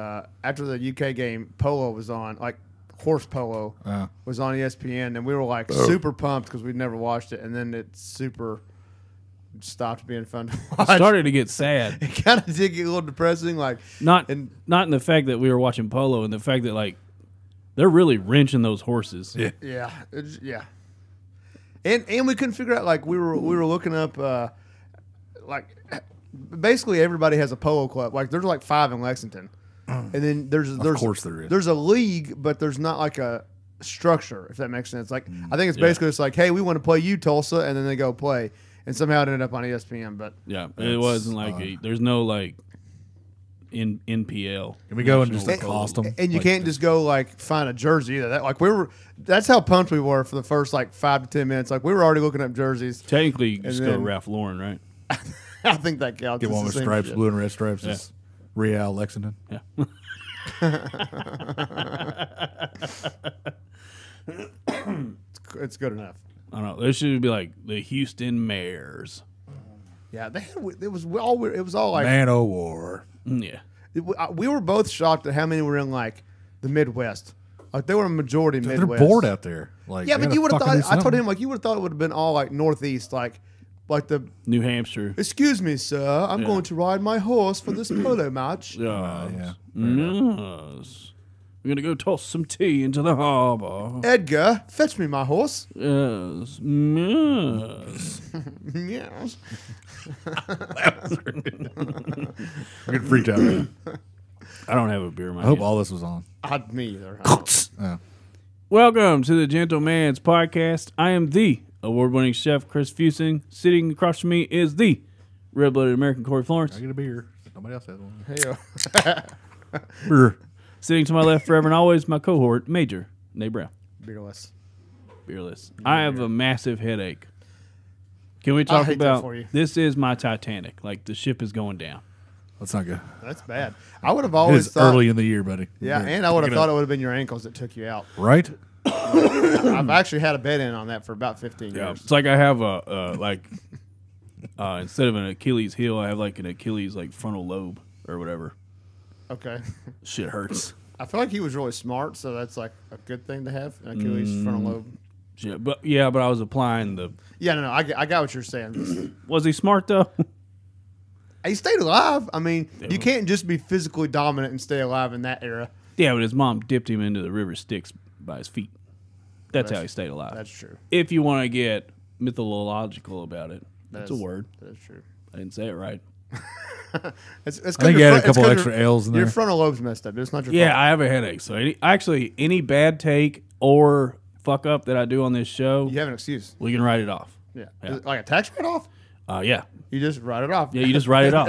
uh, after the UK game, polo was on, like horse polo Wow. was on E ESPN, and we were like super pumped because we'd never watched it, and then it super stopped being fun to watch. It started to get sad. It kind of did get a little depressing, like Not And- not in the fact that we were watching polo, and the fact that like they're really wrenching those horses. Yeah. Yeah, it's, yeah. And and we couldn't figure out like we were we were looking up uh, like basically everybody has a polo club. Like there's like five in Lexington, and then there's there's Mm. course there is. there's a league, but there's not like a structure if that makes sense. Like I Mm, think it's basically it's like hey we want to play you Tulsa, and then they go play, and somehow it ended up on E ESPN. But Yeah, it wasn't like a, there's no like in NPL. Can we go and just And- accost them? And you can't just go like find a jersey either. That like we were that's how pumped we were for the first like five to ten minutes. Like we were already looking up jerseys. Technically, you just go then- Ralph Lauren, right? I think that counts. get It's one the with same stripes, shit. blue and red stripes. Is Real Lexington. Yeah. It's good enough. I don't know. There should be like the Houston Mares. Yeah, they had, it was all it was all like Man o' war. Mm, Yeah. it- I- we were both shocked at how many were in like the Midwest. Like they were a majority They're Midwest. bored out there. Like Yeah, but they gotta you would have fucking do thought. I told something. him like you would have thought it would have been all like Northeast, like like the New Hampshire. excuse me, sir, I'm going to ride my horse for this polo match. Yes. Uh, yeah. Yes. We're going to go toss some tea into the harbor. Edgar, fetch me my horse. Yes. yes. Yes. We're getting freaked out. right now. I don't have a beer in my I hope hand. all this was on. I'd me either. I don't- Yeah. Welcome to the Gentleman's Podcast. I am the award winning chef, Chris Fusing. Sitting across from me is the red blooded American Corey Florence. I get a beer. Nobody else has one. Hell. Beer. Sitting to my left forever and always, my cohort, Major Nate Brown. Beerless. Beerless. I have a massive headache. Can we talk hate that about for you. this? Is my Titanic like the ship is going down? That's not good. That's bad. I would have It always is thought. early in the year, buddy. Yeah, We're and I would have picking thought up. it would have been your ankles that took you out. right. I've actually had a bet in on that for about 15 Yeah, years. it's like I have a uh, like uh, instead of an Achilles heel, I have like an Achilles like frontal lobe or whatever. Okay. Shit hurts. I feel like he was really smart, so that's like a good thing to have an Achilles Mm. frontal lobe. Shit, but yeah, but I was applying the. Yeah, no, no, I, get- I got what you're saying. Was he smart though? he stayed alive. I mean, you can't just be physically dominant and stay alive in that era. yeah, but his mom dipped him into the river Styx by his feet. That's, how he stayed alive. That's true. if you want to get mythological about it, that's is- a word. That's true. I didn't say it right. It's, it's I think good he your had a front- it's couple good extra your, L's in Your there. frontal lobe's messed up. It's not your Yeah, I have a headache. So any, actually, any bad take or fuck up that I do on this show, fault. You have an excuse. we can write it off. Yeah. Yeah. Is it Like a tax write off? Uh, yeah, You just write it off. yeah, you just write it off.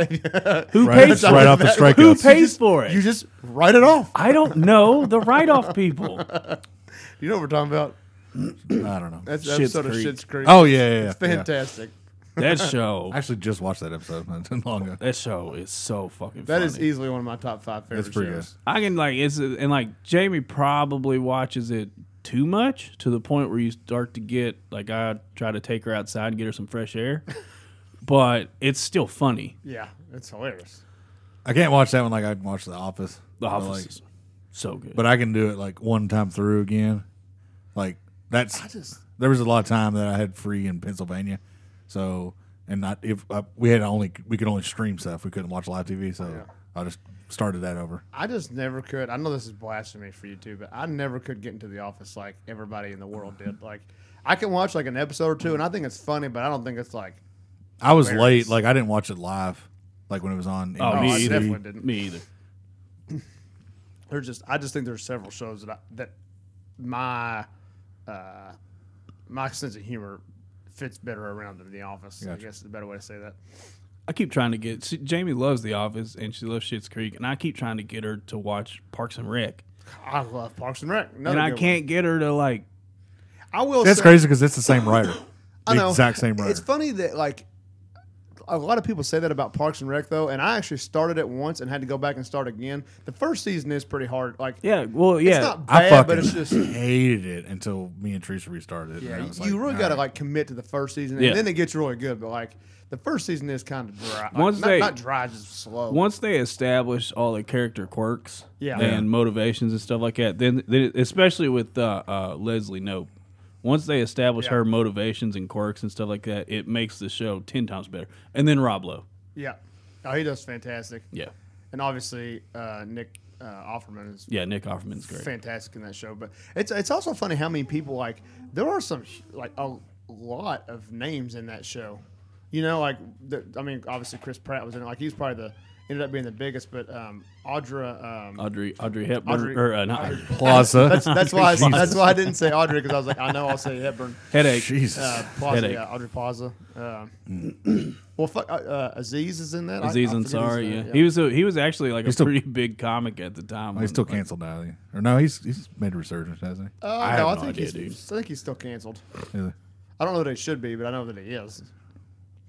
Who Right, it's pays? right off the Who strikeouts. pays for it? You just write it off. I don't know the write-off people. You know what we're talking about? I don't know. That's the Shit's episode of Creek. Shit's Creek. Oh yeah, yeah, yeah. yeah. fantastic. That show, I actually just watched that episode not too long ago. that show is so fucking. That funny. is easily one of my top five favorite It's pretty good. shows. I can like it's and like Jamie probably watches it too much to the point where you start to get like I try to take her outside and get her some fresh air, but it's still funny. Yeah, it's hilarious. I can't watch that one like I can watch The Office. But, The Office like- is so good. but I can do it like one time through again. Like that's there was a lot of time that I had free in Pennsylvania, so and not if uh, we had only we could only stream stuff. We couldn't watch live TV, Oh, so I just started that over. I just never could. I know this is blasphemy for you too, but I never could get into the office like everybody in the world did. Like, I can watch like an episode or two, and I think it's funny, but I don't think it's like. I was Hilarious. late, like I didn't watch it live, like when it was on. Oh, Oh, me I either. definitely didn't. Me either. There's just I just think there's several shows that I, that my uh, my sense of humor fits better around than the office. I Gotcha. guess is a better way to say that. I keep trying to get she, Jamie loves The Office and she loves Shit's Creek, and I keep trying to get her to watch Parks and Rec, I love Parks and Rec, Another and I good one. can't get her to like. I will. That's say, crazy because it's the same writer, I the know. exact same writer. It's funny that like a lot of people say that about Parks and Rec though, and I actually started it once and had to go back and start again. The first season is pretty hard. Like Yeah, well, yeah. it's not I bad, fucking but it's just hated it until me and Teresa restarted. it. yeah. and I You, was you really "All got to right." like commit to the first season, and Yeah. then it gets really good. But like the first season is kind of dry. Like, Once not, they- not dry, just slow. once they establish all the character quirks Yeah. Yeah. and motivations and stuff like that, then, then especially with uh, uh, Leslie Nope, once they establish Yeah. her motivations and quirks and stuff like that, it makes the show ten times better. And then Rob Lowe, yeah, oh, he does fantastic. yeah, and obviously uh, Nick uh, Offerman is yeah, Nick Offerman's great. fantastic in that show. But it's it's also funny how many people like there are some like a lot of names in that show. You know, like the, I mean, obviously Chris Pratt was in it. Like he's probably the ended up being the biggest. But um, Audra, um, Audrey Audrey Hepburn Audrey- or uh, not Audrey. Plaza. that's that's why I, Jesus. that's why I didn't say Audra because I was like I know I'll say Hepburn. headache. Jesus. Uh, Plaza, Headache. Mm. yeah, Audra Plaza. Um, well, fuck, uh, uh, Aziz is in that. I- Aziz I forget his Ansari, name, yeah. he was a, he was actually like a still- pretty big comic at the time. He's when, still like, canceled now, yeah. or no? He's he's made a resurgence, hasn't he? Uh, I no, I have no think idea, he's, I think he's still canceled. Is he? I don't know that it should be, but I know that it is.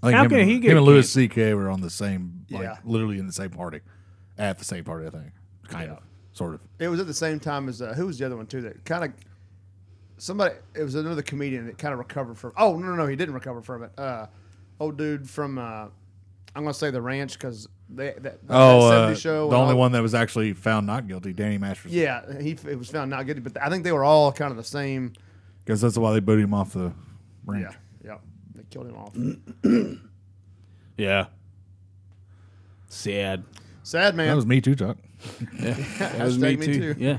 I think How him, can and- he get him and Louis C.K. were on the same, like Yeah. literally in the same party, at the same party. I think, kind of, sort of. It was at the same time as uh, who was the other one too that kind of somebody. It was another comedian that kind of recovered from. Oh no, no, no, he didn't recover from it. Uh, old dude from uh, I'm gonna say the ranch because they that, that Oh, 70 uh, show. the and only all- one that was actually found not guilty, Danny Masters. Yeah, he it was found not guilty, but I think they were all kind of the same. because that's why they booted him off the ranch. Yeah, yeah, they killed him off. Yeah. Sad. Sad man. That was me too, Chuck. That was me, Hashtag me too. too. Yeah.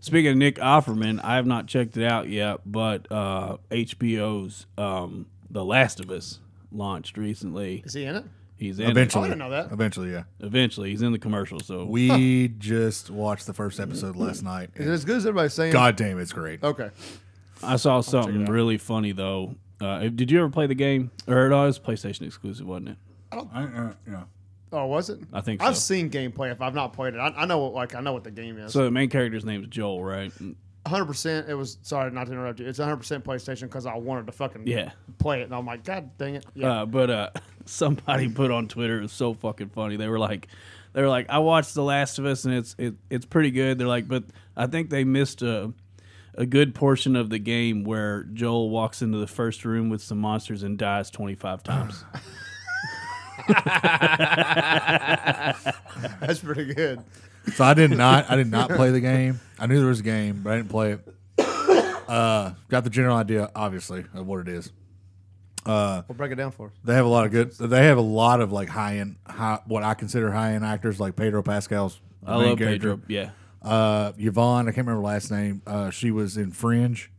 Speaking of Nick Offerman, I have not checked it out yet, but uh, HBO's um, The Last of Us launched recently. is he in it? He's in eventually. Eventually, didn't know that. Eventually, yeah. eventually he's in the commercial. So We just watched the first episode last night. Is and it Oh. as good as everybody's saying? God damn, it's great. Okay. I saw something really funny though. Uh, did you ever play the game? Or no, it was PlayStation exclusive, wasn't it? I, uh, yeah. Oh, was it? I think I've so. seen gameplay. If I've not played it, I, I know what like I know what the game is. So the main character's name is Joel, right? hundred percent. It was sorry not to interrupt you. It's hundred percent PlayStation because I wanted to fucking Yeah. play it, and I'm like, God dang it! Yeah, Uh, but uh, somebody put on Twitter it was so fucking funny. They were like, they were like, I watched The Last of Us and it's it, it's pretty good. They're like, but I think they missed a a good portion of the game where Joel walks into the first room with some monsters and dies twenty five times. that's pretty good. So I did not. I did not play the game. I knew there was a game, but I didn't play it. Uh, got the general idea, obviously, of what it is. We'll break it down for us. They have a lot of good. They have a lot of like high end, high, what I consider high end actors, like Pedro Pascal's. the I main love character. Pedro. Yeah, Uh, Yvonne, I can't remember her last name. Uh, she was in Fringe,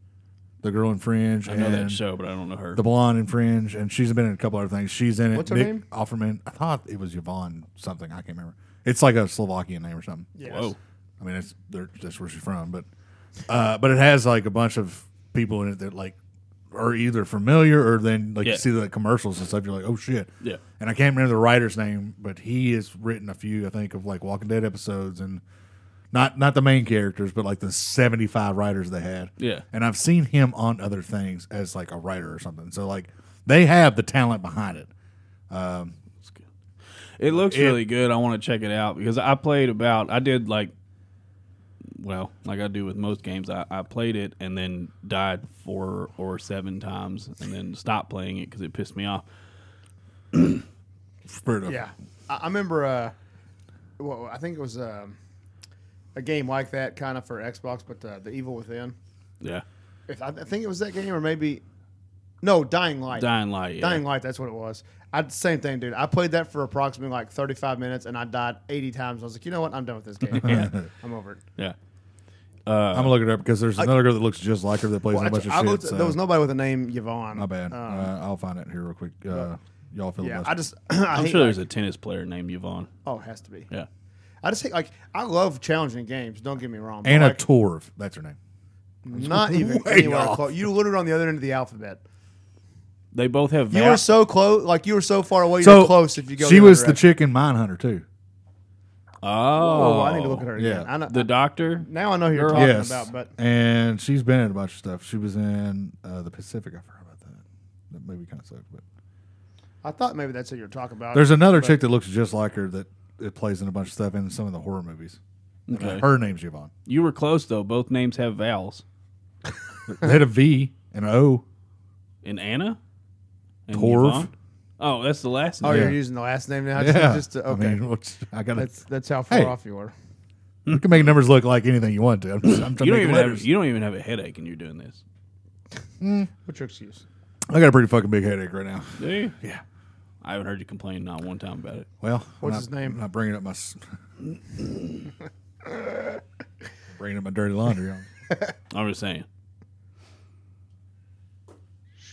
the girl in Fringe, I know that and show, but I don't know her. the blonde in Fringe, and she's been in a couple other things. She's in it. What's her Nick name? Offerman. I thought it was Yvonne something. I can't remember. It's like a Slovakian name or something. Yes. Whoa. I mean, that's they're- that's where she's from, but uh, but it has like a bunch of people in it that like are either familiar or then like Yeah. you see the commercials and stuff. You're like, oh shit, Yeah. And I can't remember the writer's name, but he has written a few, I think, of like Walking Dead episodes and not not the main characters, but like the 75 writers they had. Yeah. And I've seen him on other things as like a writer or something. So like they have the talent behind it. It looks really good. I want to check it out because I played about. I did like, well, like I do with most games. I, I played it and then died four or seven times and then stopped playing it because it pissed me off. Spirit of Yeah, I, I remember. Uh, well, I think it was um, a game like that, kind of for Xbox, but uh, the Evil Within. Yeah, If I, I think it was that game, or maybe no, Dying Light. Dying Light. Yeah. Dying Light, that's what it was. I same thing, dude. I played that for approximately like 35 minutes, and I died 80 times. I was like, you know what? I'm done with this game. I'm over it. Yeah, I'm gonna look it up because there's another girl that looks just like her that plays Well, a bunch of I'll go shit. to- so- There was nobody with the name Yvonne. my bad. Um, uh, I'll find it here real quick. Uh, y'all feel yeah, I just I I'm hate, sure like- there's a tennis player named Yvonne. oh, it has to be. Yeah, I just hate like I love challenging games. Don't get me wrong. but, Anna like, Torv. That's her name. not even way anywhere off. close. You literally on the other end of the alphabet. they both have. You va- were so close. Like you were so far away. So you're close. If you go, she the was other the chick in Mindhunter too. oh, Oh, I need to look at her. yeah. Yeah. I know, The doctor. now I know who you're Girl. talking yes. about. But and she's been in a bunch of stuff. She was in uh, the Pacific. I forgot about that. That movie kind of sucked, but I thought maybe that's what you're talking about. There's another chick that looks just like her that it plays in a bunch of stuff in some of the horror movies. Uh, Okay. Her name's Yvonne. You were close though. Both names have vowels. They had a V and an O. And Anna? And Torv. Yvonne? Oh, that's the last oh, name. Yeah. you're using the last name now. Yeah. Just to, okay. I mean, what's- I gotta. that's that's how far Hey. off you are. you can make numbers look like anything you want to. I'm, just, I'm trying you to don't make even letters. have you don't even have a headache and you're doing this. What's your excuse? I got a pretty fucking big headache right now. Do you? Yeah. I haven't heard you complain not one time about it. Well, I'm What's not- his name? I'm not bringing up my s- bringing up my dirty laundry. On. I'm just saying.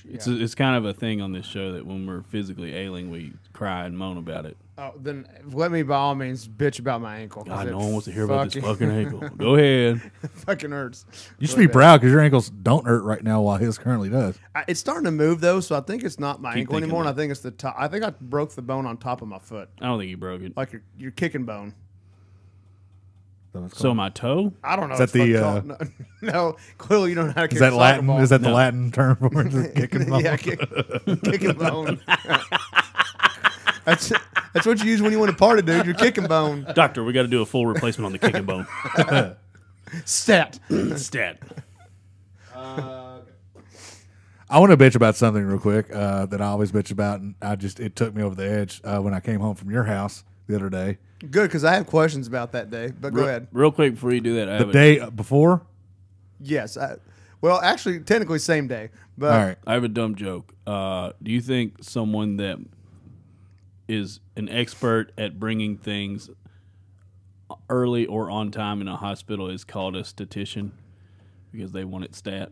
It's a, it's kind of a thing on this show that when we're physically ailing, we cry and moan about it. Oh, then let me by all means bitch about my ankle. 'cause God, it no one wants to hear about this fucking- fucking ankle. Go ahead. fucking hurts. uh, You should be proud because your ankles don't hurt right now while his currently does. I, it's starting to move though, so I think it's not my ankle thinking anymore. And I that. think it's the top. I think I broke the bone on top of my foot, I don't think you broke it. like your your kicking bone. Is that what it's So called? my toe? I don't know. Is that it's fucking the, uh, called- no, no, clearly you don't know how to kick is a that soccer Latin? ball. Is that the No. Latin term for it? Just kicking ball? yeah, kick, kicking bone. that's that's what you use when you want to party, dude. Your kicking bone. Doctor, we got to do a full replacement on the kicking bone. Stat. Stat. I want to bitch about something real quick uh, that I always bitch about, and I just it took me over the edge uh, when I came home from your house the other day. Good, because I have questions about that day. But go ahead. Real quick before you do that, I have, The a- day uh, before, Yes. I, well, actually, technically, same day. But all right, I have a dumb joke. Uh, do you think someone that is an expert at bringing things early or on time in a hospital is called a statistician because they want it stat?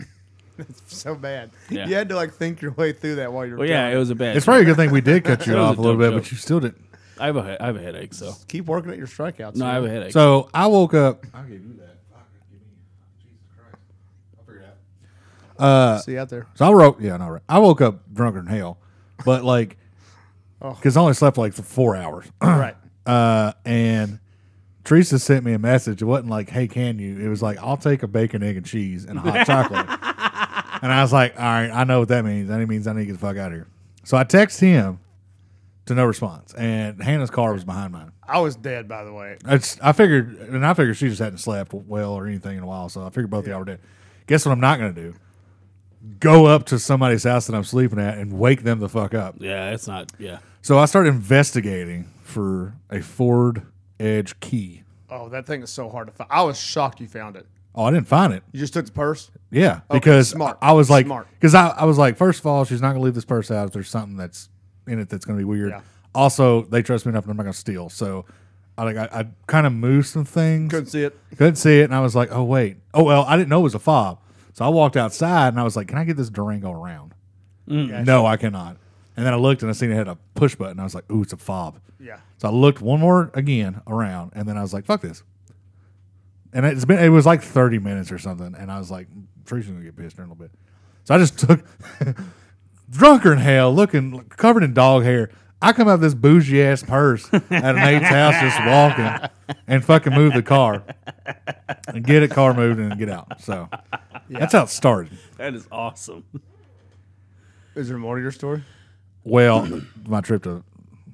so bad. Yeah. You had to like think your way through that while you were. Well, yeah, telling it was a bad. it's probably a good thing we did cut you That was off a a little dumb bit, joke. but you still didn't. I have a he- I have a headache. So Keep working at your strikeouts. no, I man. have a headache. So I woke up. I'll give you that. Jesus Christ, I'll figure it out. See you out there. So I woke, yeah, no, right. I woke up drunker than hell, but like, because I only slept like for four hours. right. Uh, and Teresa sent me a message. It wasn't like, "Hey, can you?" It was like, "I'll take a bacon, egg, and cheese and a hot chocolate." and I was like, "All right, I know what that means. That means I need to get the fuck out of here." So I text him to no response, and Hannah's car was behind mine. I was dead, by the way. It's, I figured, and I figured she just hadn't slept well or anything in a while, so I figured both of y'all were dead. Guess what I'm not going to do? Go up to somebody's house that I'm sleeping at and wake them the fuck up. yeah, it's not. Yeah, So I started investigating for a Ford Edge key. Oh, that thing is so hard to find. I was shocked you found it. Oh, I didn't find it. You just took the purse. Yeah, because smart, I was like, smart. because I, I was like, first of all, she's not going to leave this purse out if there's something that's in it that's going to be weird. Yeah. Also, they trust me enough, and I'm not going to steal. So, I like, I, I kind of moved some things. Couldn't see it. Couldn't see it, and I was like, "Oh wait, oh well." I didn't know it was a fob, so I walked outside and I was like, "Can I get this Durango around?" No, I cannot. And then I looked and I seen it had a push button. I was like, "Ooh, it's a fob." Yeah. So I looked one more again around, and then I was like, "Fuck this." And it's been it was like thirty minutes or something, and I was like, "Tracy's gonna get pissed in a little bit." So I just took drunker in hell, looking covered in dog hair. I come out of this bougie ass purse at an mate's house, just walking and fucking move the car and get it car moved and get out. So that's how it started. that is awesome. Is there more to your story? Well, my trip to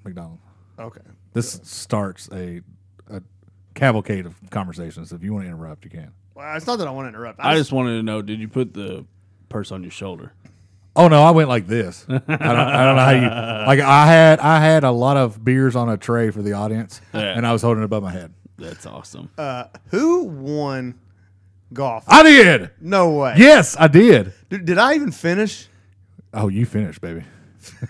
McDonald's. Okay. This starts a, a cavalcade of conversations. If you want to interrupt, you can. Well, it's not that I want to interrupt. I just wanted to know: Did you put the purse on your shoulder? Oh no, I went like this. I don't, I don't know how you like. I had I had a lot of beers on a tray for the audience, Yeah. and I was holding it above my head. That's awesome. uh, who won golf? I did. No way. Yes, I did. Dude, did I even finish? Oh, you finished, baby.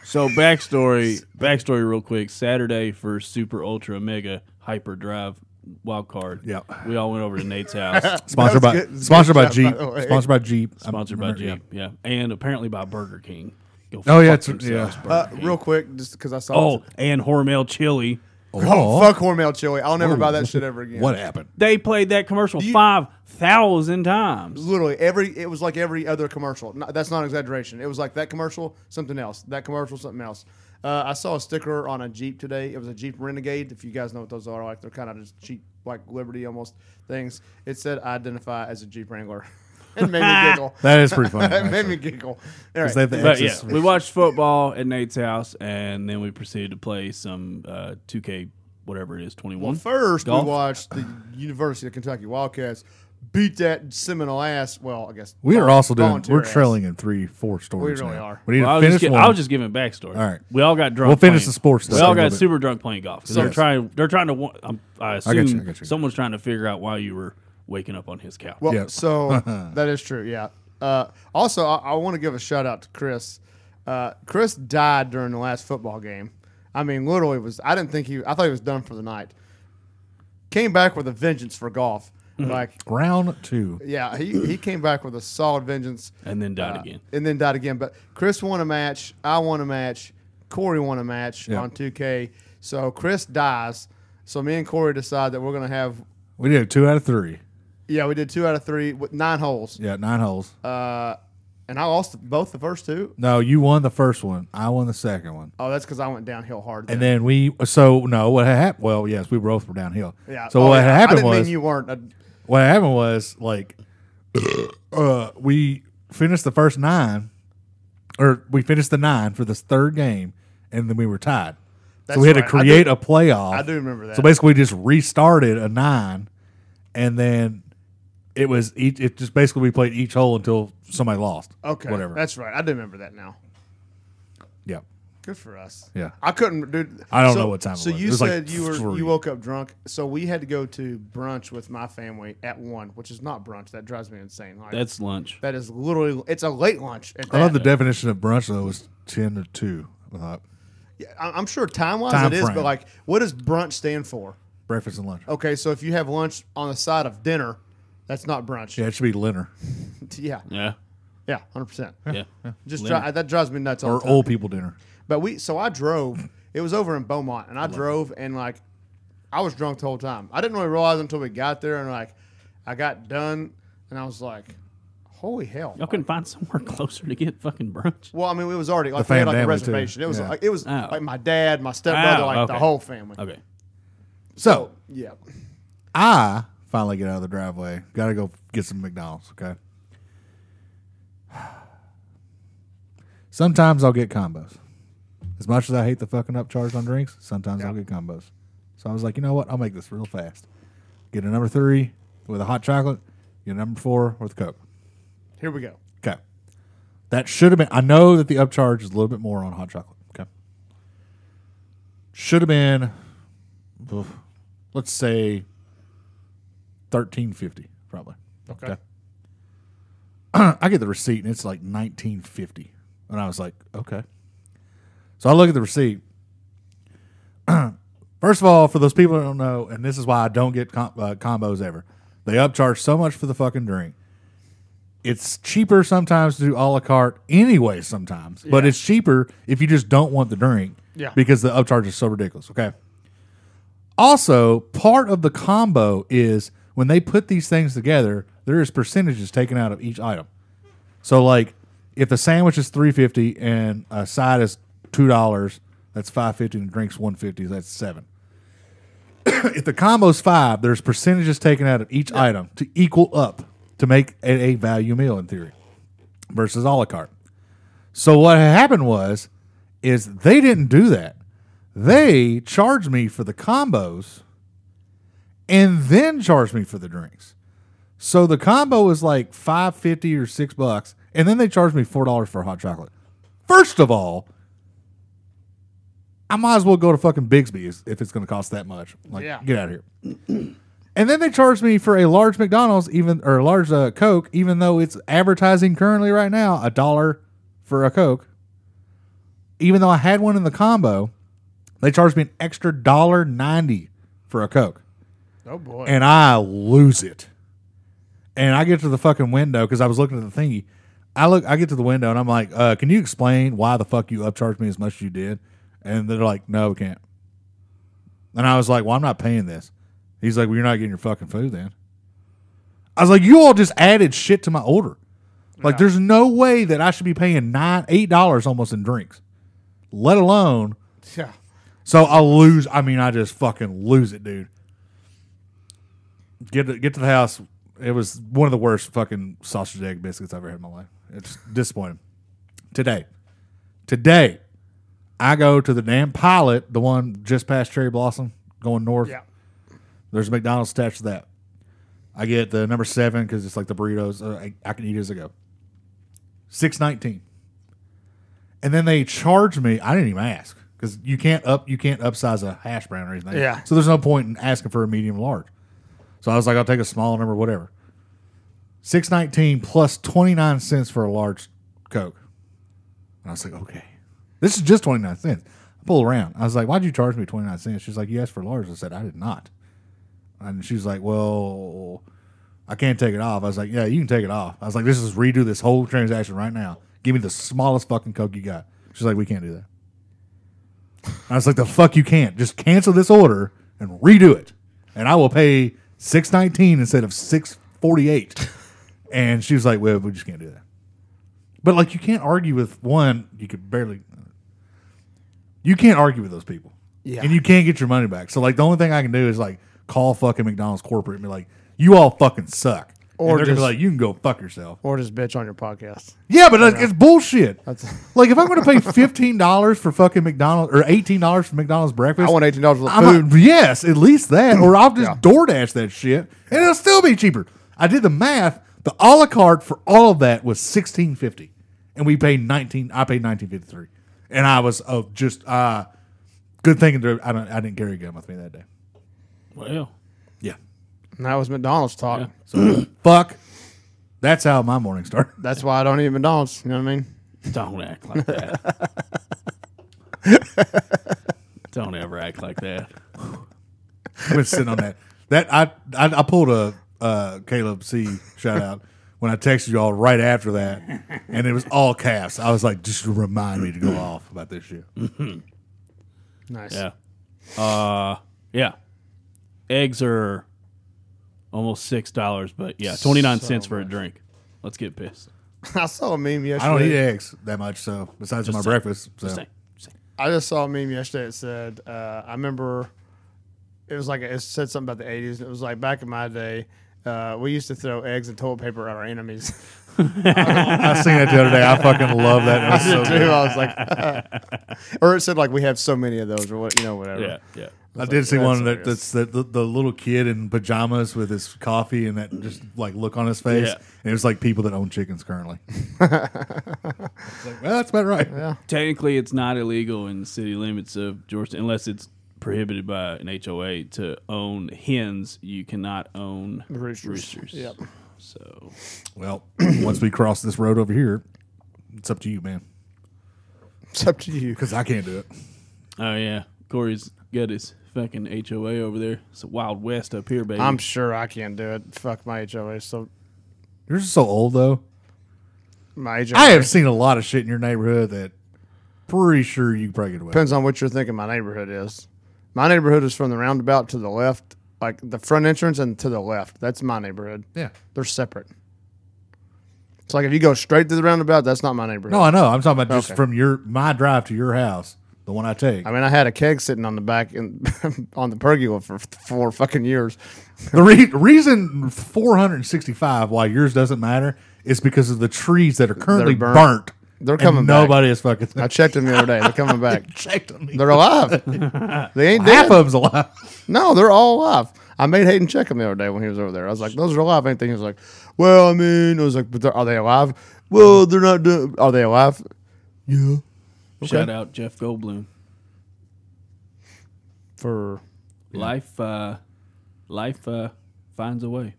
So backstory, backstory, real quick. Saturday for Super Ultra Mega Hyper Drive Wild Card. Yeah. we all went over to Nate's house, Sponsored by good- good Oh, sponsored by job, Jeep. by the way. sponsored by Jeep. I'm- sponsored by remember- yeah. Jeep. Yeah. and apparently by Burger King. Go Oh, yeah, fuck it's- themselves, yeah. Burger Uh, King. real quick, just because I saw. Oh, it. and Hormel Chili. Oh, Oh. fuck Hormel chili. I'll Oh. never buy that shit ever again. What happened? They played that commercial five thousand times. Literally every. It was like every other commercial. No, that's not an exaggeration. It was like that commercial, something else. That commercial, something else. Uh, I saw a sticker on a Jeep today. It was a Jeep Renegade. If you guys know what those are, like they're kind of just cheap, like Liberty almost things. It said, "I identify as a Jeep Wrangler." it made me giggle. That is pretty funny. It made actually. me giggle. All right. 'Cause they have the But yeah, X's. we watched football at Nate's house, and then we proceeded to play some uh, 2K, whatever it is, 21. Well, first Golf? we watched the University of Kentucky Wildcats beat that Seminole ass. Well, I guess We are also doing. volunteer We're ass. trailing in three, four stories. really now. are. We need Well, I, to was just finish gi- one. I was just giving backstory. All right. we all got drunk. We'll finish playing- the sports We stuff all a little got bit. super drunk playing golf. 'Cause They're Yes. trying. They're trying to. wa- I'm, I assume you, I got you. someone's trying to figure out why you were waking up on his couch. Well, Yep. so that is true. Yeah. Uh, also, I, I want to give a shout out to Chris. Uh, Chris died during the last football game. I mean, literally was. I didn't think he. I thought he was done for the night. Came back with a vengeance for golf. Like, round two. yeah, he, he came back with a solid vengeance. and then died Uh, again. And then died again. But Chris won a match. I won a match. Corey won a match Yeah. on 2K. So Chris dies. So me and Corey decide that we're going to have. We did two out of three. Yeah, we did two out of three with nine holes. Yeah, nine holes. Uh, and I lost both the first two. no, you won the first one. I won the second one. Oh, that's because I went downhill hard. And then we. So no, what happened? Well, yes, we both were downhill. yeah. So Oh, what yeah. I happened didn't was mean you weren't. Uh, what happened was like uh, we finished the first nine or we finished the nine for this third game and then we were tied That's so we had right. to I do- create a playoff I do remember that. so basically we just restarted a nine and then it was each it just basically we played each hole until somebody lost okay, whatever That's right. I do remember that now. yeah Good for us. Yeah. I couldn't, dude. I don't know what time it So was. you It was like said you were three. you woke up drunk. So we had to go to brunch with my family at one, which is not brunch. That drives me insane. Like, That's lunch. that is literally it's a late lunch. At i love the that. definition of brunch though was 10 to uh, 2 I thought I- I'm sure time wise Time it is, frame. but like, what does brunch stand for? breakfast and lunch Okay, so if you have lunch on the side of dinner, that's not brunch. yeah it should be dinner yeah, Yeah, yeah, hundred percent. yeah. Just dri- that drives me nuts. All the or time. old people dinner But we, so I drove. It was over in Beaumont, and I drove, and like, I was drunk the whole time. I didn't really realize until we got there, and like, I got done, and I was like, "Holy hell!" Y'all couldn't find somewhere closer to get fucking brunch. Well, I mean, it was already like The we had like fam a family, too. reservation. It was Yeah. like it was Oh. like my dad, my stepbrother, Oh, like the okay. whole family. Okay, so Yeah, I finally get out of the driveway. Got to go get some McDonald's. Okay. Sometimes I'll get combos. As much as I hate the fucking upcharge on drinks, sometimes I'll get combos. So I was like, you know what? I'll make this real fast. Get a number three with a hot chocolate. Get a number four with Coke. here we go. Okay. That should have been. I know that the upcharge is a little bit more on hot chocolate. Okay. Should have been, oof, let's say, thirteen fifty probably. Okay. I get the receipt and it's like nineteen fifty, and I was like, okay. So I look at the receipt. First of all, for those people that don't know, and this is why I don't get com- uh, combos ever, they upcharge so much for the fucking drink. It's cheaper sometimes to do a la carte anyway, sometimes, but it's cheaper if you just don't want the drink Yeah. because the upcharge is so ridiculous. Okay. Also, part of the combo is when they put these things together, there is percentages taken out of each item. So like if the sandwich is three fifty and a side is two dollars, that's five fifty and drinks one fifty, that's seven. if the combo's five, there's percentages taken out of each item to equal up to make it a value meal in theory versus a la carte. So what happened was is they didn't do that. They charged me for the combos and then charged me for the drinks. So the combo was like five fifty or six bucks, and then they charged me four dollars for hot chocolate. First of all, I might as well go to fucking Bigsby's if it's going to cost that much. Like, Yeah. get out of here. and then they charged me for a large McDonald's, even or a large uh, Coke, even though it's advertising currently right now a dollar for a Coke. Even though I had one in the combo, they charged me an extra dollar ninety for a Coke Oh boy. and I lose it. And I get to the fucking window because I was looking at the thingy. I look, I get to the window and I'm like, uh, "Can you explain why the fuck you upcharged me as much as you did?" And they're like, "No, we can't." And I was like, "Well, I'm not paying this." He's like, "Well, you're not getting your fucking food then." I was like, "You all just added shit to my order. Like, there's no way that I should be paying nine, eight dollars almost in drinks, let alone yeah. so I lose. I mean, I just fucking lose it, dude. Get to, get to the house. It was one of the worst fucking sausage egg biscuits I've ever had in my life. It's disappointing. Today, today, I go to the damn pilot, the one just past Cherry Blossom, going north. Yeah. There's a McDonald's attached to that. I get the number seven because it's like the burritos. Uh, I, I can eat it as I go. Six nineteen, and then they charge me. I didn't even ask because you can't up you can't upsize a hash brown or anything. Yeah. So there's no point in asking for a medium large. So I was like, I'll take a small number, whatever. Six nineteen plus twenty nine cents for a large coke. And I was like, okay, this is just twenty nine cents. I pull around. I was like, why'd you charge me twenty nine cents? She's like, you asked for a large. I said, I did not. And she's like, well, I can't take it off. I was like, yeah, you can take it off. I was like, this is redo this whole transaction right now. Give me the smallest fucking coke you got. She's like, we can't do that. I was like, the fuck you can't. Just cancel this order and redo it. And I will pay six nineteen instead of six forty eight. And she was like, Well, we just can't do that. But like you can't argue with one, you could barely you can't argue with those people. Yeah. And you can't get your money back. So like the only thing I can do is like call fucking McDonald's corporate and be like, You all fucking suck. Or Or they're gonna be just- like, You can go fuck yourself. Or just bitch on your podcast. Yeah, but like, it's bullshit. That's- like if I'm going to pay fifteen dollars for fucking McDonald's or eighteen dollars for McDonald's breakfast, I want eighteen dollars worth of I'm food. not- yes, at least that, or I'll just Yeah. DoorDash that shit, and it'll still be cheaper. I did the math. The a la carte for all of that was sixteen fifty, and we paid nineteen. I paid nineteen fifty three, and I was oh just uh, good thinking. There, I don't. I didn't carry a gun with me that day. Well, Yeah. and that was McDonald's talk. So fuck. That's how my morning started. That's why I don't eat McDonald's. You know what I mean? don't act like that. don't ever act like that. I've been sitting on that. That I I, I pulled a uh, Caleb C shout out when I texted y'all right after that, and it was all caps. I was like, just remind me to go off about this shit. Nice. Yeah. Uh, yeah. Eggs are almost six dollars, but yeah, twenty nine cents for a drink. Let's get pissed. I saw a meme yesterday. I don't eat eggs that much, so besides my say- breakfast, so Just saying. Just saying. I just saw a meme yesterday that said, uh, I remember it was like, it said something about the 80s. And it was like, back in my day, uh, we used to throw eggs and toilet paper at our enemies. I seen that the other day. I fucking love that. It was so So good. I was like, or it said like, we have so many of those or what, you know, whatever. Yeah, yeah. I did see That's one that, hilarious. that's the, the the little kid in pajamas with his coffee and that just like look on his face, Yeah. and it was like people that own chickens currently. It's like, well, that's about right. Technically, it's not illegal in the city limits of Georgetown unless it's prohibited by an HOA to own hens. You cannot own Roosters. roosters. Yep. So Well, once we cross this road over here, it's up to you, man. It's up to you. Because I can't do it. Oh yeah, Corey's got his fucking HOA over there. It's the Wild West up here, baby. I'm sure I can't do it. Fuck my HOA. So You're just so old, though. my HOA I have seen a lot of shit in your neighborhood that pretty sure you could probably get away. with. depends on what you're thinking. My neighborhood is. My neighborhood is from the roundabout to the left, like the front entrance and to the left. That's my neighborhood. Yeah. They're separate. It's like if you go straight to the roundabout, that's not my neighborhood. No, I know. I'm talking about just Okay. from your my drive to your house, the one I take. I mean, I had a keg sitting on the back and on the pergola for four fucking years. The re- reason 465 why yours doesn't matter is because of the trees that are currently burnt. burnt. They're and coming back. Nobody is fucking. I checked them the other day. They're coming back. checked on me. They're alive. They ain't Half dead. of them's alive. No, they're all alive. I made Hayden check them the other day when he was over there. I was like, "Those are alive, ain't they?" He was like, "Well, I mean," I was like, "But they're- are they alive?" Well, they're not. Do- are they alive? Yeah. Shout out Jeff Goldblum. For Life, uh, life uh, finds a way.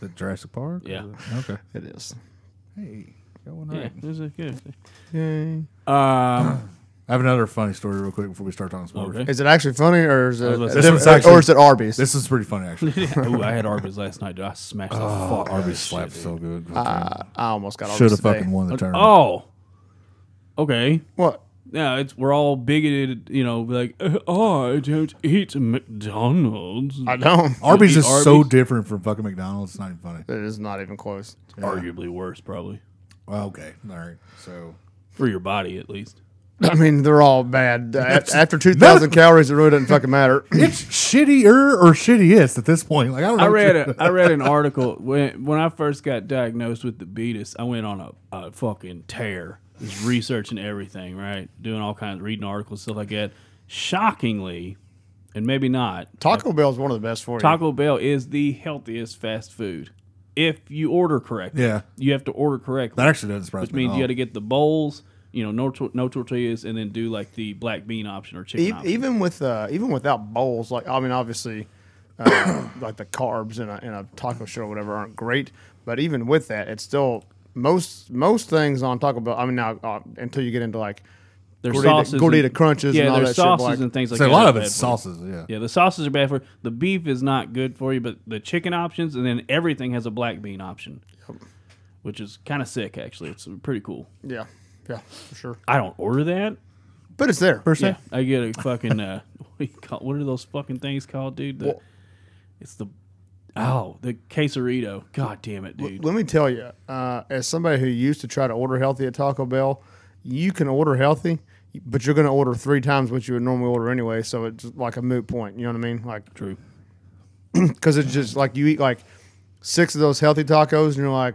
The Jurassic Park? Yeah. Okay. it is. Hey, got one Yeah, right. this is good. Yay. Um, I have another funny story real quick before we start talking sports. okay. Is it actually funny or is it? was about to say- This one's or is actually- it Arby's? This is pretty funny, actually. Ooh, I had Arby's last night. Dude. I smashed the fuck. out of Arby's that slapped shit, so good. I, I almost got Should Arby's. have today. fucking won the dude. tournament. Oh, okay. What? Yeah, it's we're all bigoted. You know, like uh, I don't eat McDonald's. I don't. Arby's is so Arby's. different from fucking McDonald's. It's not even funny. It is not even close. Arguably worse, probably Well, okay, all right. So for your body at least. I mean, they're all bad. Uh, af- after two thousand calories, it really doesn't fucking matter. It's shittier or shittiest at this point. Like I don't. Know I what read you- a, I read an article when when I first got diagnosed with the beatus. I went on a, a fucking tear, just researching everything, right, doing all kinds, reading articles, stuff like that. Shockingly, and maybe not, Taco Bell's one of the best for you. Taco Bell is the healthiest fast food if you order correctly. Yeah. you have to order correctly. That actually doesn't surprise which me. at means all. you got to get the bowls, you know, no, tor- no tortillas, and then do like the black bean option or chicken E- option. even with uh, even without bowls, like I mean, obviously, uh, like the carbs in a, in a taco shell or whatever aren't great, but even with that, it's still most most things on Taco Bell. I mean, now uh, until you get into like Their gordita- sauces, gordita and, crunches yeah, and all their that shit, sauces like- and things like so a that lot are of bad it's for you. sauces. Yeah. Yeah, the sauces are bad for you. the beef is not good for you, but the chicken options, and then everything has a black bean option, which is kind of sick. Actually, it's pretty cool. yeah, yeah, for sure. I don't order that. But it's there. Yeah, I get a fucking uh, what, do you call, what are those fucking things called, dude? The, Well- it's the oh the quesarito. God damn it, dude. Let me tell you, uh, as somebody who used to try to order healthy at Taco Bell, you can order healthy, but you're going to order three times what you would normally order anyway. So it's like a moot point. You know what I mean? Like True. because it's just like you eat like six of those healthy tacos and you're like,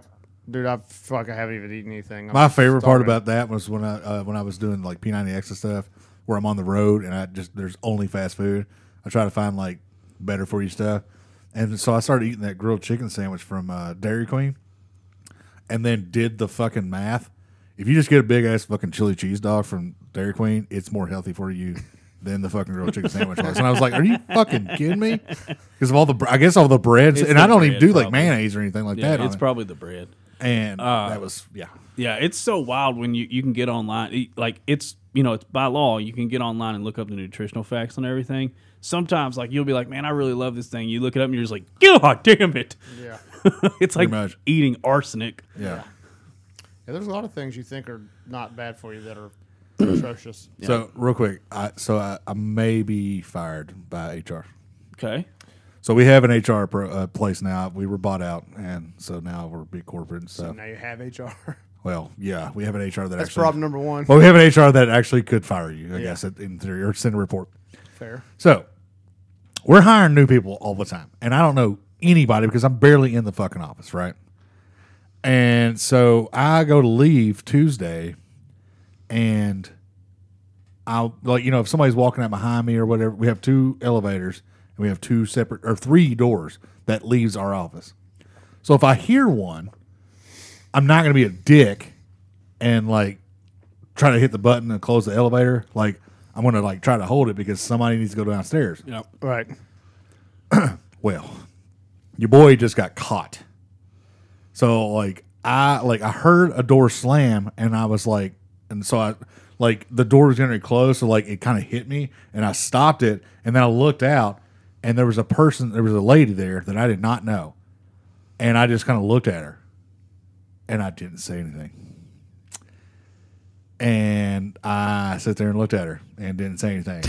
dude, I fuck, I haven't even eaten anything. I'm My favorite part starving. about that was when I uh, when I was doing like P90X and stuff, where I'm on the road and I just there's only fast food. I try to find like better for you stuff, and so I started eating that grilled chicken sandwich from uh, Dairy Queen, and then did the fucking math. If you just get a big ass fucking chili cheese dog from Dairy Queen, it's more healthy for you than the fucking grilled chicken sandwich was. And I was like, "Are you fucking kidding me?" Because of all the, br- I guess all the breads, It's and the I don't even bread, do like probably. mayonnaise or anything like Yeah, that. it's uh, It's probably the bread. and that was yeah. Yeah, it's so wild when you, you can get online. E- Like it's you know it's by law you can get online and look up the nutritional facts and everything. Sometimes like you'll be like, man, I really love this thing. You look it up and you're just like, God damn it! yeah. it's like much. eating arsenic. yeah, Yeah. there's a lot of things you think are not bad for you that are atrocious. So real quick, I, so I, I may be fired by HR. Okay, So we have an HR pro, uh, place now. We were bought out, and so now we're big corporate and stuff. Now you have HR. Well, yeah, we have an HR that That's actually. problem number one. Well, we have an HR that actually could fire you, I guess, in theory, or send a report. Fair. So we're hiring new people all the time, and I don't know anybody because I'm barely in the fucking office, right? And so I go to leave Tuesday, and I like you know if somebody's walking out behind me or whatever, we have two elevators and we have two separate or three doors that leaves our office. So if I hear one, I'm not going to be a dick and like try to hit the button and close the elevator. Like I'm going to like try to hold it because somebody needs to go downstairs. you know, Right. Well, your boy just got caught. So like I like I heard a door slam and I was like and so I like the door was gonna close, so like it kind of hit me and I stopped it and then I looked out and there was a person there was a lady there that I did not know. And I just kind of looked at her and I didn't say anything. And I sat there and looked at her and didn't say anything.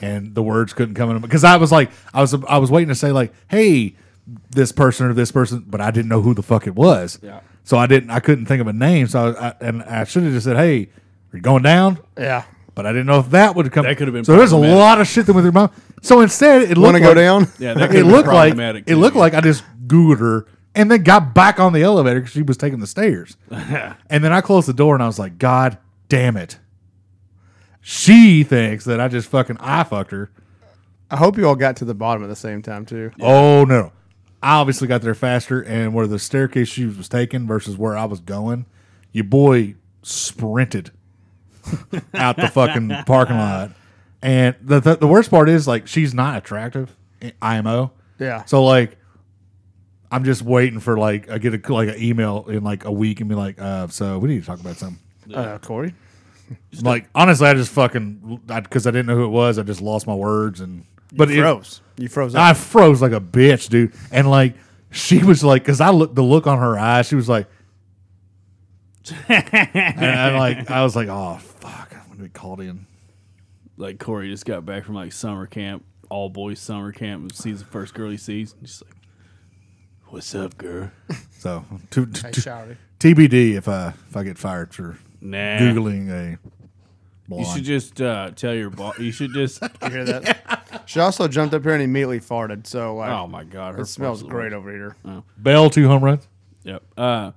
and the words couldn't come in because I was like, I was, I was waiting to say like, hey, this person or this person, but I didn't know who the fuck it was. Yeah. So I didn't, I couldn't think of a name. So I, I and I should have just said, hey, are you going down? Yeah. But I didn't know if that would come. That could have been So there's a problematic. lot of shit that went through my. So instead, Want it looked to go like- down? yeah, that it could've been looked like problematic it to looked you. like I just googled her and then got back on the elevator because she was taking the stairs. and then I closed the door and I was like, God damn it. She thinks that I just fucking I fucked her. I hope you all got to the bottom at the same time too. Oh no. I obviously got there faster and where the staircase she was taking versus where I was going, your boy sprinted out the fucking parking lot. And the, the the worst part is like she's not attractive, IMO. Yeah. So like, I'm just waiting for like I get a like an email in like a week and be like, uh, so we need to talk about something. Uh, Corey. Like honestly, I just fucking because I, didn't know who it was. I just lost my words and but it- froze. you froze. Up. I froze like a bitch, dude. And like she was like, because I looked the look on her eyes, she was like, and I like I was like, oh fuck, I'm gonna be called in. like Corey just got back from like summer camp, all boys summer camp, and sees the first girl he sees, and she's like, "What's up, girl?" So to, to, Hey, to- Shouty. TBD if I if I get fired for Nah, googling a Blonde. You should just uh, tell your boss. You should just. You hear that? she also jumped up here and immediately farted. So like, oh my god, her it smells farts are- great over here. Bell two home runs. Yep. Uh,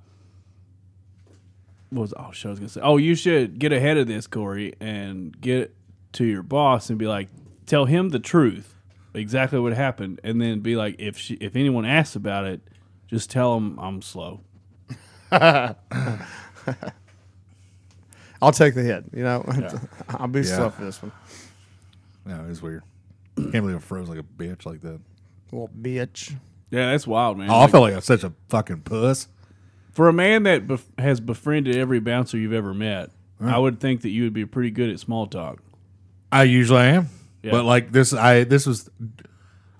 what was oh shit, I was gonna say? Oh, you should get ahead of this, Corey, and get to your boss and be like, tell him the truth, exactly what happened, and then be like, if she, if anyone asks about it, just tell him I'm slow. I'll take the hit. You know, I'll be Yeah. slow for this one. Yeah, it's weird. Can't believe I froze like a bitch like that. Little bitch. Yeah, that's wild, man. Oh, I Like, felt like I was such a fucking puss. for a man that bef- has befriended every bouncer you've ever met, I would think that you would be pretty good at small talk. I usually am, Yeah. but like this, I this was,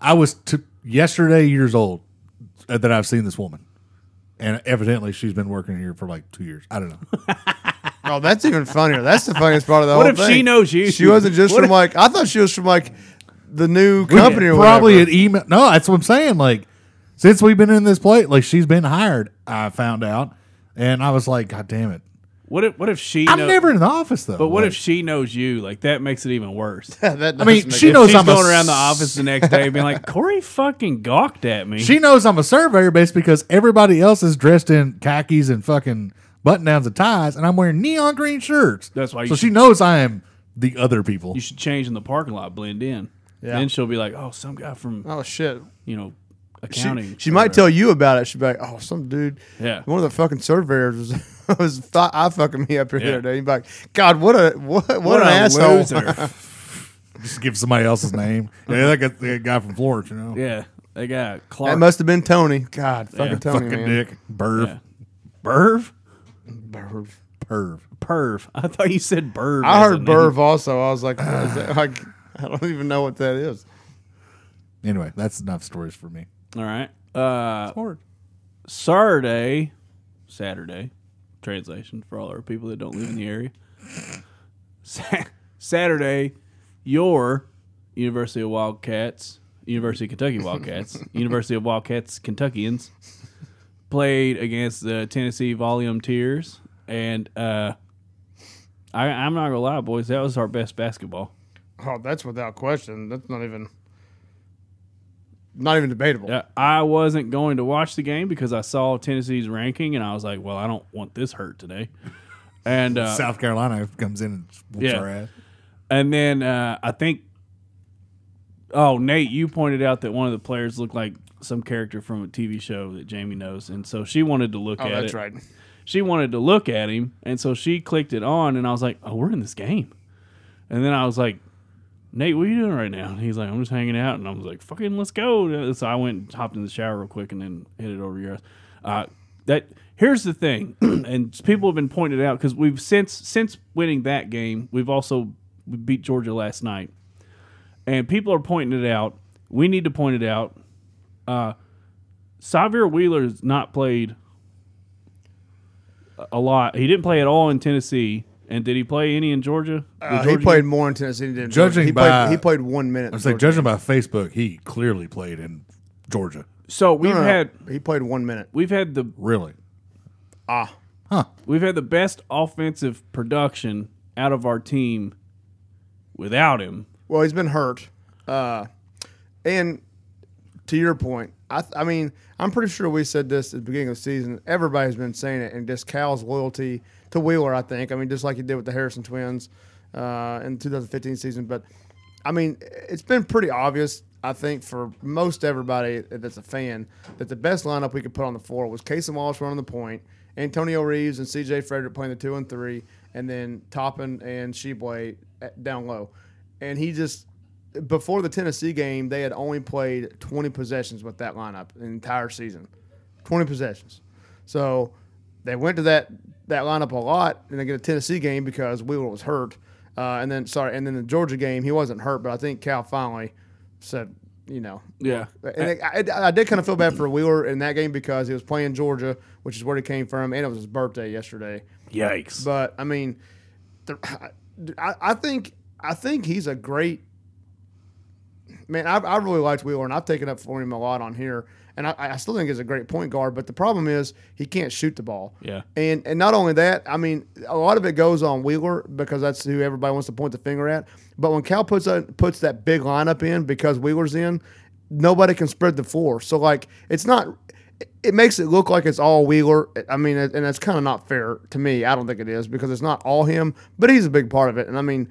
I was t- yesterday years old uh, that I've seen this woman, and evidently she's been working here for like two years. I don't know. Oh, that's even funnier. That's the funniest part of the What whole if thing. she knows you? She wasn't just What from like I thought she was from like the new company or probably whatever. an email. No, that's what I'm saying. Like since we've been in this place, like she's been hired. I found out, and I was like, God damn it! What if what if she? I'm know- never in the office though. But what if she knows you? Like that makes it even worse. That I mean, doesn't make she it- knows- she's I'm a going around the s- office the next day being like, Corey fucking gawked at me. She knows I'm a surveyor base because everybody else is dressed in khakis and fucking button downs and ties, and I'm wearing neon green shirts. That's why you So she knows I am the other people. you should change in the parking lot, blend in. Yeah. Then she'll be like, oh, some guy from, Oh shit. you know, accounting. She, she might tell you about it. She'd be like, "Oh, some dude, Yeah. one of the fucking surveyors was, was thought I fucking me up here the Yeah. other day." He'd be like, "God, what a what, what, What an a asshole!" loser. Uh-huh. Just give somebody else's name. yeah, that guy, that guy from Florence, you know. yeah. They got Clark. That must have been Tony. God, fucking Yeah. Tony, fucking man. dick. Burv. Yeah. Burv? Burv. Perv. perv. I thought you said burv. I as a heard name. Burv also. I was like, what is that? like, I don't even know what that is. Anyway, that's enough stories for me. All right. Uh, Hard. Saturday, Saturday, translation for all our people that don't live in the area. Sa- Saturday, your University of Wildcats, University of Kentucky Wildcats, University of Wildcats Kentuckians played against the Tennessee Volunteers, and uh, I, I'm not gonna lie, boys, that was our best basketball. Oh, that's without question. That's not even not even debatable. Uh, I wasn't going to watch the game because I saw Tennessee's ranking, and I was like, "Well, I don't want this hurt today." And uh, South Carolina comes in and whoops Yeah. our ass. And then uh, I think, oh Nate, you pointed out that one of the players looked like some character from a TV show that Jamie knows, and so she wanted to look Oh, at that's it. right. She wanted to look at him, and so she clicked it on, and I was like, "Oh, we're in this game." And then I was like, "Nate, what are you doing right now?" And he's like, "I'm just hanging out," and I was like, "Fucking, let's go!" So I went, and hopped in the shower real quick, and then headed over here. Uh, that here's the thing, and people have been pointed out because we've since since winning that game, we've also we beat Georgia last night, and people are pointing it out. We need to point it out. Uh, Xavier Wheeler's not played a- a lot. He didn't play at all in Tennessee, and did he play any in Georgia? The Uh, he Georgia played more in Tennessee than Georgia. Judging he by- played, he played one minute. I was like, judging by Facebook, he clearly played in Georgia. So we've had he played one minute. we've had the Really? Ah, we've had the best offensive production out of our team without him. well, he's been hurt. Uh, and to your point, I, th- I mean, I'm pretty sure we said this at the beginning of the season. Everybody's been saying it, and just Cal's loyalty to Wheeler, I think. I mean, just like he did with the Harrison twins uh, in the 2015 season. But I mean, it's been pretty obvious, I think, for most everybody that's a fan, that the best lineup we could put on the floor was Casey Wallace running the point, Antonio Reeves and C.J. Frederick playing the two and three, and then Toppin and Sheboy at- down low. And he just before the Tennessee game, they had only played 20 possessions with that lineup the entire season. 20 possessions. So they went to that that lineup a lot, and they get a Tennessee game because Wheeler was hurt, uh, and then sorry, and then the Georgia game he wasn't hurt, but I think Cal finally said, you know, Yeah. and I, I, I did kind of feel bad for Wheeler in that game because he was playing Georgia, which is where he came from, and it was his birthday yesterday. Yikes. But I mean, the- I, I think I think he's a great. man, I, I really liked Wheeler, and I've taken up for him a lot on here. And I, I still think he's a great point guard, but the problem is he can't shoot the ball. Yeah. And and not only that, I mean, a lot of it goes on Wheeler because that's who everybody wants to point the finger at. But when Cal puts that puts that big lineup in because Wheeler's in, nobody can spread the floor. So like, it's not. it- It makes it look like it's all Wheeler. I mean, and that's kind of not fair to me. I don't think it is because it's not all him, but he's a big part of it. And I mean,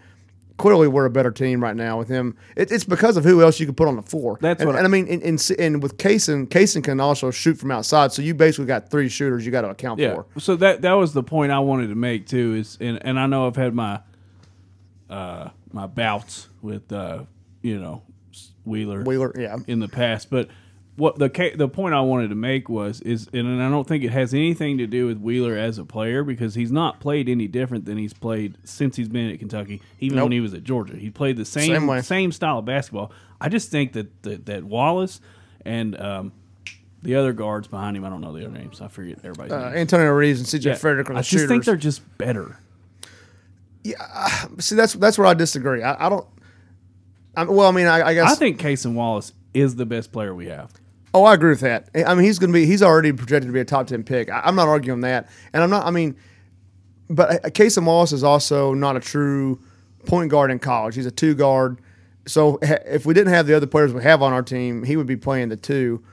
clearly we're a better team right now with him. It, it's because of who else you can put on the floor. That's and, what I- and I mean, and, and, s- and with Kaysen, Kaysen can also shoot from outside. So you basically got three shooters you got to account Yeah. for. So that that was the point I wanted to make too. Is and, and I know I've had my uh, my bouts with uh, you know s- Wheeler Wheeler, yeah. um, in the past, but what the ca- the point I wanted to make was is and I don't think it has anything to do with Wheeler as a player because he's not played any different than he's played since he's been at Kentucky, even Nope. when he was at Georgia. He played the same Same same, way. style of basketball. I just think that that, that Wallace and um, the other guards behind him, I don't know their names. I forget everybody's Uh, name. Antonio Reeves and CJ Yeah, Frederick are the I just shooters. Uh, think they're just better. See, that's that's where I disagree. I, I don't. I'm, well, I mean, I, I guess. I think Casey Wallace is the best player we have. oh, I agree with that. I mean, he's going to be. He's already projected to be a top ten pick. I, I'm not arguing that, and I'm not. I mean, but uh, Casey Wallace is also not a true point guard in college. He's a two guard. So ha- if we didn't have the other players we have on our team, he would be playing the two.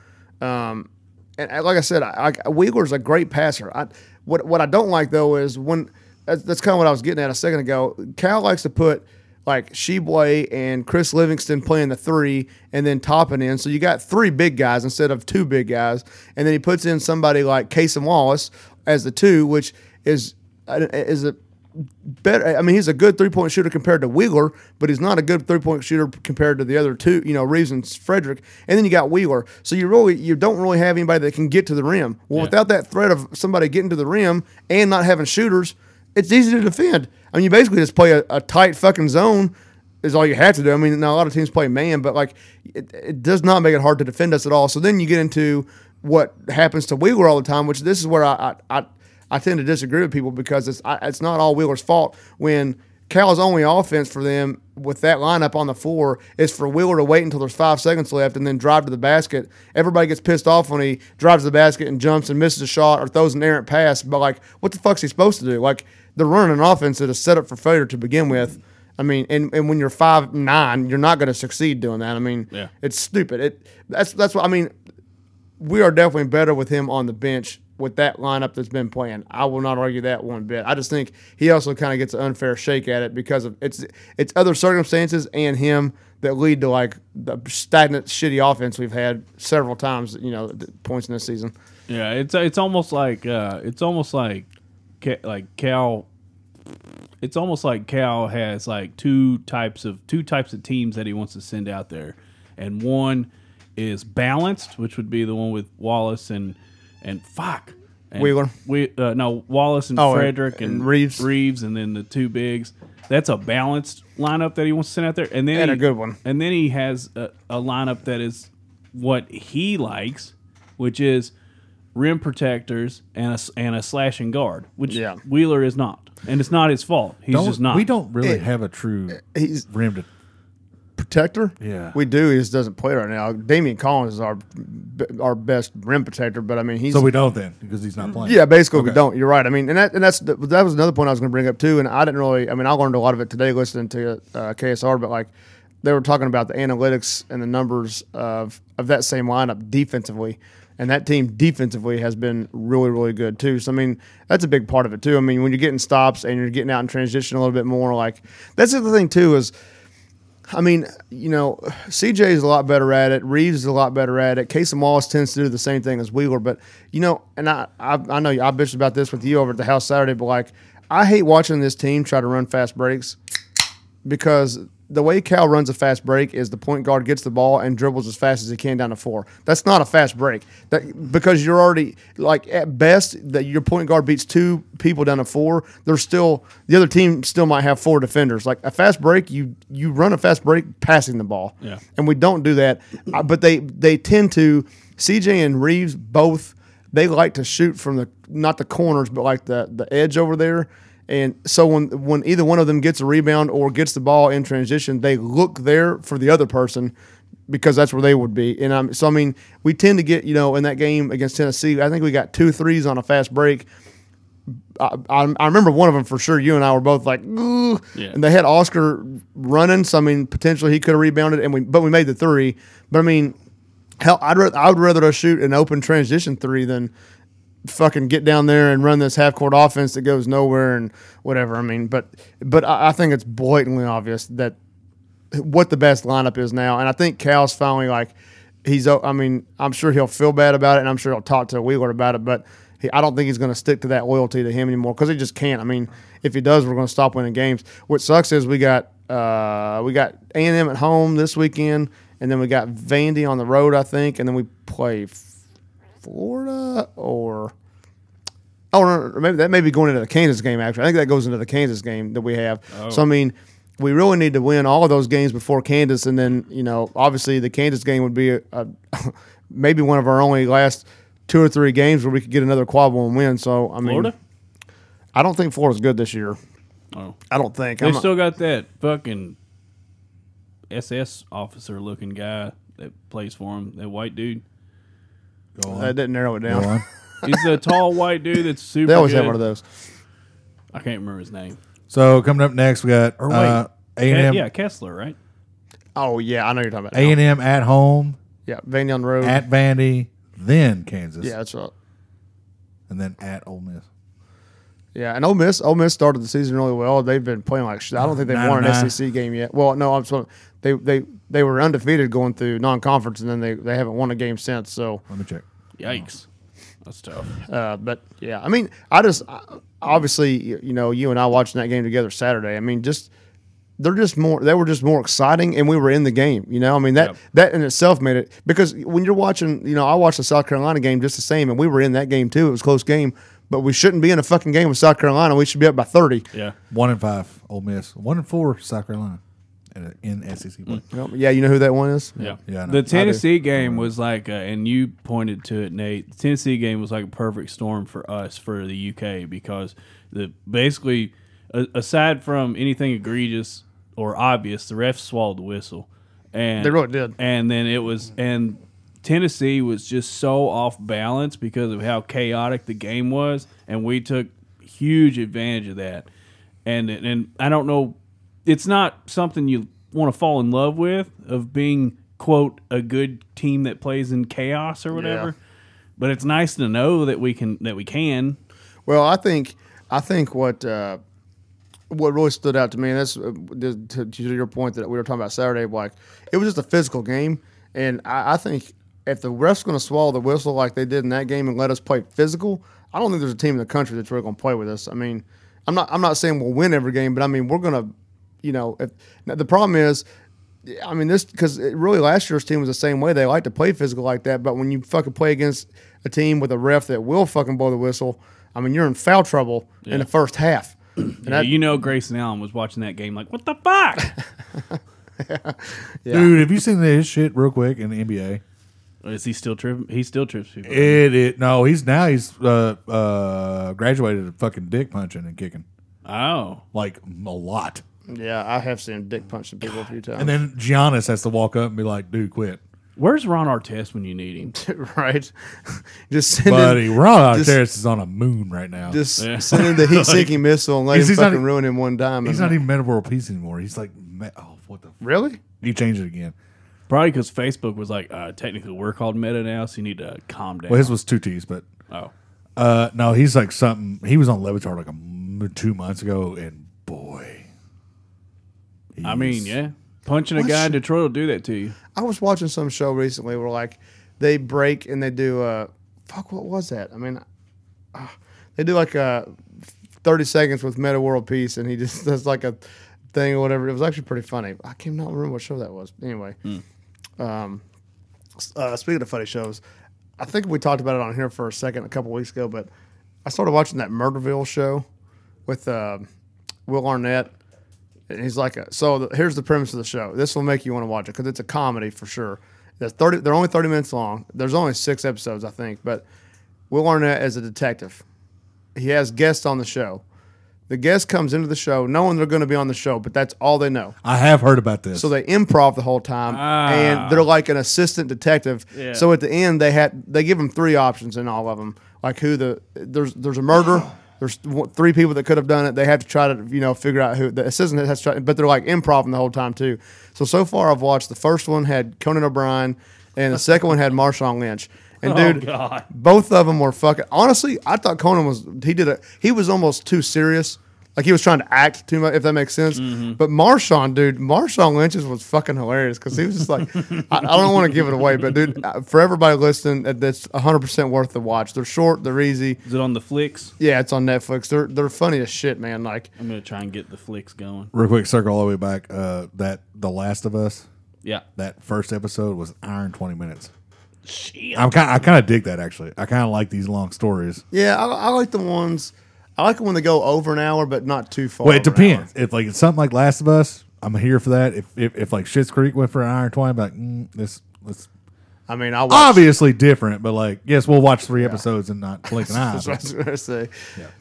Um, and uh, like I said, I, I, Wheeler's a great passer. I, what what I don't like though is when that's, that's kind of what I was getting at a second ago. Cal likes to put like Sheboy and Chris Livingston playing the three, and then topping in. So you got three big guys instead of two big guys, and then he puts in somebody like Casey Wallace as the two, which is uh, is a better. I mean, he's a good three point shooter compared to Wheeler, but he's not a good three point shooter compared to the other two. You know, Reeves and Frederick, and then you got Wheeler. So you really you don't really have anybody that can get to the rim. Well, without that threat of somebody getting to the rim and not having shooters, it's easy to defend. I mean, you basically just play a, a tight fucking zone. Is all you have to do. I mean, now a lot of teams play man, but like it, it does not make it hard to defend us at all. So then you get into what happens to Wheeler all the time, which this is where I, I, I I tend to disagree with people because it's I, it's not all Wheeler's fault when Cal's only offense for them with that lineup on the floor is for Wheeler to wait until there's five seconds left and then drive to the basket. Everybody gets pissed off when he drives to the basket and jumps and misses a shot or throws an errant pass. But like, what the fuck's he supposed to do? Like, they're running an offense that is set up for failure to begin with. I mean, and, and when you're five nine, you're not going to succeed doing that. I mean, Yeah. it's stupid. It that's that's what I mean we are definitely better with him on the bench with that lineup that's been playing. I will not argue that one bit. I just think he also kind of gets an unfair shake at it because of it's it's other circumstances and him that lead to like the stagnant shitty offense we've had several times, you know, at points in this season. Yeah, it's it's almost like uh, it's almost like Ca- like Cal. It's almost like Cal has like two types of two types of teams that he wants to send out there, and one is balanced, which would be the one with Wallace and and fuck and Wheeler. We uh, no Wallace and Oh, and- Frederick and, and Reeves. Reeves, and then the two bigs. That's a balanced lineup that he wants to send out there, and then And a he- good one. and then he has a, a lineup that is what he likes, which is rim protectors and a, s- and a slashing guard, which Yeah. Wheeler is not. And it's not his fault. He's Don't- just not. We don't really have a true He's rim to. protector. Yeah. we do. He just doesn't play right now. Damian Collins is our our best rim protector, but I mean he's So we don't then because he's not playing. Yeah, basically we Okay. don't. You're right. I mean, and that and that's the, that was another point I was going to bring up too. And I didn't really. I mean, I learned a lot of it today listening to uh, KSR. But like, they were talking about the analytics and the numbers of of that same lineup defensively, and that team defensively has been really really good too. So I mean, that's a big part of it too. I mean, when you're getting stops and you're getting out in transition a little bit more, like that's the other thing too is. I mean, you know, CJ is a lot better at it. Reeves is a lot better at it. Casey Wallace tends to do the same thing as Wheeler, but you know, and I, I, I know I bitched about this with you over at the house Saturday, but like, I hate watching this team try to run fast breaks because the way Cal runs a fast break is the point guard gets the ball and dribbles as fast as he can down the floor. That's not a fast break. That because you're already like at best that your point guard beats two people down the floor. There's still the other team still might have four defenders. Like a fast break, you you run a fast break passing the ball. Yeah. and we don't do that. Uh, But they they tend to CJ and Reeves both they like to shoot from the not the corners but like the the edge over there. And so when when either one of them gets a rebound or gets the ball in transition, they look there for the other person because that's where they would be. And I'm so I mean, we tend to get you know in that game against Tennessee, I think we got two threes on a fast break. I, I, I remember one of them for sure. You and I were both like, Ooh. Yeah. and they had Oscar running. So I mean, potentially he could have rebounded, and we but we made the three. But I mean, hell, I'd rather, I would rather us shoot an open transition three than fucking get down there and run this half court offense that goes nowhere and whatever. I mean, but but I, I think it's blatantly obvious that what the best lineup is now, and I think Cal's finally like he's. o- I mean, I'm sure he'll feel bad about it, and I'm sure he'll talk to Wheeler about it, but. He, I don't think he's going to stick to that loyalty to him anymore because he just can't. I mean, if he does, we're going to stop winning games. What sucks is we got uh, we got A and M at home this weekend, and then we got Vandy on the road, I think, and then we play Florida or oh no, no, maybe that may be going into the Kansas game. Actually, I think that goes into the Kansas game that we have. Oh. So I mean, we really need to win all of those games before Kansas, and then you know, obviously the Kansas game would be a, a maybe one of our only last two or three games where we could get another quad one win. So I mean, Florida? I don't think Florida's good this year. Oh. I don't think. They I'm- still got that fucking SS officer looking guy that plays for him, that white dude. Go on. that didn't narrow it Go down. on. He's the tall white dude that's super. They always good. have one of those. I can't remember his name. So coming up next, we got uh, A wait. and yeah, M. Kessler, right? Oh yeah, I know you're talking about. A and M at home yeah, Vandy on the road. at Vandy, then Kansas, yeah, that's right. and then at Ole Miss. Yeah, and Ole Miss, Ole Miss started the season really well. They've been playing like shit. I don't think they've Nine won and nine. an SEC game yet. Well, no, I'm sorry. They they they were undefeated going through non-conference, and then they, they haven't won a game since. So, Let me check. Yikes. That's tough. uh, but yeah, I mean, I just I- obviously you you know you and I watching that game together Saturday. I mean, just they're just more they were just more exciting, and we were in the game. You know, I mean that Yep. that in itself made it because when you're watching, you know, I watched the South Carolina game just the same, and we were in that game too. It was a close game. But we shouldn't be in a fucking game with South Carolina. We should be up by thirty. Yeah. One and five, Ole Miss. One and four, South Carolina, in, in SEC play. Well, Yeah, you know who that one is? Yeah. Yeah, I know. I the do. Tennessee game was like, uh, and you pointed to it, Nate. The Tennessee game was like a perfect storm for us for the UK because the basically, a, aside from anything egregious or obvious, the refs swallowed the whistle, and They really did. And then it was Mm-hmm. and Tennessee was just so off balance because of how chaotic the game was, and we took huge advantage of that. And and I don't know, it's not something you want to fall in love with of being quote a good team that plays in chaos or whatever. But it's nice to know that we can that we can. Well, I think I think what uh, what really stood out to me, and that's uh, to, to, to your point that we were talking about Saturday, like it was just a physical game, and I, I think if the refs going to swallow the whistle like they did in that game and let us play physical, I don't think there's a team in the country that's really going to play with us. I mean, I'm not I'm not saying we'll win every game, but I mean we're going to, you know, if now the problem is. I mean, this because really last year's team was the same way. They like to play physical like that, but when you fucking play against a team with a ref that will fucking blow the whistle, I mean, you're in foul trouble in the first half. And that- you know, Grayson Allen was watching that game like, what the fuck? Dude, have you seen this shit real quick in the NBA? Is he still tripping? He still trips people. It, it no, he's now he's uh uh graduated to fucking dick punching and kicking oh, like a lot. yeah, I have seen dick punch some people a few times. And then Giannis has to walk up and be like, "Dude, quit, where's Ron Artest when you need him? right, just send buddy." him, Ron just- Artest is on a moon right now. just Yeah. send him the heat-seeking missile and let He's- him he's not fucking e- ruin him one time. he's and- not even meta world peace anymore. He's like, me- oh, what the? F-? really. He changed it again. Probably because Facebook was like, uh, technically we're called Meta now, so you need to calm down. Well, his was two T's, but oh, uh, no, he's like something. He was on Levitar like a m- two months ago, and boy, he I is- mean, yeah, punching a What guy in should- Detroit will do that to you. I was watching some show recently where like they break and they do uh fuck what was that? I mean, uh, they do like uh thirty seconds with Meta World Peace and he just does like a thing or whatever. It was actually pretty funny. I cannot remember what show that was. Anyway, um, s- uh, speaking of funny shows, I think we talked about it on here for a second a couple weeks ago, but I started watching that Murderville show with uh, Will Arnett. And he's like, uh, so the, here's the premise of the show. This will make you want to watch it because it's a comedy for sure. That's thirty. They're only thirty minutes long. There's only six episodes, I think. But Will Arnett is a detective. He has guests on the show. The guest comes into the show knowing they're going to be on the show, but that's all they know. I have heard about this. So they improv the whole time, Ah. and they're like an assistant detective. Yeah. So at the end, they had they give them three options in all of them, like who the there's there's a murder. There's w- three people that could have done it. They have to try to you know figure out who the assistant has to try, but they're like improv the whole time too. So so far, I've watched the first one had Conan O'Brien, and the second one had Marshawn Lynch. And Oh, dude, God. both of them were fucking. Honestly, I thought Conan was he did a he was almost too serious. Like he was trying to act too much, if that makes sense. Mm-hmm. But Marshawn, dude, Marshawn Lynch's was fucking hilarious because he was just like, I, I don't want to give it away, but dude, uh, for everybody listening, uh, that's 100 percent worth the watch. They're short, they're easy. Is it on the flicks? Yeah, it's on Netflix. They're they're funny as shit, man. Like, I'm gonna try and get the flicks going. Real quick, circle all the way back. Uh, that The Last of Us, Yeah. that first episode was iron twenty minutes. Shit. I'm kind, I kind of dig that actually. I kind of like these long stories. yeah, I, I like the ones. I like it when they go over an hour, but not too far. Well, it over an hour. depends. If like it's something like Last of Us, I'm here for that. If if, if like Shit's Creek went for an iron twenty, I'm like mm, this, this I mean, I watched. obviously different, but like yes, we'll watch three episodes and not blink an eye. That's what I was gonna say.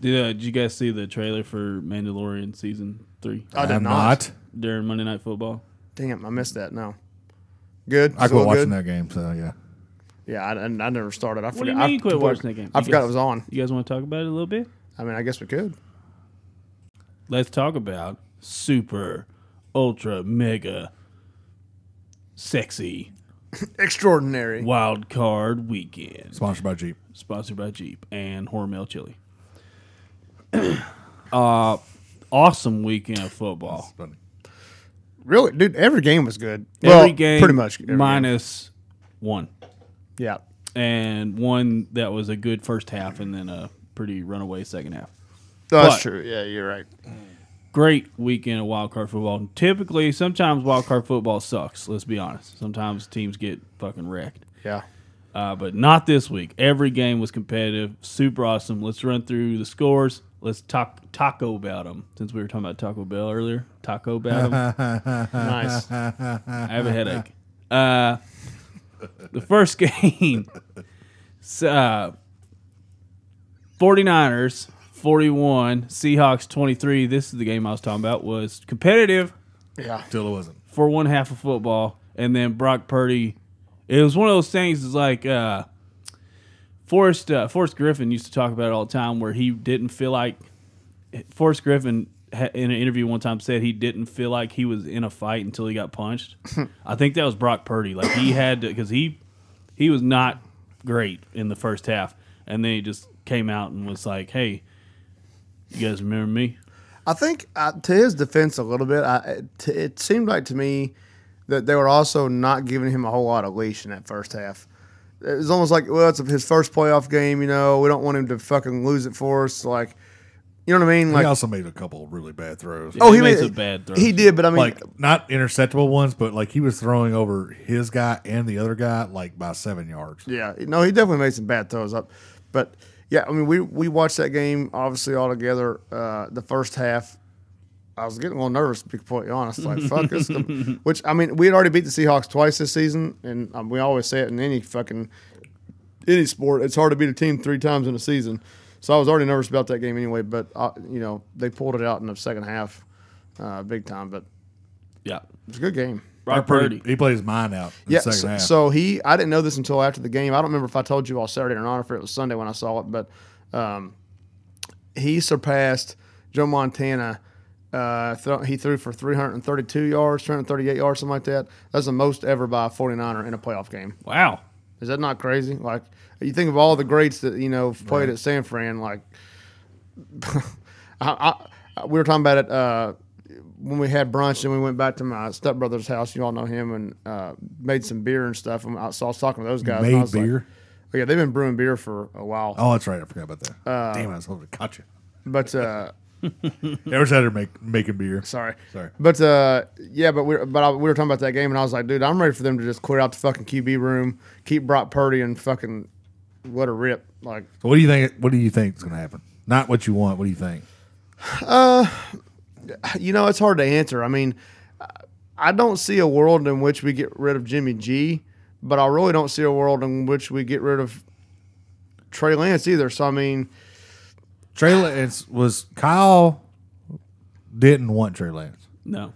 Did, uh, did you guys see the trailer for Mandalorian season three I did I'm not. during Monday Night Football? Damn, I missed that. No. Good. I Still quit watching good? that game. So yeah, Yeah, I, I, I never started. I What do forgot. you mean I, you quit I- watching that game? I You forgot guys- it was on. You guys want to talk about it a little bit? I mean, I guess we could. Let's talk about super, ultra, mega, sexy Extraordinary. wild card weekend. sponsored by Jeep. sponsored by Jeep and Hormel Chili. uh, awesome weekend of football. Funny. Really, dude. Every game was good. every game, pretty much. every game. minus one, Yeah. and one that was a good first half, and then a pretty runaway second half. That's But- true. Yeah, you're right. Great weekend of wild card football. Typically, sometimes wild card football sucks. Let's be honest. Sometimes teams get fucking wrecked. Yeah. Uh, but not this week. Every game was competitive, super awesome. Let's run through the scores. Let's talk Taco about them since we were talking about Taco Bell earlier. Taco about 'em. Uh-huh. Nice. I have a headache. Uh, the first game, s- uh, 49ers 41, Seahawks 23. This is the game I was talking about. Was competitive yeah. Till it wasn't. for one half of football, and then Brock Purdy. It was one of those things. Is like uh, Forrest uh, Forrest Griffin used to talk about it all the time, where he didn't feel like Forrest Griffin ha- in an interview one time said he didn't feel like he was in a fight until he got punched. I think that was Brock Purdy. Like he had to because he he was not great in the first half, and then he just came out and was like, "Hey, you guys remember me?" I think uh, to his defense a little bit, I, it- t- it seemed like to me that they were also not giving him a whole lot of leash in that first half. It was almost like, well, it's his first playoff game. You know, we don't want him to fucking lose it for us. Like, you know what I mean? Like, he also made a couple really bad throws. oh, He he, made made some bad throws. He did, but I mean, like not interceptable ones, but like he was throwing over his guy and the other guy like by seven yards. Yeah, no, he definitely made some bad throws up, but yeah, I mean, we we watched that game obviously all together. Uh, the first half, I was getting a little nervous to be completely honest. Like, fuck this. Which I mean, we had already beat the Seahawks twice this season, and um, we always say it in any fucking any sport. It's hard to beat a team three times in a season. So I was already nervous about that game anyway. But uh, you know, they pulled it out in the second half, uh, big time. But Yeah, it's a good game. Brock Purdy. He played his mind out in Yeah, the second so, half. so he, I didn't know this until after the game. I don't remember if I told you all Saturday or not, or if it was Sunday when I saw it, but um, he surpassed Joe Montana. Uh, throw he threw for 332 yards, 338 yards, something like that. That's the most ever by a 49er in a playoff game. Wow. Is that not crazy? Like, you think of all the greats that, you know, played at San Fran, like, I, I, we were talking about it uh, when we had brunch and we went back to my stepbrother's house. You all know him and uh, made some beer and stuff. And I, so I was talking to those guys. and I made was like- beer. oh, yeah, they've been brewing beer for a while. oh, that's right. I forgot about that. Uh, Damn, I was hoping to catch you. But, uh, Ever said they're make, making beer. sorry. Sorry. But, uh, yeah, but, we, but I, we were talking about that game and I was like, dude, I'm ready for them to just clear out the fucking QB room, keep Brock Purdy and fucking let her rip. Like, So what do you think? What do you think is going to happen? Not what you want. What do you think? you know, it's hard to answer. I mean, I- I don't see a world in which we get rid of Jimmy G, but I really don't see a world in which we get rid of Trey Lance either. So I mean, Trey Lance was Kyle didn't want Trey Lance. No.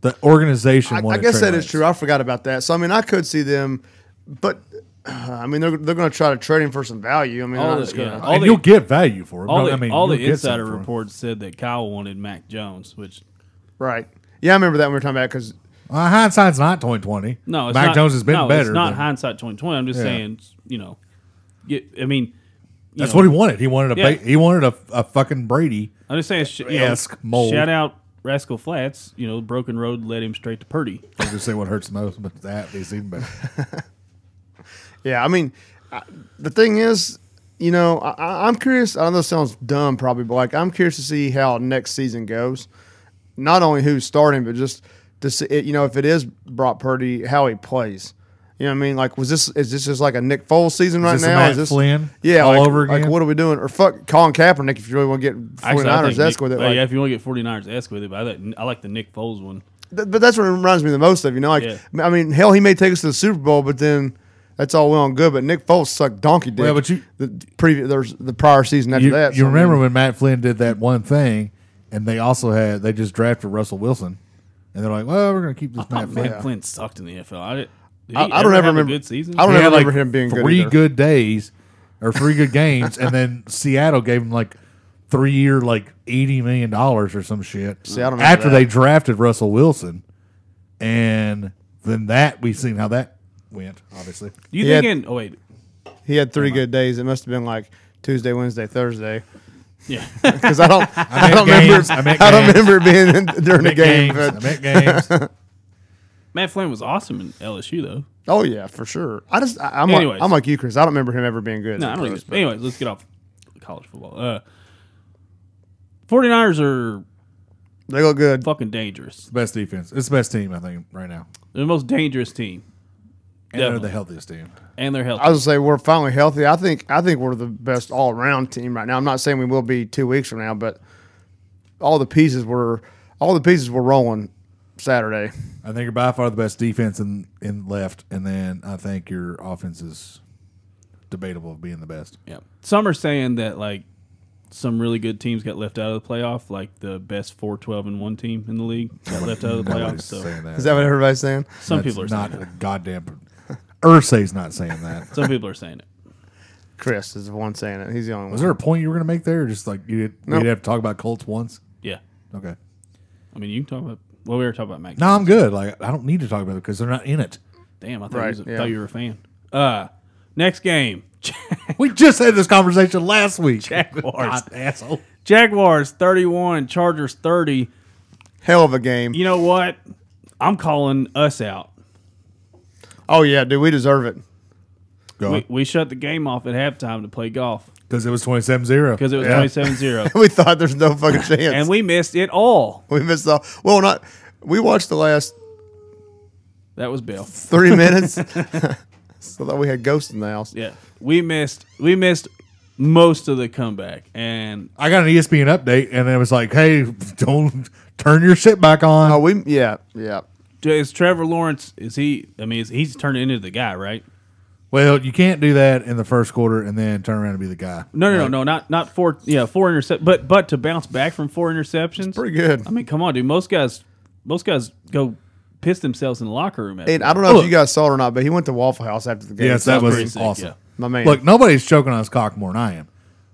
The organization I, I wanted. guess Trey that is Lance. true. I forgot about that. So I mean, I could see them, but I mean, they're they're going to try to trade him for some value. I mean, All they're not the- just gonna- yeah. and the- you'll get value for it. All but, the, I mean, all the you'll get insider something for it. reports said that Kyle wanted Mac Jones, which right? Yeah, I remember that when we were talking about because Uh, hindsight's not twenty twenty. no, it's Mac not- Jones has been no, better. It's not but hindsight twenty twenty. I'm just Yeah. saying, you know, get, I mean, you that's know, what he wanted. He wanted a Yeah. ba- he wanted a, a fucking Brady. I'm just saying. Sh- you know, Esque mold. Shout out Rascal Flats. You know, Broken Road led him straight to Purdy. I was gonna say what hurts most, but that is even better. yeah, I mean, I, the thing is, you know, I- I, I'm curious. I know this sounds dumb, probably, but like I'm curious to see how next season goes. Not only who's starting, but just to see, it, you know, if it is Brock Purdy, how he plays. You know what I mean? Like, was this is this just like a Nick Foles season right this a now? Matt is this Flynn Yeah, all like, over Like, again? what are we doing? Or fuck Colin Kaepernick if you really want to get 49ers esque with it. yeah, Like, if you want to get 49ers esque with it, but I, like, I like the Nick Foles one. th- but that's what it reminds me the most of. You know, like Yeah. I mean, hell, he may take us to the Super Bowl, but then. That's all well and good, but Nick Foles sucked donkey dick. Well, but you- the previous there's the prior season after you, that. you so, I mean, remember when Matt Flynn did that one thing, and they also had they just drafted Russell Wilson, and they're like, well, we're gonna keep Oh, this Matt Flynn. Matt Flynn sucked in the NFL. I, did, did I- he I don't ever ever have a remember- good season. I don't He ever had, remember him being good three either. good days or three good games, and then Seattle gave him like three year like eighty million dollars or some shit. See, I don't remember after that. they drafted Russell Wilson, and then that we've seen how that went. Obviously, Do you Yeah. think? In, oh wait, he had three good days. It must have been like Tuesday, Wednesday, Thursday. yeah. Because I don't, I, meant don't games. remember, I I, meant don't games. remember it being in, during the game. games, I but- meant games. Matt Flynn was awesome in LSU though. oh yeah, for sure. I just, I, I'm, Anyways. like, I'm like you, Chris. I don't remember him ever being good. No, I don't. Even, anyways, let's get off college football. Uh, 49ers are They look good. fucking dangerous. best defense. It's the best team I think right now. They're the most dangerous team, And they're Definitely. the healthiest team. and they're healthy. I was gonna say we're finally healthy. I think I think we're the best all around team right now. I'm not saying we will be two weeks from now, but all the pieces were all the pieces were rolling Saturday. I think you're by far the best defense in, in left, and then I think your offense is debatable of being the best. Yeah. Some are saying that like some really good teams got left out of the playoff, like the best four twelve and one team in the league got left out of the playoff. Nobody's So saying that. Is that what everybody's saying? some That's people are not saying a goddamn. Ursay's not saying that. it. Some people are saying it. Chris is the one saying it. He's the only Was one. there a point you were going to make there? Or just like you did, Nope. we'd have to talk about Colts once. Yeah. Okay. I mean, you can talk about. Well, we were talking about Mac. No, I'm good. Like I don't need to talk about it because they're not in it. Damn, I thought, Right, you, was, yeah. thought you were a fan. Uh, next game, We just had this conversation last week. Jaguars. God, asshole. Jaguars thirty one, Chargers thirty. Hell of a game. You know what? I'm calling us out. Oh yeah, dude, we deserve it. Go We, we shut the game off at halftime to play golf because it was 27-0. because it was Yeah. twenty seven zero, We thought there's no fucking chance. and we missed it all. we missed all. Well, not. We watched the last That was Bill. three minutes. so that we had ghosts in the house. Yeah, we missed we missed most of the comeback, and I got an E ESPN update, and it was like, "Hey, don't turn your shit back on." Oh, we yeah yeah. is Trevor Lawrence? Is he? I mean, is, he's turning into the guy, right? Well, you can't do that in the first quarter and then turn around and be the guy. No, no, no, no, not not four. Yeah, four intercept, but but to bounce back from four interceptions, Pretty good. I mean, come on, dude. Most guys, most guys go piss themselves in the locker room. After And that. I don't know Look. if you guys saw it or not, but he went to Waffle House after the game. Yes, that pretty was sick, awesome. yeah. my man. Look, nobody's choking on his cock more than I am,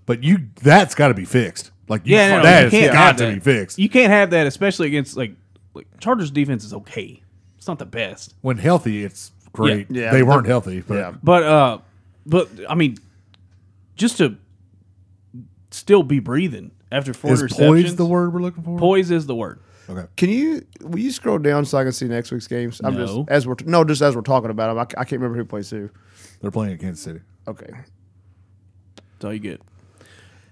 but you that's got to be fixed. Like, you, yeah, no, no, that you has can't got have to that. be fixed. You can't have that, especially against like like Chargers defense is okay. It's not the best, When healthy, it's great. Yeah. Yeah, they but weren't healthy, but yeah. but uh, but I mean, just to still be breathing after four is interceptions. poise the word we're looking for? Poise is the word. okay, Can you will you scroll down so I can see next week's games? I'm No. just as we're no, just as we're talking about them. I, ca- I can't remember who plays who. they're playing at Kansas City. Okay, That's all you get.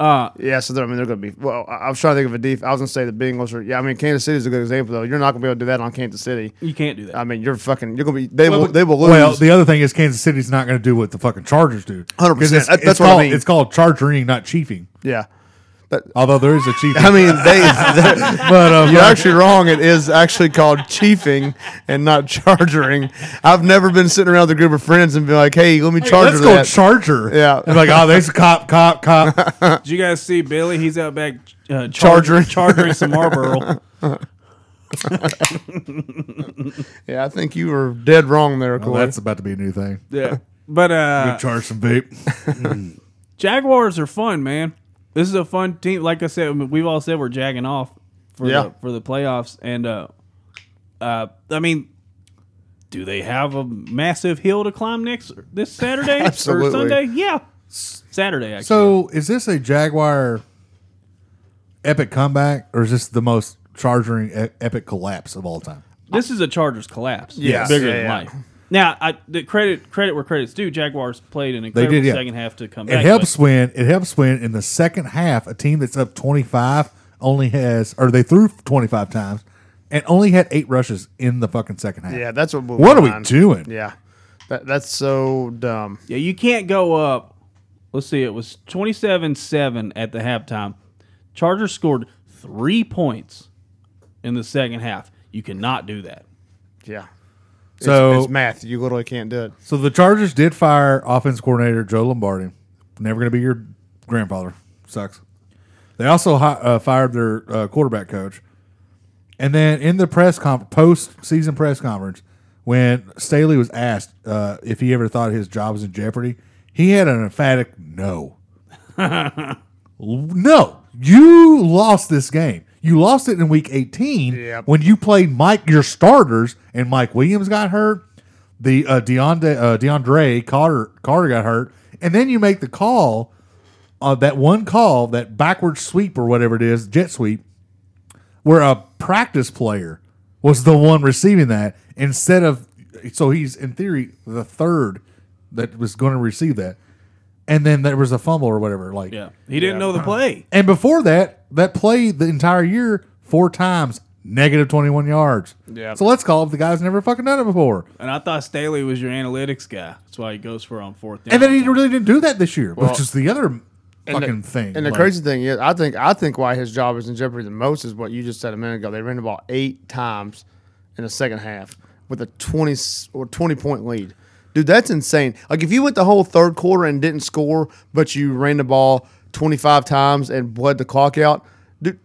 Uh, yeah. So they're, I mean, they're going to be. Well, I, I was trying to think of a def. I was going to say the Bengals are. Yeah, I mean, Kansas City is a good example though. You're not going to be able to do that on Kansas City. you can't do that. Uh, I mean, you're fucking. You're going to be. They will. but- They will lose. Well, the other thing is Kansas City's not going to do what the fucking Chargers do. 100%. 'Cause it's- That- it's that's what I called- mean. It's called chargering, not chiefing. yeah. Although there is a chief, I mean, they. but uh, You're actually wrong. It is actually called chiefing and not chargering. I've never been sitting around with a group of friends and be like, "Hey, let me charger let's go that." charger. Yeah. and like oh, there's a cop, cop, cop. Did you guys see Billy? He's out back uh, Chargering. charging, charging some Marlboro. yeah, I think you were dead wrong there, Coy. well, that's about to be a new thing. Yeah, but uh, Charge some vape. Jaguars are fun, man. This is a fun team. Like I said, we've all said we're jagging off for Yeah. the, for the playoffs, and uh, uh, I mean, do they have a massive hill to climb next this Saturday or Absolutely. Sunday? Yeah, Saturday actually. So is this a Jaguar epic comeback, or is this the most charging e- epic collapse of all time? This is a Chargers collapse. Yeah. bigger Yeah, than yeah. life. Now, I, the credit credit where credits due. Jaguars played an incredible did, yeah. second half to come It back. helps when it helps when in the second half a team that's up twenty five only has or they threw twenty five times and only had eight rushes in the fucking second half. yeah, that's what. blew What my are we mind. doing? Yeah, that, that's so dumb. but- yeah, you can't go up. Let's see, it was twenty seven seven at the halftime. Chargers scored three points in the second half. You cannot do that. Yeah, So it's math. You literally can't do it. So the Chargers did fire offense coordinator Joe Lombardi. Never going to be your grandfather. Sucks. They also hi- uh, fired their uh, quarterback coach. And then in the press conf- post season press conference, when Staley was asked uh, if he ever thought his job was in jeopardy, he had an emphatic no. no, you lost this game. You lost it in week 18 Yep. when you played Mike, your starters, and Mike Williams got hurt. The uh, DeAndre, uh, DeAndre Carter, Carter got hurt. And then you make the call, uh, that one call, that backward sweep or whatever it is, jet sweep, where a practice player was the one receiving that instead of so he's in theory the third that was going to receive that and then there was a fumble or whatever like Yeah, he didn't know the play. and before that that play the entire year four times negative 21 yards Yeah. so let's call if the guy's never fucking done it before And I thought Staley was your analytics guy. That's why he goes for it on fourth down. and then he really didn't do that this year which Well, is the other the- fucking thing And the Like, crazy thing is, I think I think why his job is in jeopardy the most is what you just said a minute ago. They ran the ball eight times in the second half with a twenty s- or twenty point lead. Dude, that's insane. Like if you went the whole third quarter and didn't score, but you ran the ball twenty five times and bled the clock out, dude,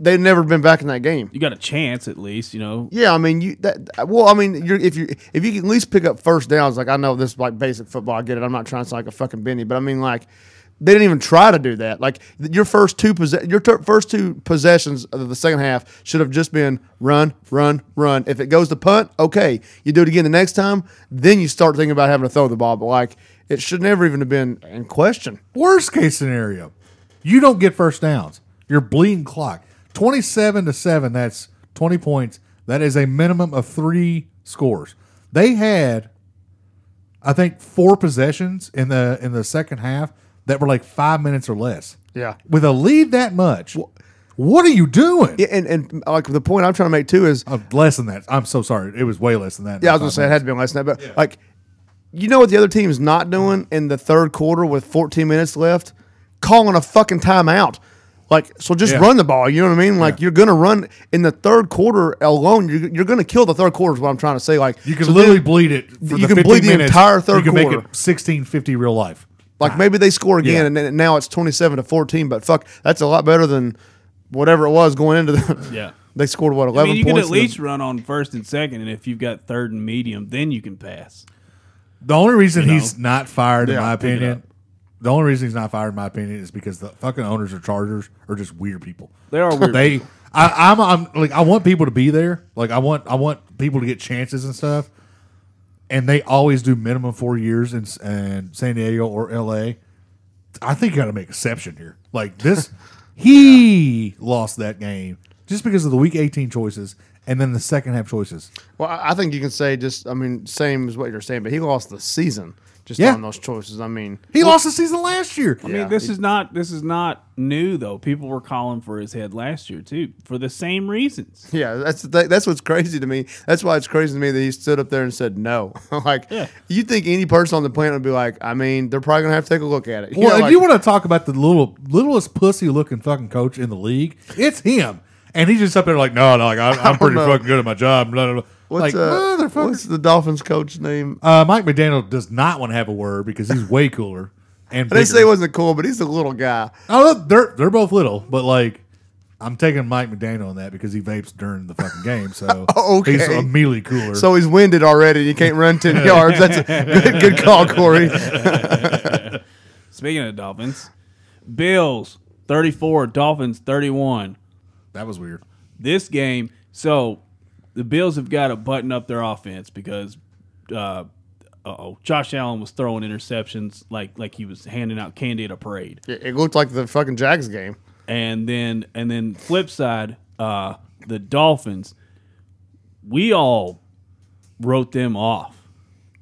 they've never been back in that game. you got a chance at least, you know. Yeah, I mean you that well, I mean you're if you if you can at least pick up first downs, like I know this is like basic football, I get it. I'm not trying to sound like a fucking Benny, but I mean like they didn't even try to do that. Like th- your first two possess your ter- first two possessions of the second half should have just been run, run, run. If it goes to punt, okay, you do it again the next time, then you start thinking about having to throw the ball. But like it should never even have been in question. Worst case scenario, you don't get first downs. You're bleeding clock. 27 to 7, that's 20 points. That is a minimum of three scores. They had I think four possessions in the in the second half that were like 5 minutes or less. Yeah. With a lead that much, what are you doing? Yeah, And and like the point I'm trying to make too is Uh, less than that. I'm so sorry. It was way less than that. Yeah, I was gonna say it had to be last night, but like, you know what the other team's not doing in the third quarter with 14 minutes left, calling a fucking timeout. Like, so just Yeah. run the ball. You know what I mean? Like, you're gonna run in the third quarter alone. You're, you're gonna kill the third quarter. Is what I'm trying to say. Like, You can so then- literally bleed it. For you the can 15 bleed the minutes. entire third You can make quarter. it 1650 real life. like maybe they score again, Yeah. and then now it's 27 to 14. But fuck, that's a lot better than whatever it was going into the. Yeah. they scored what 11 I mean, you can points. at in the- least run on first and second, and if you've got third and medium, then you can pass. The only reason he's not fired, in Yeah, my pick it opinion, the only reason he's not fired, in my opinion, is because the fucking owners of Chargers are just weird people. They are weird. They, I, I'm, I'm like, I want people to be there. Like, I want, I want people to get chances and stuff. And they always do minimum four years in, in San Diego or L.A. I think you got to make exception here. Like this, he lost that game just because of the Week 18 choices and then the second half choices. Well, I I think you can say just, I mean, same as what you're saying, but he lost the season just Yeah. on those choices. I mean, He lost the season last year. I mean, this is not this is not new though. People were calling for his head last year too for the same reasons. Yeah, that's the thing- that's what's crazy to me. That's why it's crazy to me that he stood up there and said no. like, Yeah. you think any person on the planet would be like, I mean, they're probably gonna have to take a look at it. You Well, know, if like- you want to talk about the little littlest pussy looking fucking coach in the league, it's him. And he's just up there like, no, no, like I'm, I'm pretty know. fucking good at my job. Blah, blah, blah. what's, like, uh, motherfucker. what's the Dolphins coach name? Uh, Mike McDaniel does not want to have a word because he's way cooler. And They say he bigger. wasn't cool, but he's a little guy. Oh, look, they're they're both little, but like I'm taking Mike McDaniel on that because he vapes during the fucking game, so Oh, okay. he's immediately cooler. So he's winded already. and He can't run ten yards. That's a good, good call, Corey. Speaking of Dolphins, Bills 34, Dolphins 31. that was weird. This game, so the Bills have got to button up their offense because uh oh, Josh Allen was throwing interceptions like like he was handing out candy at a parade. It it looked like the fucking Jags game. And then and then flip side, uh the Dolphins, we all wrote them off.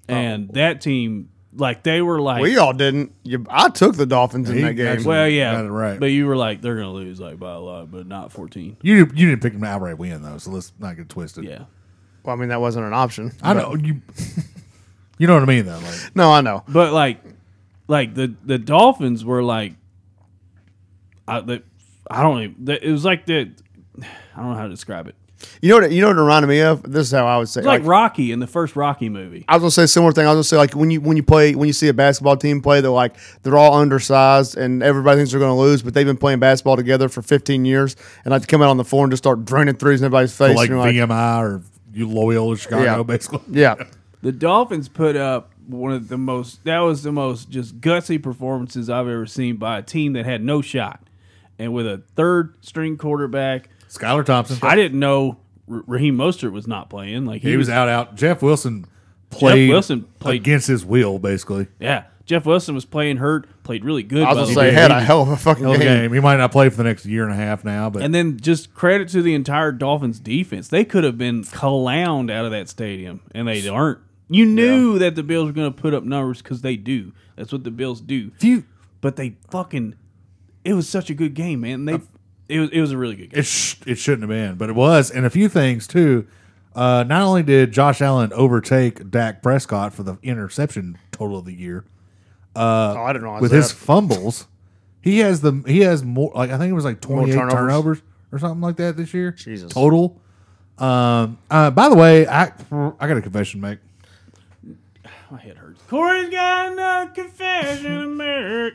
And Oh. that team like they were like We all didn't. You, I took the Dolphins in He that game. actually- Well, yeah, Got it right. But you were like, they're gonna lose like by a lot, but not fourteen. You you didn't pick him to outright win though, so let's not get twisted. Yeah, Well, I mean, that wasn't an option. I know you. You know what I mean though. Like, No, I know. but like, like the the Dolphins were like, I the, I don't even. The, it was like the, I don't know how to describe it. You know what? You know what it reminded me of? This is how I would say. It's like, Rocky in the first Rocky movie. I was gonna say a similar thing. I was gonna say like when you when you play when you see a basketball team play, they're like they're all undersized and everybody thinks they're gonna lose, but they've been playing basketball together for 15 years and like to come out on the floor and just start draining threes in everybody's face. like and you're VMI or you Loyola Chicago, Yeah. basically. yeah, The Dolphins put up one of the most. That was the most just gutsy performances I've ever seen by a team that had no shot, and with a third string quarterback. Skylar Thompson. I didn't know R- Raheem Mostert was not playing. Like he, he was was out out. Jeff Wilson played. Wilson played- against his will, basically. Yeah, Jeff Wilson was playing hurt, played really good. I by was the gonna say way. had a hell of a fucking Another game. game. He might not play for the next year and a half now, but and then just credit to the entire Dolphins defense. They could have been clowned out of that stadium, and they aren't. You knew that the Bills were going to put up numbers because they do. That's what the Bills do. you But they fucking. It was such a good game, man. They. It was, it was a really good game. It sh- it shouldn't have been, but it was, and a few things too. Uh, not only did Josh Allen overtake Dak Prescott for the interception total of the year oh, I didn't realize Uh, with that. his fumbles, he has the he has more. Like I think it was like twenty eight turnovers. turnovers? or something like that this year. Jesus. total. Um. Uh. By the way, I I got a confession to make. My head hurts. Corey's got no confession to make.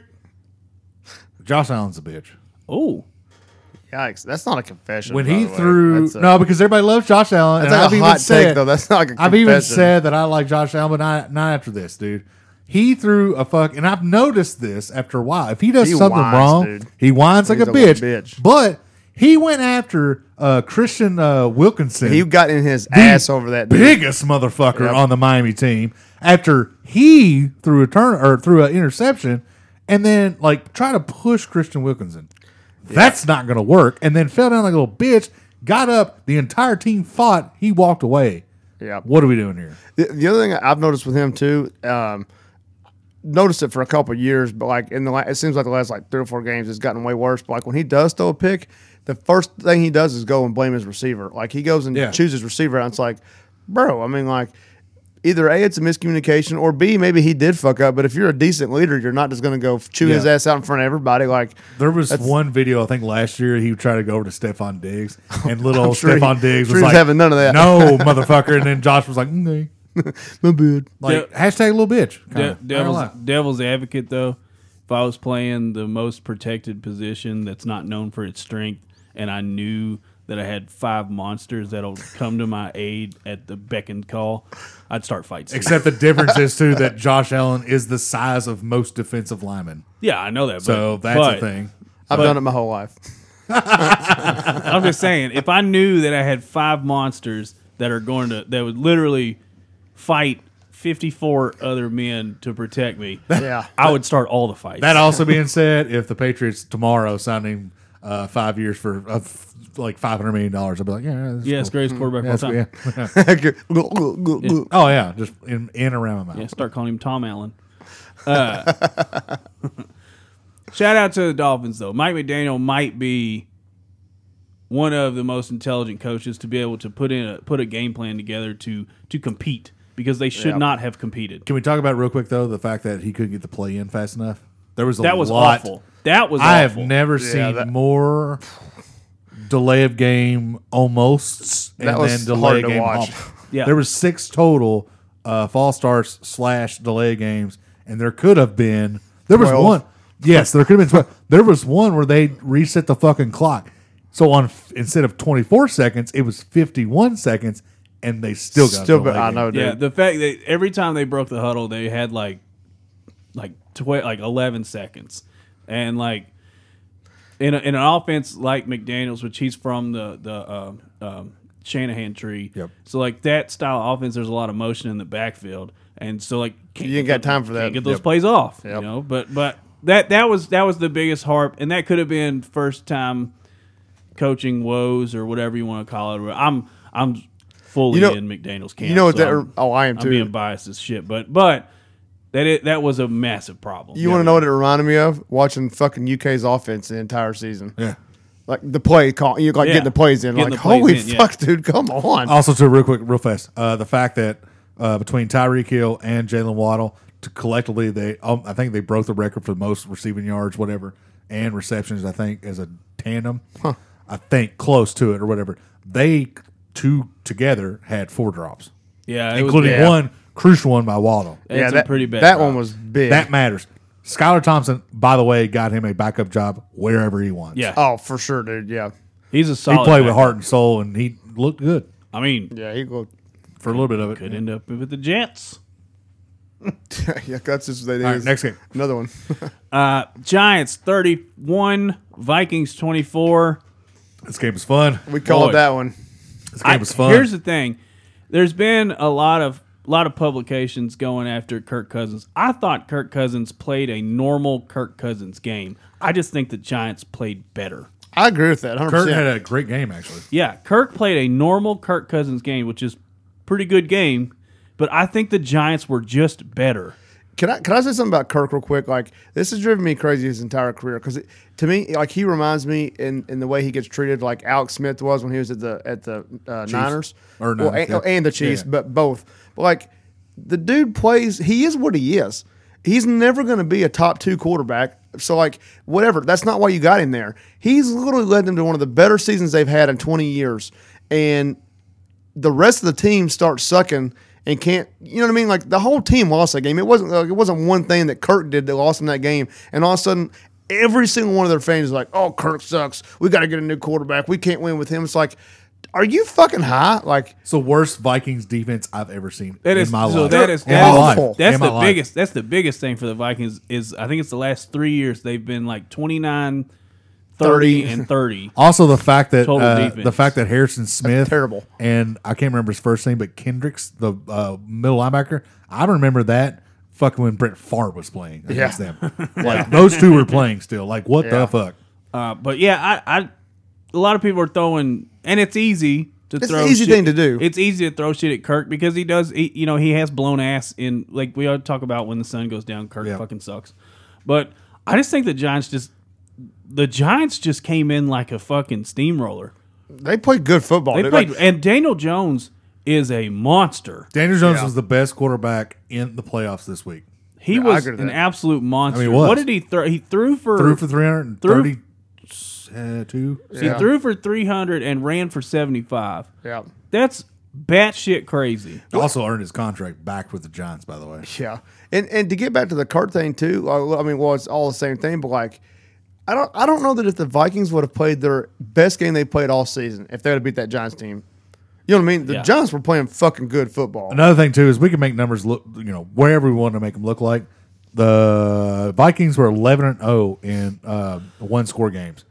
Josh Allen's a bitch. Oh, Yikes, that's not a confession. When by he the way. threw That's a- no, because everybody loves Josh Allen. that's and like I've a even hot said- take though. That's not like a confession. I've even said that I like Josh Allen, but not, not after this, dude. He threw a fuck, and I've noticed this after a while. If he does He something whines, wrong, dude. he whines like He's a a little bitch, bitch. But he went after uh, Christian uh, Wilkinson, he the got in his ass over that. dude. biggest motherfucker Yep. on the Miami team, after he threw a turn or threw an interception, and then like try to push Christian Wilkinson. That's not going to work. And then fell down like a little bitch. Got up. The entire team fought. He walked away. Yep. What are we doing here? The, the other thing I've noticed with him too, um, noticed it for a couple of years, but like in the last, it seems like the last like three or four games, it's gotten way worse. But like when he does throw a pick, the first thing he does is go and blame his receiver. Like he goes and Yeah. chooses receiver, and it's like, bro, I mean like. Either A, it's a miscommunication, or B, maybe he did fuck up. But if you're a decent leader, you're not just going to go chew his Yeah. ass out in front of everybody. Like, There was one video I think last year he tried to go over to Stephon Diggs and little old sure he- Stephon Diggs sure he's was like having none of that. No, motherfucker. And then Josh was like, mm, my bad. like hashtag little bitch. De- kinda. I devil's, don't know. devil's advocate though if i was playing the most protected position that's not known for its strength and i knew that i had five monsters that'll come to my aid at the beck and call i'd start fights Except the difference is too that Josh Allen is the size of most defensive linemen. yeah i know that So but, that's but a thing. I've done it my whole life. i'm just saying if i knew that i had five monsters that are going to that would literally fight 54 other men to protect me Yeah. i would start all the fights That also being said, if the Patriots tomorrow sign him uh, five years for uh, f- like five hundred million dollars, I'd be like, yeah, that's yes cool. greatest quarterback That's- of all time yeah. Go, go, go, go. oh yeah, just in, in and around my mouth. yeah start calling him tom allen Uh, Shout out to the Dolphins though. Mike McDaniel might be one of the most intelligent coaches to be able to put in a, put a game plan together to to compete because they should Yeah. not have competed. Can we talk about real quick though the fact that he couldn't get the play in fast enough? There was a That was lot- awful. That was I have awful. never seen that- more delay of game almost and That was then delay hard of to game. watch. almost. Yeah. There was six total uh, false starts slash delay of games, and there could have been there was Twelve. one. Yes, there could have been. 12. There was one where they reset the fucking clock. So on f- instead of twenty four seconds, it was fifty one seconds, and they still got a Still, but delay I game. know, dude. Yeah, the fact that every time they broke the huddle, they had like like tw- like eleven seconds, and like in a, in an offense like McDaniel's, which he's from the the um, um, Shanahan tree. Yep. So like that style of offense, there's a lot of motion in the backfield, and so like can't You ain't get got time for can't that. Get those Yep. plays off, you Yep. know. But but that that was that was the biggest harp, and that could have been first time coaching woes or whatever you want to call it. I'm I'm fully You know- in McDaniel's camp. You know what so that? I'm- oh, I am I'm too. being biased as shit, but but that it, that was a massive problem. you want to know what it reminded me of? Watching fucking UK's offense the entire season. Yeah. Like the play call, you like Yeah. getting the plays in. Getting like the plays holy in, yeah. Oh, fuck, dude, come on. Also, too, real quick, real fast, uh, the fact that uh, between Tyreek Hill and Jalen Waddle, to collectively, they um, I think they broke the record for the most receiving yards, whatever, and receptions. I think as a tandem, I think close to it or whatever. They two together had four drops, Yeah, it including was, yeah. one crucial one by Waddle. yeah, that, pretty bad. That drop. one was big. That matters. Skylar Thompson, by the way, got him a backup job wherever he wants. Yeah, oh, for sure, dude. Yeah, he's a he solid. played with back. heart and soul, and he looked good I mean, yeah, he go. for a little bit of it. could end up with the Jets. yeah, that's just what they All right, is. next game. Another one. Uh, Giants thirty-one, Vikings twenty-four. This game was fun. we called Boy. that one. This game I- was fun. Here's the thing: there's been a lot of lot of publications going after Kirk Cousins. I thought Kirk Cousins played a normal Kirk Cousins game. I just think the Giants played better. I agree with that. 100%. Kurt had a great game actually. Yeah, Kirk played a normal Kirk Cousins game, which is pretty good game, but I think the Giants were just better. Can I can I say something about Kirk real quick? Like this has driven me crazy his entire career because to me, like he reminds me in, in the way he gets treated, like Alex Smith was when he was at the at the uh, Niners Or Well, Niners, and, yeah. and the Chiefs, Yeah, yeah. but both. But like the dude plays, he is what he is. He's never going to be a top two quarterback. So like whatever, that's not why you got him there. He's literally led them to one of the better seasons they've had in twenty years, and the rest of the team starts sucking and can't you know what I mean? Like the whole team lost that game. It wasn't like, it wasn't one thing that Kirk did that lost them that game. And all of a sudden, every single one of their fans is like, "Oh, Kirk sucks. We got to get a new quarterback. We can't win with him." It's like, are you fucking high? Like It's the worst Vikings defense I've ever seen That in is my so life. that is in my that is- awful. life. That's In my the life. biggest. That's the biggest thing for the Vikings is I think it's the last three years they've been like 29, 30, 30. and thirty. Also, the fact that Total uh, defense. the fact that Harrison Smith terrible. and I can't remember his first name, but Kendricks, the uh, middle linebacker, I remember that fucking when Brett Favre was playing against Yeah. them. Like those two were playing still. Like what Yeah. the fuck? Uh, but yeah, I, I a lot of people are throwing, and it's easy to It's throw. an easy shit- thing to do. It's easy to throw shit at Kirk because he does. He, you know, he has blown ass in like we all talk about when the sun goes down. Kirk Yeah. fucking sucks. But I just think the Giants just the Giants just came in like a fucking steamroller. they played good football. They dude. played, Like, and Daniel Jones is a monster. Daniel Jones Yeah. was the best quarterback in the playoffs this week. He Yeah, I was agree with an that. absolute monster. I mean, he was. what did he throw? He threw for Threw for three hundred and uh, thirty-two. he Yeah. threw for three hundred and ran for seventy five. yeah, That's batshit crazy. Also earned his contract back with the Giants. By the way, yeah. And and to get back to the Kirk thing too. I, I mean, well, it's all the same thing, but like. I don't, I don't know that if the Vikings would have played their best game they played all season, if they would have beat that Giants team. You know what I mean? The Yeah. Giants were playing fucking good football. Another thing too is we can make numbers look, you know, wherever we want to make them look like. The Vikings were eleven and zero in uh, one score games.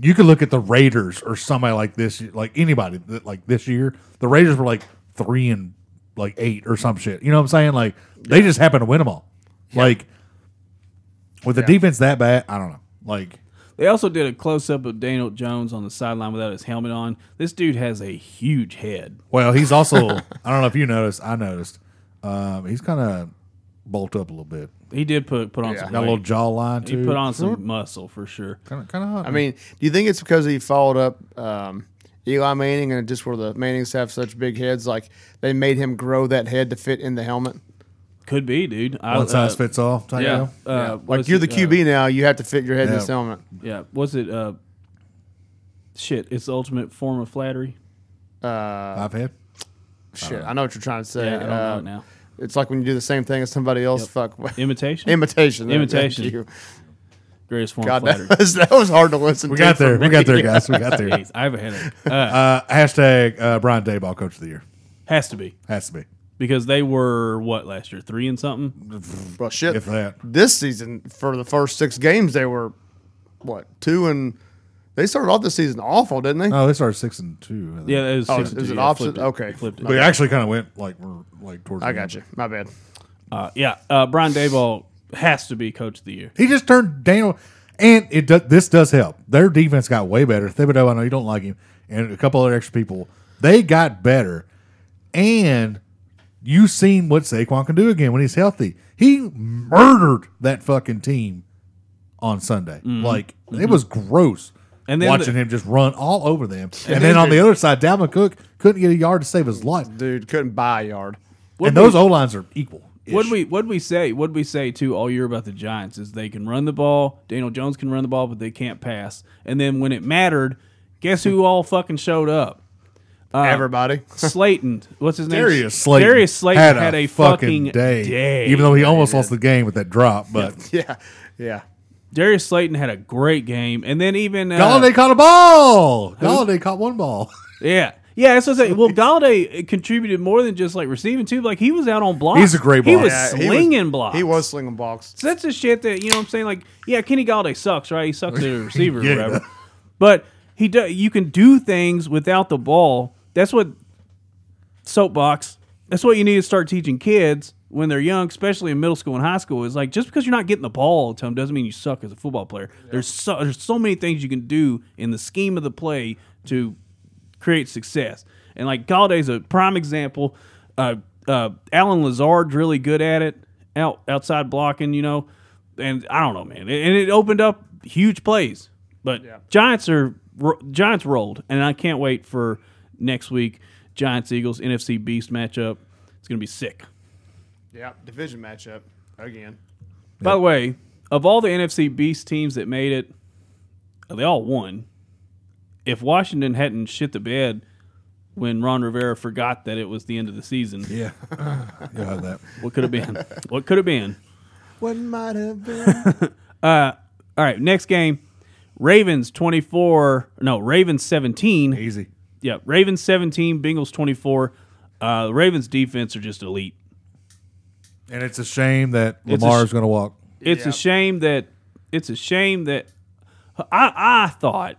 You could look at the Raiders or somebody like this, like anybody that, like this year. The Raiders were like three and like eight or some shit. You know what I'm saying? Like they just happened to win them all. Like with the defense that bad, I don't know. Like They also did a close up of Daniel Jones on the sideline without his helmet on. This dude has a huge head. Well, he's also. I don't know if you noticed. I noticed. Um, he's kind of bulked up a little bit. He did put put on Yeah. some. Got a little weight. jawline too. He put on some muscle for sure. kind of kind of hot. I mean, do you think it's because he followed up um, Eli Manning and just where the Mannings have such big heads, like they made him grow that head to fit in the helmet? Could be, dude. I, one size uh, fits all. Type Yeah. deal. Uh, what Like is you're the it, uh, QB now, you have to fit your head in this Yeah. helmet. yeah. Was it? Uh, shit. It's the ultimate form of flattery. Uh, I've had. shit, I know what you're trying to say. Yeah, I don't Uh, know it now. It's like when you do the same thing as somebody else. Fuck, Imitation. imitation. there, Imitation. thank you. Greatest form God, of flattery. that was, that was hard to listen. We to got for there. We me. got there, guys. We got there. Jeez, I have a headache. Uh, Uh, hashtag uh, Brian Dayball, Coach of the Year. has to be Has to be. because they were what last year three and something. Well, shit. If that. This season, for the first six games, they were what two and they started off the season awful, didn't they? No, they started six and two. I think. Yeah, it was Oh, six is and it two. Yeah, opposite? flipped Okay. flipped it. But it actually kind of went like we're like towards. I the end. got you. My bad. Uh, yeah, uh, Brian Dayball has to be coach of the year. He just turned Daniel, and it does, this does help. Their defense got way better. Thibodeau, I know you don't like him, and a couple other extra people, they got better. And you seen what Saquon can do again when he's healthy. He murdered that fucking team on Sunday. Like it was gross. Mm-hmm. And And then watching the- him just run all over them, and, then on the other side, Dalvin Cook couldn't get a yard to save his life. Dude couldn't buy a yard. and those O lines are equal. What we what we say what we say too all year about the Giants is they can run the ball. Daniel Jones can run the ball, but they can't pass. And then when it mattered, guess who all fucking showed up? Uh, Uh-huh. Everybody. Slayton, what's his name? Darius Slayton, Darius Slayton had, a, fucking, day. Even though he almost lost the game with that drop, but yeah. Yeah. Darius Slayton had a great game, and then even uh, Galladay caught a ball. Galladay caught one ball. Yeah. Yeah, that's what I say. Well, Galladay contributed more than just like receiving too. Like he was out on blocks. He's a great He blocker. was Yeah, Uh, he was- slinging blocks. He was slinging blocks. So that's the shit that you know. what I'm saying like, yeah, Kenny Galladay sucks, right? He sucks at a receiver, Yeah. or whatever. But he do, you can do things without the ball. That's what soapbox. That's what you need to start teaching kids when they're young, especially in middle school and high school. Is like just because you're not getting the ball all the time doesn't mean you suck as a football player. There's so there's so many things you can do in the scheme of the play to create success. And like Galladay's a prime example. Uh, uh, Alan Lazard's really good at it out outside blocking, you know. And I don't know, man. And it opened up huge plays. But Giants are ro- Giants rolled, and I can't wait for next week Giants Eagles NFC Beast matchup. It's gonna be sick. Yeah. Division matchup again. By the way, of all the NFC Beast teams that made it, uh, they all won. If Washington hadn't shit the bed when Ron Rivera forgot that it was the end of the season, Yeah, you have that. what could have been? What could have been? What might have been? All right, next game. Ravens 24, no, Ravens 17. Easy. Yeah, Ravens 17, Bengals 24. Uh, the Ravens defense are just elite. And it's a shame that It's a Lamar's sh- going to walk. It's Yeah. a shame that it's a shame that I I thought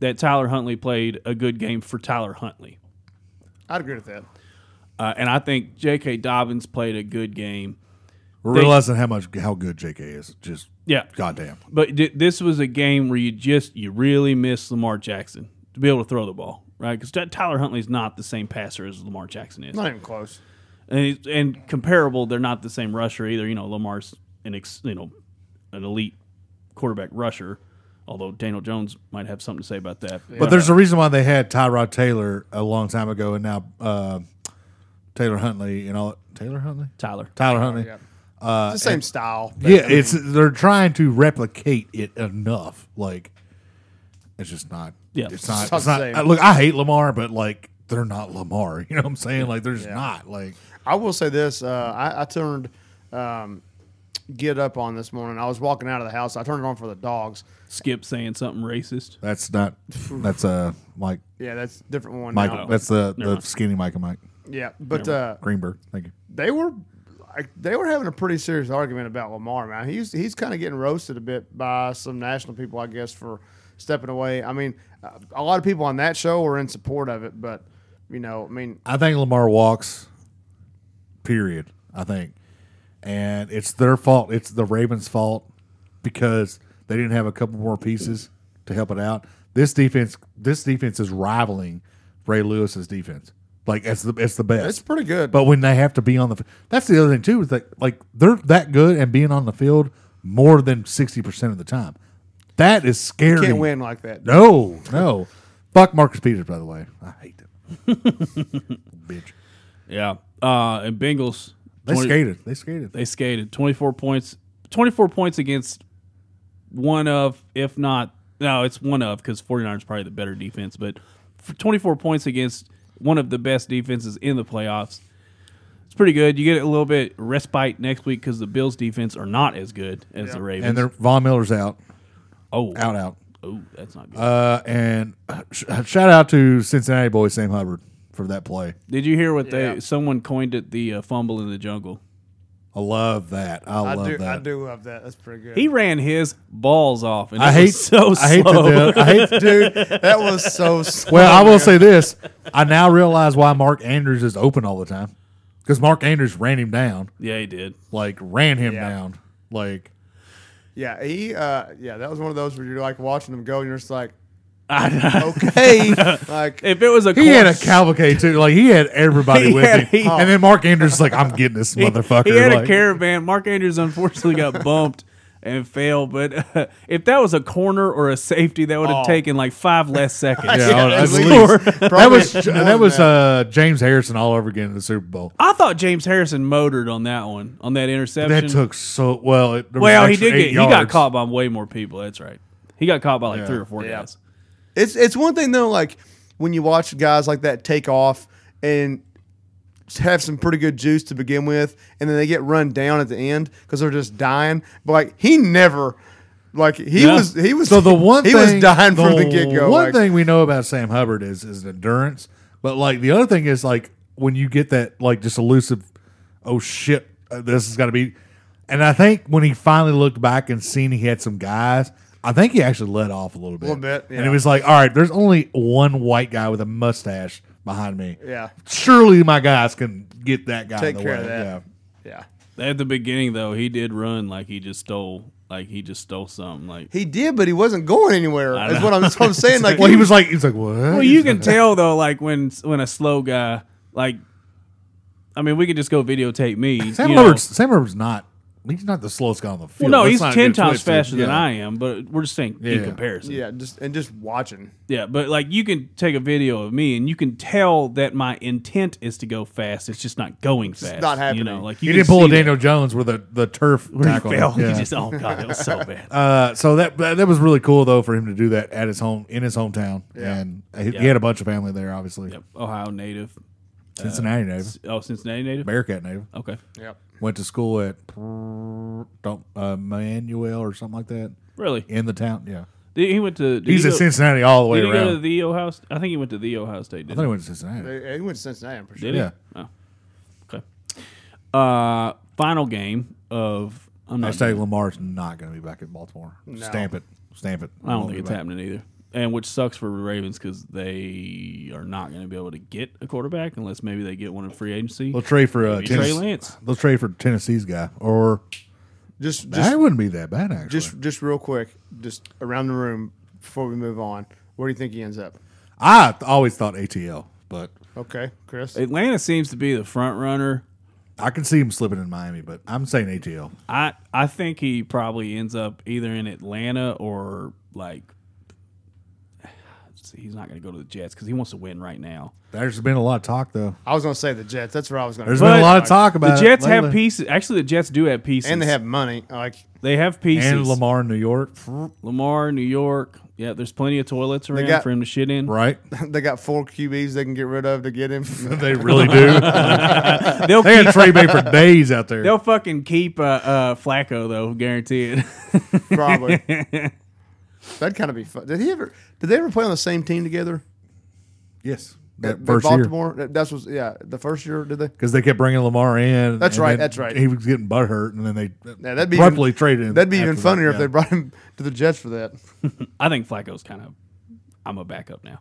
that Tyler Huntley played a good game for Tyler Huntley, I'd agree with that. uh, and I think J.K. Dobbins played a good game. We're They- realizing how much how good JK is. Just Yeah, goddamn. but d- this was a game where you just you really miss Lamar Jackson to be able to throw the ball, right? Because Tyler Huntley's not the same passer as Lamar Jackson is, Not even close. and he's- and comparable, they're not the same rusher either. You know, Lamar's an ex, you know an elite quarterback rusher. Although Daniel Jones might have something to say about that, But there's a reason why they had Tyrod Taylor a long time ago, and now uh, Taylor Huntley and all. Taylor Huntley. Tyler. Tyler Huntley. Yeah. it's the same style. but- Uh, Yeah, it's they're trying to replicate it enough. Like it's just not. Yeah. it's not. It's It's not not. the same. I- look, I hate Lamar, but like they're not Lamar. You know what I'm saying? Like they're just not. Like I will say this: uh, I, I turned um, Get Up on this morning. I was walking out of the house. I turned it on for the dogs. Skip saying something racist. that's not. That's uh Mike. Yeah, that's a different one. Mike. now. That's the Never the mind. skinny Mike and Mike Yeah, but uh, Greenberg. Thank you. they were like, they were having a pretty serious argument about Lamar. Man, he's he's kind of getting roasted a bit by some national people, I guess, for stepping away. I mean, uh, a lot of people on that show were in support of it, but you know, I mean, I think Lamar walks. Period. I think, and it's their fault. It's the Ravens' fault because they didn't have a couple more pieces to help it out. This defense, this defense is rivaling Ray Lewis's defense. Like it's the it's the best. It's pretty good. But when they have to be on the, f- that's the other thing too is that like they're that good and being on the field more than sixty percent of the time. That is scary. can't win like that. No, no. Fuck Marcus Peters, by the way. I hate them. Bitch. Yeah. Uh, and Bengals. They 20 skated. They skated. They skated. Twenty four points. Twenty four points against one of, if not, no, it's one of because 49 is probably the better defense, but f- twenty four points against one of the best defenses in the playoffs. It's pretty good. You get a little bit respite next week because the Bills' defense are not as good as the Ravens. and they're Von Miller's out. oh, Out, out. oh, that's not good. Uh, and sh- uh, shout out to Cincinnati boy Sam Hubbard for that play. Did you hear what Yeah. they? Someone coined it the uh, fumble in the jungle. I love that. I, I love do. that. I do love that. That's pretty good. He ran his balls off, and I it hate was so I hate slow. the, I hate Dude, that was so. slow. Well, I will say this: I now realize why Mark Andrews is open all the time because Mark Andrews ran him down, yeah, he did. like ran him Yeah. down, like Yeah, he. Uh, yeah, that was one of those where you're like watching him go, and you're just like, okay. like if it was a he had a corn- cavalcade too. Like he had everybody He with had- him, he- and then Mark Andrews is like, "I'm getting this motherfucker." He had like, a caravan. Mark Andrews unfortunately got bumped and failed, but uh, if that was a corner or a safety, that would have Oh. taken like five less seconds. Yeah, Yeah, that's at at least. least. Probably that was more than that was that. uh, James Harrison all over again in the Super Bowl. I thought James Harrison motored on that one on that interception. That took so well. It, there was well, he extra did eight get he got yards. caught by way more people. That's right. He got caught by like Yeah. three or four Yeah. guys. it's it's one thing though, like when you watch guys like that take off and have some pretty good juice to begin with, and then they get run down at the end because they're just dying. But like he never, like he Yeah. was he was So the one he thing, was dying from the get go. One Like, thing we know about Sam Hubbard is is endurance, but like the other thing is like when you get that like just elusive, oh shit, uh, this is got to be. And I think when he finally looked back and seen he had some guys, I think he actually let off a little bit. A Little bit, and yeah. it was like, all right, there's only one white guy with a mustache behind me. yeah, Surely my guys can get that guy. Take in the care way. of that. Yeah. yeah. At the beginning though, he did run like he just stole like he just stole something. Like He did, but he wasn't going anywhere. I That's know. what I'm, that's what I'm saying. Like Well, he was like, he's like, what? Well, you can tell though, like when when a slow guy, like, I mean, we could just go videotape me. Sam you know. Hubbard's Sam Hubbard's not. He's not the slowest guy on the Well, field. no, Let's he's not ten get times twisted. faster than Yeah. I am, but we're just saying Yeah. in comparison. yeah, just and just watching. Yeah, but like you can take a video of me and you can tell that my intent is to go fast. It's just not going fast. not You happening. know, like He you didn't can pull a see that. Daniel Jones with a the turf Where he tackle. fell. He Yeah. just oh god, that was so bad. uh, so that, that that was really cool though for him to do that at his home in his hometown, Yeah. and he, he had a bunch of family there, obviously. Yep. Ohio native. Cincinnati native, Oh, Cincinnati native. Bearcat native, Okay. Yep. went to school at don't uh, Manuel or something like that Really? in the town. Yeah, Did- He went to. Did he's he at go- Cincinnati all the way Did he around. go to the Ohio? St- I think he went to the Ohio State. I Didn't thought he went to Cincinnati. He he went to Cincinnati. I'm pretty sure. Did he? Yeah. Oh. Okay. Uh, final game of I'm not. Hashtag Lamar's not going to be back in Baltimore. Stamp it. Stamp it. I don't Won't think be it's back. happening either. And which sucks for the Ravens because they are not going to be able to get a quarterback unless maybe they get one in free agency. They'll trade for uh, Maybe Trey Tennessee- Lance. They'll trade for Tennessee's guy, or Just just that wouldn't be that bad actually. Just just real quick, just around the room before we move on. Where do you think he ends up? I th- always thought ATL, but Okay, Chris. Atlanta seems to be the front runner. I can see him slipping in Miami. But I'm saying ATL. I I think he probably ends up either in Atlanta or like he's not going to go to the Jets because he wants to win right now. There's been a lot of talk though. I was going to say the Jets. That's where I was going. There's to been a But lot of talk about the Jets it have lately. pieces. Actually, the Jets do have pieces, And they have money. Like they have pieces. and Lamar in New York, Lamar, New York. Yeah, there's plenty of toilets around got- for him to shit in. right? they got four QBs they can get rid of to get him. they really do. They'll they keep, had Trey Bay for days out there. they'll fucking keep uh, uh, Flacco though, guarantee it. probably. That'd kind of be fun. Did he ever? Did they ever play on the same team together? yes, that At first year Baltimore. That- That's was yeah. The first year did they? because they kept bringing Lamar in. That's and right, then that's right. He was getting butt hurt, and then they Yeah, that'd be abruptly even, traded. him That'd be even after that, funnier if yeah. they brought him to the Jets for that. I think Flacco's kind of I'm a backup now.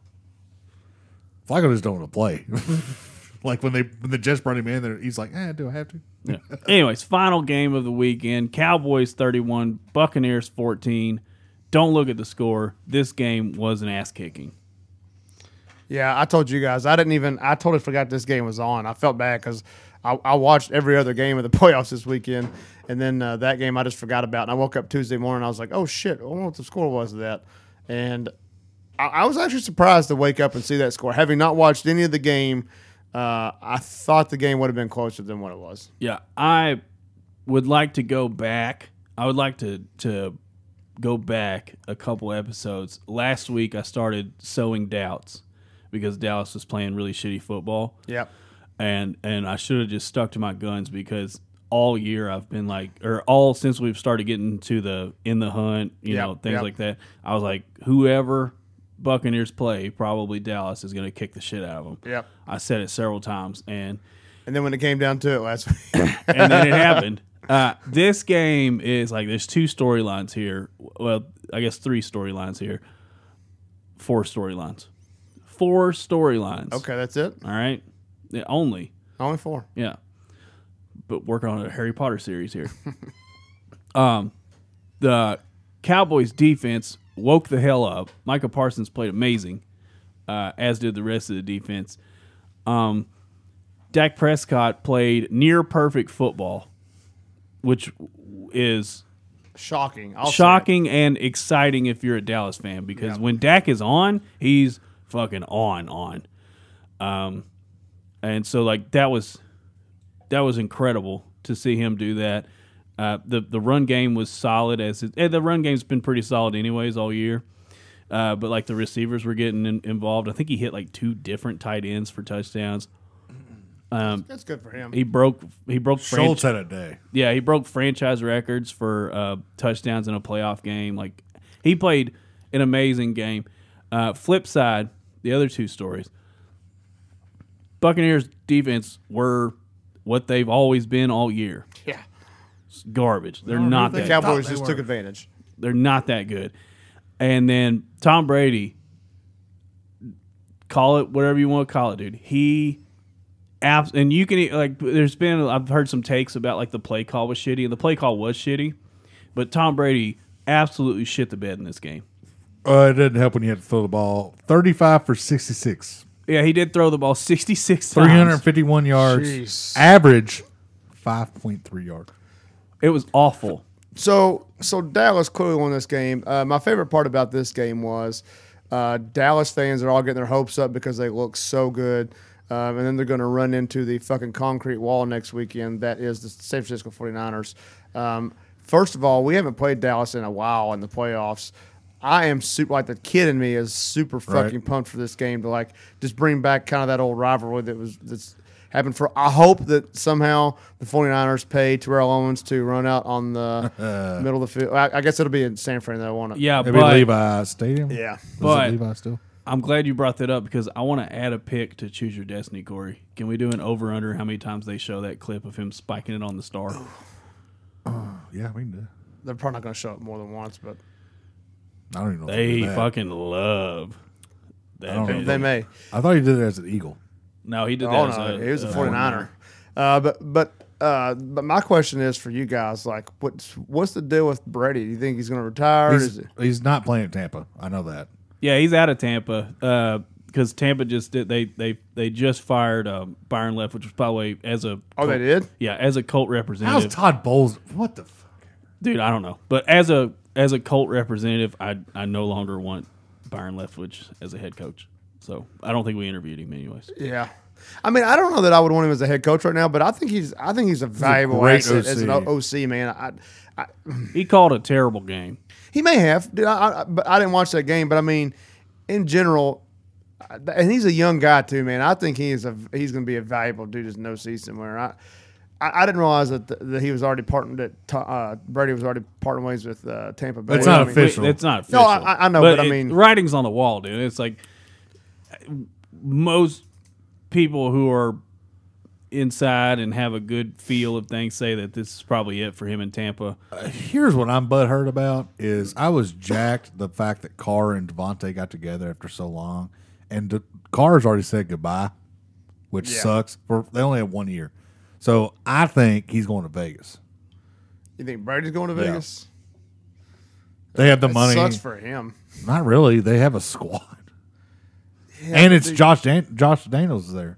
Flacco just don't want to play. like when they when the Jets brought him in, there he's like, eh, do I have to? Yeah. Anyways, final game of the weekend: Cowboys 31, Buccaneers 14. Don't look at the score. This game was an ass kicking. Yeah, I told you guys. I didn't even. I totally forgot this game was on. I felt bad because I, I watched every other game of the playoffs this weekend, and then uh, that game I just forgot about. And I woke up Tuesday morning. I was like, oh shit, I wonder what the score was of that. And I, I was actually surprised to wake up and see that score, having not watched any of the game. Uh, I thought the game would have been closer than what it was. Yeah, I would like to go back. I would like to to go back a couple episodes. Last week, I started sowing doubts because Dallas was playing really shitty football, Yep. and and I should have just stuck to my guns because all year I've been like, or all since we've started getting to the in the hunt, you Yep, know, things yep. like that. I was like, whoever Buccaneers play, probably Dallas is going to kick the shit out of them. Yep. I said it several times, and And then when it came down to it last week, and then it happened. Uh, this game is like there's two storylines here. Well, I guess three storylines here. Four storylines. Four storylines. okay, that's it. All right. Yeah, only. Only four. Yeah. But working on a Harry Potter series here. um, the Cowboys defense woke the hell up. Micah Parsons played amazing, uh, as did the rest of the defense. Um, Dak Prescott played near perfect football, which is Shocking. I'll say it. shocking and exciting if you're a Dallas fan because when Dak is on, he's fucking on on. Um, and so like that was that was incredible to see him do that. Uh, the the run game was solid as it, eh, the run game's been pretty solid anyways all year. Uh, but like the receivers were getting in, involved. I think he hit like two different tight ends for touchdowns. That's good for him. He broke he broke franchi- Schultz had a day. yeah, he broke franchise records for uh, touchdowns in a playoff game. Like he played an amazing game. Uh, flip side, the other two stories. Buccaneers defense were what they've always been all year. yeah. It's garbage. They're not The that. Cowboys they just were. took advantage. They're not that good. And then Tom Brady, call it whatever you want to call it, dude. He, abs- and you can e, like. There's been I've heard some takes about like the play call was shitty, and the play call was shitty, but Tom Brady absolutely shit the bed in this game. Uh, it didn't help when you had to throw the ball. 35 for 66. Yeah, he did throw the ball 66 times. 351 yards. Jeez. Average 5.3 yards. It was awful. So, so Dallas clearly won this game. Uh, my favorite part about this game was uh, Dallas fans are all getting their hopes up because they look so good. Um, and then they're going to run into the fucking concrete wall next weekend. That is the San Francisco 49ers. Um, first of all, we haven't played Dallas in a while in the playoffs. I am super, like the kid in me is super fucking pumped for this game to like just bring back kind of that old rivalry that was that's happened for. I hope that somehow the 49ers pay Terrell Owens to run out on the middle of the field. I, I guess it'll be in San Fran though, won't it? Yeah, Maybe but Levi Stadium. Yeah. Was But- it Levi still? I'm glad you brought that up because I want to add a pick to choose your destiny, Corey. Can we do an over under how many times they show that clip of him spiking it on the star? Yeah, we can do it. They're probably not going to show up more than once, but I don't even know. if They did that. fucking love that. don't know. video. they may. I thought he did it as an Eagle. No, he did that. Oh as no, a, he was a uh, 49er. Uh, but but uh, but my question is for you guys, like, what's what's the deal with Brady? Do you think he's going to retire? Is He's, it- he's not playing at Tampa. I know that. Yeah, he's out of Tampa because Tampa just did. They they they just fired um, Byron Left, which was probably as a Oh, they did. yeah as a Colt How's representative. Todd Bowles? What the fuck? Dude, I don't know, but as a as a Colt representative, I I no longer want Byron Leftwich as a head coach. So I don't think we interviewed him anyways. Yeah. I mean, I don't know that I would want him as a head coach right now, but I think he's I think he's a valuable great asset as an OC. O- OC man. I, I, He called a terrible game. he may have, Did I, I, but I didn't watch that game. But I mean, in general, I- and he's a young guy too, man. I think he is a he's going to be a valuable dude as an OC somewhere. I I, I didn't realize that, th- that he was already partnered that to- uh, Brady was already parting ways with uh, Tampa Bay. It's not I mean- official. Wait, It's not No, official. I- I- I know, but I it- mean- writing's on the wall, dude. It's like most people who are inside and have a good feel of things say that this is probably it for him in Tampa. Here's what I'm butthurt about is I was jacked the fact that Carr and Devontae got together after so long, and De- Carr's already said goodbye, which Yeah. sucks. For they only have one year, so I think he's going to Vegas. You think Brady's going to Yeah. Vegas? They have the It money. sucks for him. Not really. They have a squad. and it's Josh Dan- Josh Daniels there.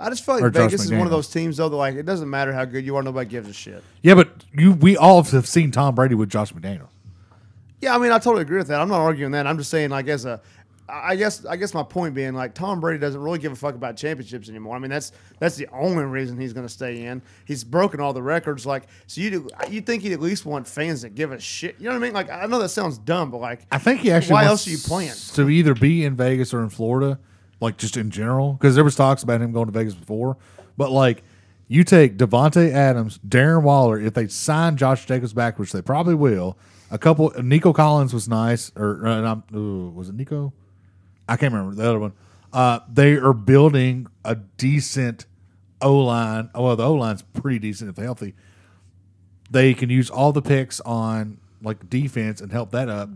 I just feel Or like Josh Vegas is one McDaniels. of those teams though that like it doesn't matter how good you are, nobody gives a shit. Yeah, but you we all have seen Tom Brady with Josh McDaniels. Yeah, I mean, I totally agree with that. I'm not arguing that. I'm just saying, like, as a, I I guess, I guess my point being, like, Tom Brady doesn't really give a fuck about championships anymore. I mean, that's that's the only reason he's going to stay in. He's broken all the records. Like, so you do, you think he'd at least want fans that give a shit? You know what I mean? Like, I know that sounds dumb, but like, I think he actually. Why else wants are you playing? To either be in Vegas or in Florida, like just in general, because there was talks about him going to Vegas before. But like, you take Devonte Adams, Darren Waller. If they sign Josh Jacobs back, which they probably will, a couple. Nico Collins was nice, or uh, not- ooh, was it Nico? I can't remember the other one. Uh, they are building a decent O line. Well, the O line's pretty decent if healthy they can use all the picks on like defense and help that up.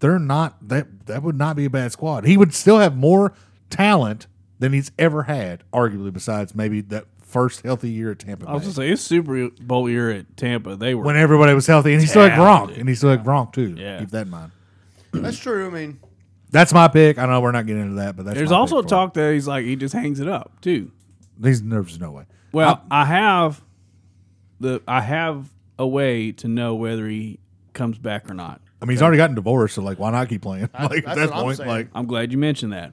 They're not that that would not be a bad squad. He would still have more talent than he's ever had, arguably. Besides maybe that first healthy year at Tampa I was Bay, gonna say his Super Bowl year at Tampa, they were when everybody was healthy, and he still had Gronk, Talented. and he still had Gronk too. Yeah. Keep that in mind. that's true. I mean, That's my pick. I know we're not getting into that, but that's There's my pick also for it. talk that he's like he just hangs it up too. These nerves, no way. Well, I, have the I have a way to know whether he comes back or not. I mean, he's already gotten divorced, so like, why not keep playing? Like that's at that what I'm point, saying. like I'm glad you mentioned that.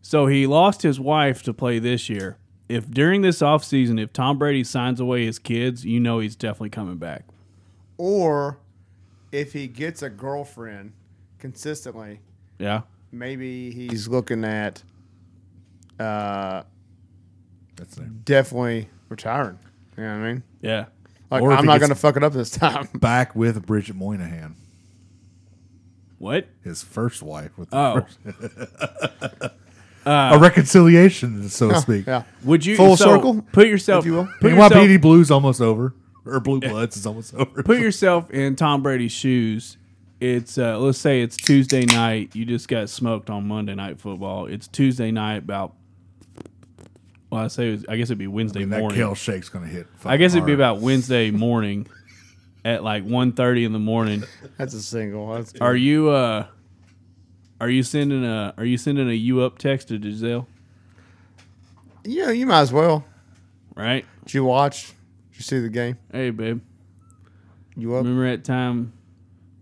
So he lost his wife to play this year. If during this offseason, if Tom Brady signs away his kids, you know he's definitely coming back. or if he gets a girlfriend consistently, Yeah. maybe he's looking at, uh, that's it. definitely retiring. You know what I mean? Yeah. Like, Or if I'm he not gets- going to fuck it up this time. back with Bridget Moynihan, What? his first wife. With the Oh. Uh. first- a reconciliation, so to speak. Yeah. Would you Full so, circle, Put yourself if you will. Put yourself, NYPD Blue's almost over, or Blue Bloods is almost over. put yourself in Tom Brady's shoes. It's uh, let's say it's Tuesday night. You just got smoked on Monday night football. It's Tuesday night about. Well, I say it was, I guess it'd be Wednesday and that morning. kale shake's gonna hit. I guess it'd be fucking hard. about Wednesday morning, at like 1.30 in the morning. That's a single. That's Are you uh, are you sending a are you sending a you up text to Giselle? Yeah, you might as well. Right? Did you watch? Did you see the game? Hey, babe. You up? Remember that time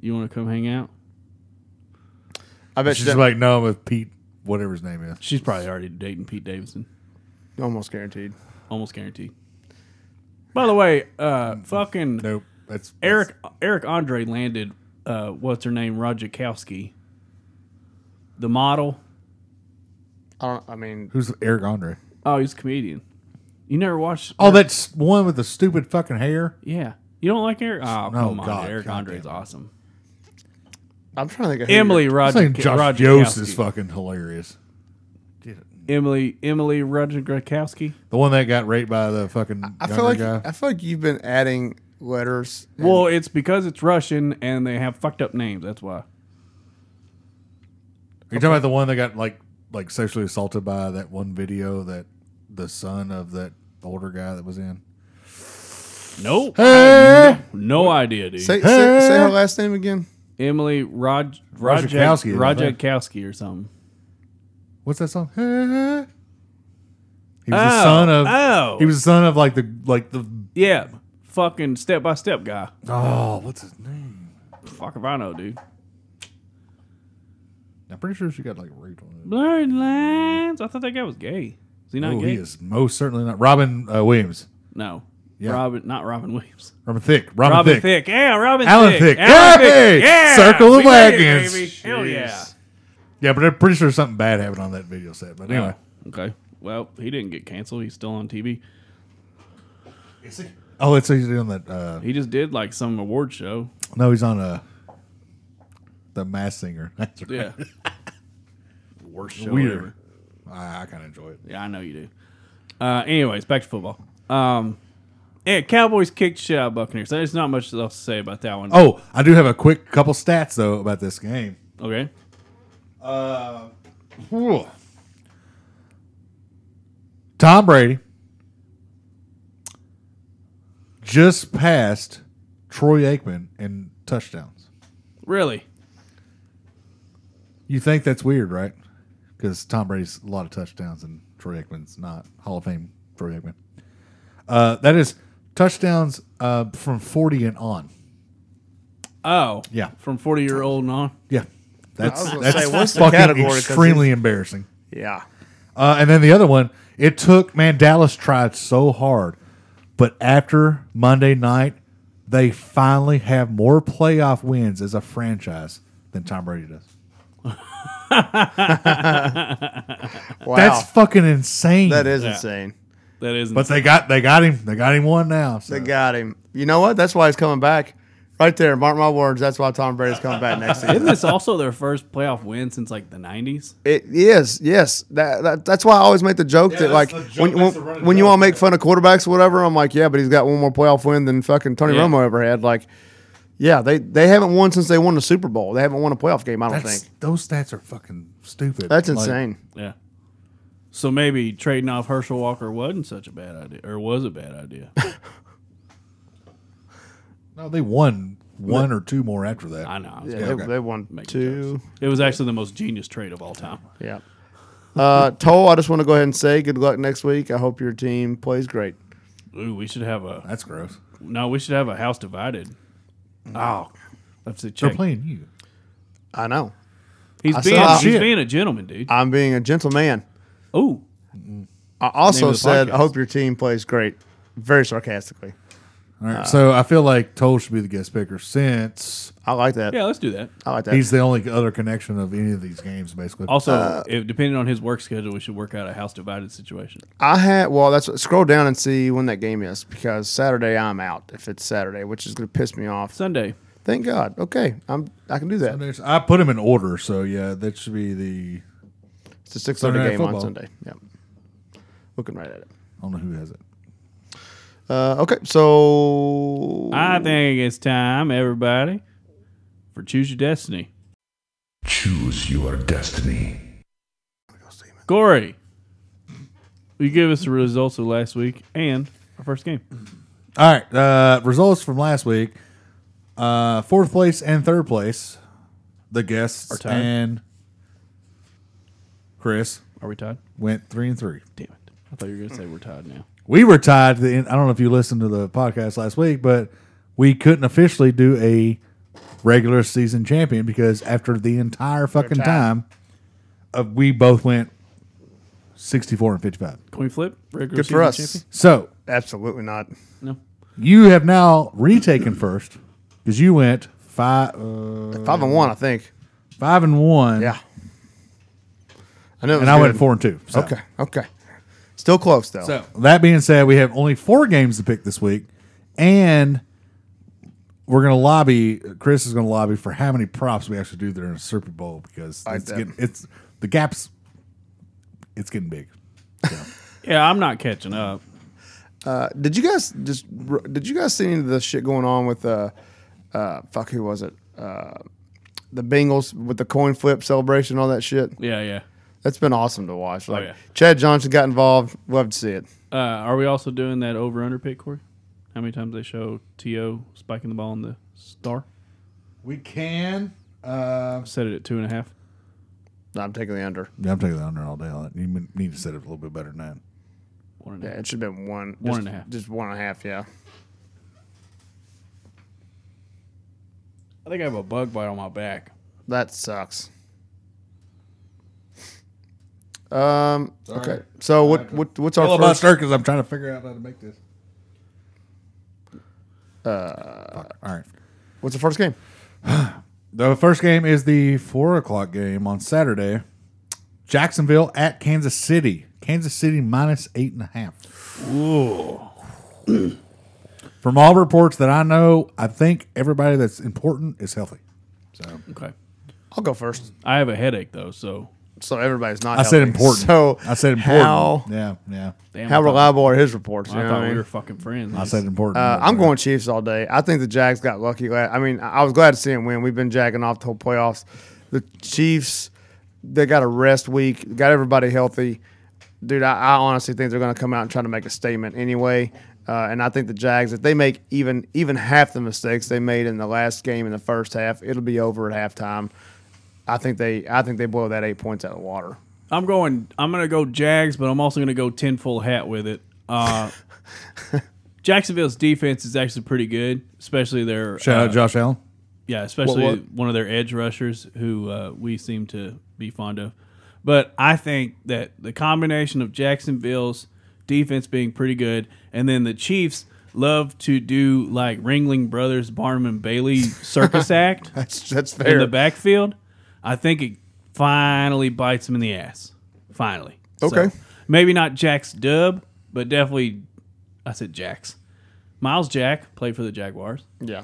you want to come hang out? I bet She's you didn't- like, no, I'm with Pete, whatever his name is. She's probably already dating Pete Davidson. almost guaranteed. Almost guaranteed. By the way, uh, fucking Nope, that's Eric Eric Andre landed. Uh, what's her name? Rodzikowski, the model. I don't. I mean, Who's Eric Andre? Oh, he's a comedian. You never watched? Oh, that's one with the stupid fucking hair. yeah. You don't like Eric? Oh, No, come on. God, Eric God Andre's damn awesome. I'm trying to think. Of who Emily I'm saying Rodzik- Josh Yost is Rodzikowski. fucking hilarious. Emily Emily Rodzikowski. The one that got raped by the fucking I younger feel like guy. I feel like you've been adding letters. and- Well, it's because it's Russian and they have fucked up names. That's why. Are you talking about the one that got like like sexually assaulted by that one video that the son of that older guy that was in? Nope. Hey, No idea, dude. say, say, say her last name again. Emily Rod Rodzikowski, Rodzikowski I think. Rodzikowski or something. what's that song? Hey. He was the Oh, son of. oh. He was the son of like the like the. Yeah, fucking step by step guy. Oh, what's his name? Fuck if I know, dude. I'm pretty sure she got like raped on it. Blurred lines. I thought that guy was gay. Is he not Oh, gay? he is most certainly not Robin uh, Williams. No. Yeah. Robin, not Robin Williams. Robin Thicke. Robin, Robin Thicke. Thicke. Yeah, Robin Alan Thicke. Thicke. Alan Yeah, Thicke. hey! Yeah. Circle of We made it, wagons. baby. Hell yeah. Yeah, but I'm pretty sure something bad happened on that video set. But anyway, Okay. Well, he didn't get canceled. He's still on TV. oh, it's he's on that. Uh, He just did like some award show. no, he's on a. The Mass Singer. That's right. Yeah. Worst show Weird. ever. I, I kind of enjoy it. Yeah, I know you do. Uh, anyways, back to football. Um, yeah, Cowboys kicked shit out of Buccaneers. There's not much else to say about that one. Oh, I do have a quick couple stats though about this game. Okay. Whew. Tom Brady just passed Troy Aikman in touchdowns. Really? You think that's weird, right? because Tom Brady's a lot of touchdowns and Troy Aikman's not Hall of Fame Troy Aikman. Uh, that is touchdowns uh, from forty and on. Oh, Yeah. from forty year old and on. Yeah, that's was gonna that's say, what's the fucking category? 'Cause extremely embarrassing. Yeah. Uh, and then the other one, it took man. Dallas tried so hard, but after Monday night, they finally have more playoff wins as a franchise than Tom Brady does. Wow. That's fucking insane. that is Yeah. insane. That isn't. But they got they got him. They got him one now. So. They got him. You know what? That's why he's coming back. Right there, mark my words. That's why Tom Brady's coming back next isn't season. this also their first playoff win since like the nineties? It is, yes. That, that that's why I always make the joke that that's like the joke, when when, that's the running when you joke. all make fun of quarterbacks or whatever, I'm like, yeah, but he's got one more playoff win than fucking Tony Yeah. Romo ever had. Like, yeah, they they haven't won since they won the Super Bowl. They haven't won a playoff game. I don't That's, think those stats are fucking stupid. that's Like, insane. Yeah. So maybe trading off Herschel Walker wasn't such a bad idea, or was a bad idea. no, they won one or two more after that. I know. I was Yeah, gonna they, okay. they won make two. jokes. It was actually the most genius trade of all time. Yeah. Uh, Toll, I just want to go ahead and say good luck next week. I hope your team plays great. Ooh, we should have a That's gross. no. We should have a house divided. Oh, let's see. They're Check. playing you. I know. He's I being saw- he's Shit. being a gentleman, dude. I'm being a gentleman. Oh, I Name also of the said, podcast. I hope your team plays great. Very sarcastically. All right. so I feel like Toll should be the guest picker since I like that. yeah. Let's do that. I like that. he's the only other connection of any of these games, basically. Also, Uh, if, depending on his work schedule, we should work out a house divided situation. I had well, that's scroll down and see when that game is because Saturday I'm out if it's Saturday, which is going to piss me off. Sunday. Thank God. Okay, I'm I can do that. There's- I put him in order, so yeah, that should be the. It's a six Sunday thirty Night game on Football. Sunday. Yeah, looking right at it. I don't know who has it. Uh, okay, so I think it's time, everybody, for choose your destiny. Choose your destiny. Corey, will you give us the results of last week and our first game? All right, uh, results from last week. Uh, fourth place and third place, the guests tied. and Chris Are we tied? went three and three. Damn it! I thought you were going to say we're tied now. We were tied. To the end. I don't know if you listened to the podcast last week, but we couldn't officially do a regular season champion because after the entire fucking tied. time, uh, we both went sixty-four and fifty-five. Can we flip? Regular good for us. season So Absolutely not. Champion? you have now retaken first because you went five. Uh, Five and one, I think. five and one. Yeah, I know. and I went four and two. So. Okay, okay, still close though. So that being said, we have only four games to pick this week, and we're gonna lobby. Chris is gonna lobby for how many props we actually do during the Super Bowl because I it's bet. getting, it's the gaps. It's getting big. No. Yeah, I'm not catching up. Uh, did you guys just r- did you guys see any of the shit going on with uh uh fuck who was it uh the Bengals with the coin flip celebration all that shit Yeah, yeah. that's been awesome to watch Oh, like yeah. Chad Johnson got involved love to see it Uh, are we also doing that over under pick, Corey? How many times they show To spiking the ball in the star? We can. uh, I've set it at two and a half. No, I'm taking the under Yeah, I'm taking the under all day. on it. You need to set it a little bit better than that. One and a yeah half. it should have been one One just, and a half. just one and a half yeah I think I have a bug bite on my back. that sucks um okay so what, what what's our All about first start because I'm trying to figure out how to make this. Uh, all right. what's the first game The first game is the four o'clock game on Saturday. Jacksonville at Kansas City. Kansas City minus eight and a half. From all reports that I know, I think everybody that's important is healthy. Okay. I'll go first I have a headache though, so so everybody's not I said healthy. important. so I said important. how Yeah, yeah. damn. how I thought- reliable are his reports you I know thought what I we mean? were fucking friends. I said important. Uh, I'm going Chiefs all day. I think the Jags got lucky. La- I mean, I I was glad to see him win. We've been jacking off the whole playoffs. The Chiefs, they got a rest week, got everybody healthy. Dude, I, I honestly think they're going to come out and try to make a statement anyway. Uh, and I think the Jags, if they make even even half the mistakes they made in the last game in the first half, it'll be over at halftime. I think they I think they blow that eight points out of the water. I'm going. I'm gonna go Jags, but I'm also gonna go ten full hat with it. Uh, Jacksonville's defense is actually pretty good, especially their Shout uh, out Josh Allen. yeah, especially What- what? one of their edge rushers who uh, we seem to be fond of. But I think that the combination of Jacksonville's defense being pretty good and then the Chiefs love to do like Ringling Brothers Barnum and Bailey circus act That's that's in fair. the backfield, I think it finally bites him in the ass. Finally. So, Okay. maybe not Jack's dub, but definitely I said Jack's. Miles Jack played for the Jaguars. yeah.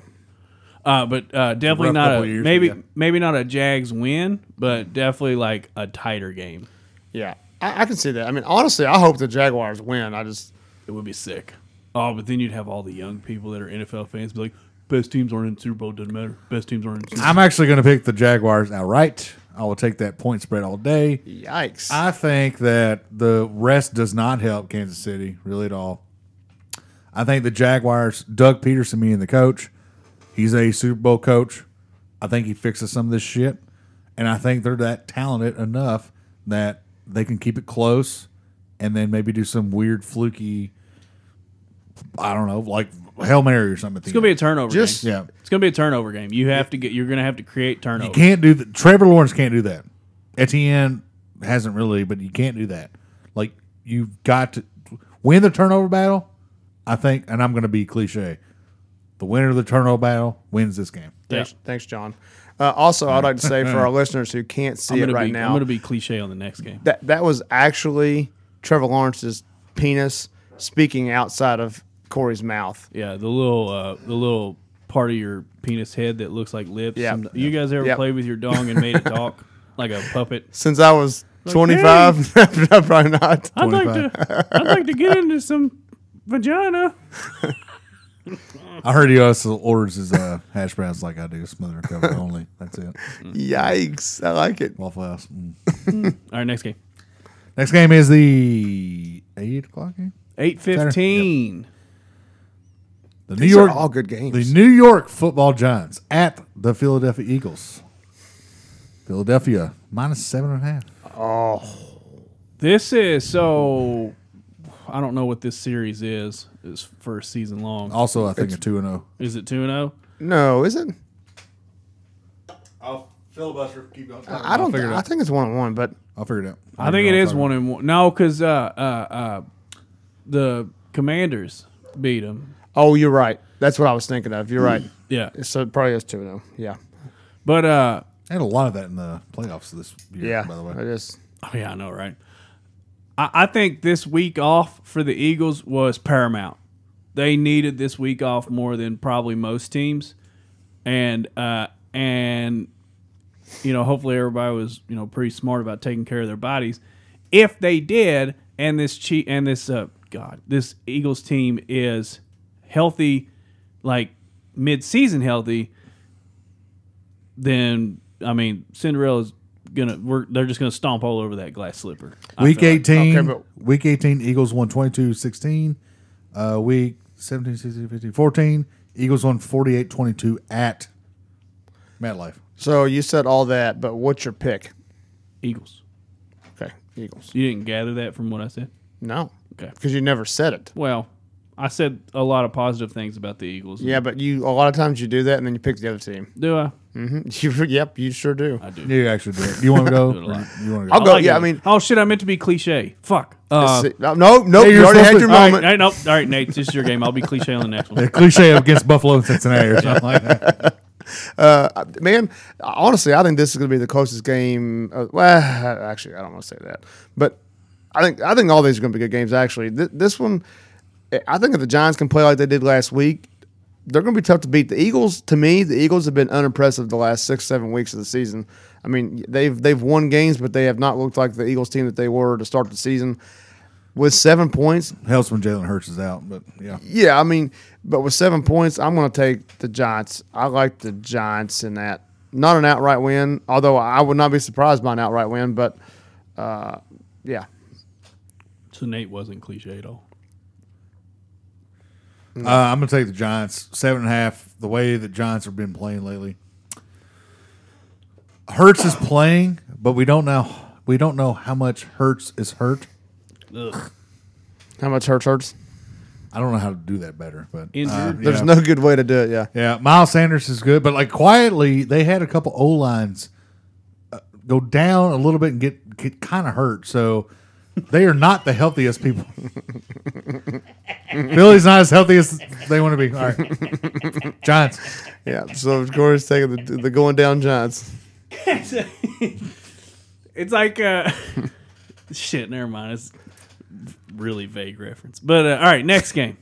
Uh, but uh, definitely rough not couple a of years, maybe yeah. maybe not a Jags win, but definitely like a tighter game. Yeah. I, I can see that. I mean, honestly, I hope the Jaguars win. I just It would be sick. Oh, but then you'd have all the young people that are NFL fans be like, best teams aren't in the Super Bowl. Doesn't matter. Best teams aren't in the Super Bowl. I'm actually going to pick the Jaguars outright. I will take that point spread all day. yikes. I think that the rest does not help Kansas City really at all. I think the Jaguars, Doug Peterson being the coach, he's a Super Bowl coach. I think he fixes some of this shit, and I think they're that talented enough that they can keep it close, and then maybe do some weird fluky, I don't know, like hail mary or something. It's gonna be a turnover Just- game. yeah. It's gonna be a turnover game. You have to get. You're gonna have to create You turnovers. can't do that. Trevor Lawrence can't do that. Etienne hasn't really, but you can't do that. Like you've got to win the turnover battle. I think, and I'm going to be cliche. The winner of the turnover battle wins this game. thanks, thanks, John. Uh, also, I'd like to say for our listeners who can't I'm see it gonna right be. now, I'm gonna be cliche on the next game. that that was actually Trevor Lawrence's penis speaking outside of Corey's mouth. Yeah, the little uh, the little part of your penis head that looks like lips. Yeah. Some- You guys ever Yeah. played with your dong and made it talk like a puppet? Since I was 25, no, probably not. I'd like to. I'd like to get into some vagina. Hmm. I heard he also orders his uh, hash browns like I do, smother and cover only. That's it. Yikes! I like it. Waffle House. Mm. All right, next game. Next game is the eight o'clock game. Eight fifteen. The These New York are all good games. The New York Football Giants at the Philadelphia Eagles. Philadelphia minus seven and a half. This is so. I don't know what this series is. It's first season Oh. long. Also, I think a two and oh. zero. Is it two and oh? zero? no, is it? I'll filibuster. Keep going. I don't. figure Think, it I out. think it's one on one, but I'll figure it out. I think it is one and one. No, because uh, uh, uh, the Commanders beat them. oh, you're right. That's what I was thinking of. You're right. Yeah, So it probably is two though. Yeah. but uh, And a lot of that in the playoffs this year. Yeah. By the I way, just oh, yeah, I know, right? I, I think this week off for the Eagles was paramount. They needed this week off more than probably most teams, and uh, and you know, hopefully everybody was you know pretty smart about taking care of their bodies. If they did, and this che- and this uh, God, this Eagles team is healthy, like mid-season healthy, then I mean Cinderella's gonna we're, they're just gonna stomp all over that glass slipper. Uh, I week feel like. eighteen. Okay, but- week eighteen. Eagles won 22-16. Uh, week 17, 16, 15, 14. Eagles won 48-22 at MetLife. so you said all that, but what's your pick? Eagles. Okay, Eagles. You didn't gather that from what I said. No, Okay. because you never said it. Well, I said a lot of positive things about the Eagles. Yeah, but you a lot of times you do that and then you pick the other team. Do I? You, yep, you sure do. I do. You actually do it. You want to go? Do it a lot. You want to go? I'll go. like yeah, it. I mean, oh shit, I meant to be cliche. Fuck. Uh, see- no, no, nope, Hey, you you're already had supposed your to- all moment. right, I- nope. All right, Nate, this is your game. I'll be cliche on the next one. a cliche against Buffalo and Cincinnati or something like that. Uh, man, honestly, I think this is going to be the closest game. Of, well, actually, I don't want to say that, but I think I think all these are going to be good games. Actually, Th- this one, I think if the Giants can play like they did last week, they're going to be tough to beat. The Eagles, to me, the Eagles have been unimpressive the last six, seven weeks of the season. I mean, they've they've won games, but they have not looked like the Eagles team that they were to start the season. With seven points, Helps when Jalen Hurts is out, but yeah. yeah, I mean, but with seven points, I'm going to take the Giants. I like the Giants in that. Not an outright win, although I would not be surprised by an outright win, but uh, yeah. So Nate wasn't cliche at all. Uh, I'm going to take the Giants seven and a half. The way the Giants have been playing lately, Hurts is playing, but we don't know. we don't know how much Hertz is hurt. Ugh. How much hurts hurts? I don't know how to do that better, but uh, Injured. There's yeah. no good way to do it. Yeah. Yeah, Miles Sanders is good, but like quietly, they had a couple O lines uh, go down a little bit and get, get kind of hurt. So they are not the healthiest people. Philly's not as healthy as they want to be. All right, Giants. Yeah. So of course taking the, the going down Giants. it's like uh shit never mind it's really vague reference but uh, all right next game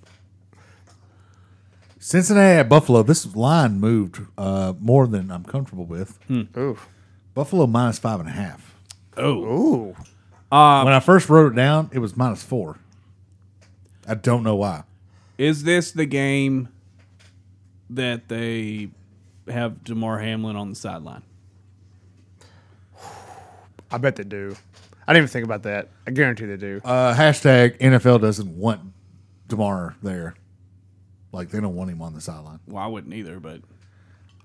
Cincinnati at Buffalo. This line moved uh, more than I'm comfortable with. Hmm. Ooh. Buffalo minus five and a half. oh Ooh. Um, when I first wrote it down, it was minus four. I don't know why. is this the game that they have Damar Hamlin on the sideline I bet they do. I didn't even think about that. I guarantee they do. Uh, hashtag NFL doesn't want Demar there. Like they don't want him on the sideline. well I wouldn't either but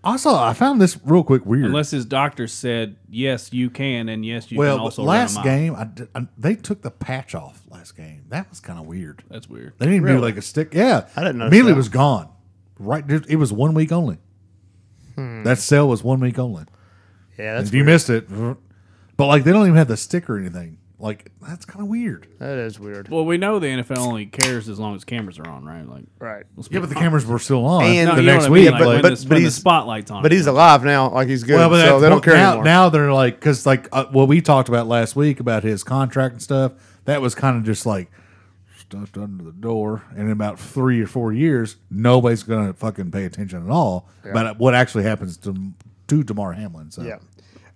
Also, I found this real quick weird. unless his doctor said yes you can and yes you well, can also run a last mile." game I did- I- they took the patch off last game. That was kind of weird. that's weird They didn't do Really? like a stick. Yeah, I didn't notice Immediately that. was gone. Right, dude, it was one week only. That sale was one week only. yeah. If Hmm. That's you missed it, but like they don't even have the stick or anything. Like that's kind of weird. that is weird. well we know the NFL only cares as long as cameras are on right like Right. Yeah, but the cameras were still on And- no, the you know next what I mean, week. like, but- when, like- but- the, but when the he's- spotlight's on But him. he's alive now. Like he's good. Well, but so that's- they don't care now, anymore. now they're like, because like uh, what we talked about last week about his contract and stuff, that was kind of just like stuffed under the door. And in about three or four years, nobody's going to fucking pay attention at all about what actually happens to to Damar Hamlin. So Yeah.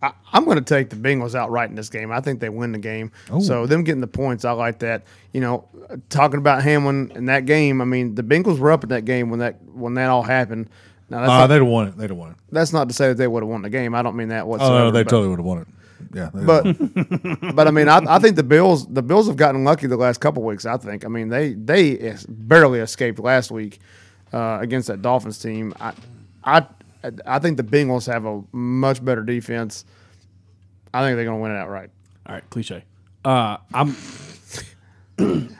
I, I'm going to take the Bengals outright in this game. I think they win the game. So them getting the points, I like that. You know, talking about Hamlin in that game, I mean, the Bengals were up in that game when that when that all happened. Now that's, uh, not, they'd have won it. They'd have won it. that's not to say that they would have won the game. I don't mean that Oh, whatsoever. no, they but, totally would have won it. Yeah. they'd have won it. but, but I mean, I, I think the Bills the Bills have gotten lucky the last couple weeks. I think. I mean, they they es- barely escaped last week uh, against that Dolphins team. I I I think the Bengals have a much better defense. I think they're going to win it outright. all right cliche uh I'm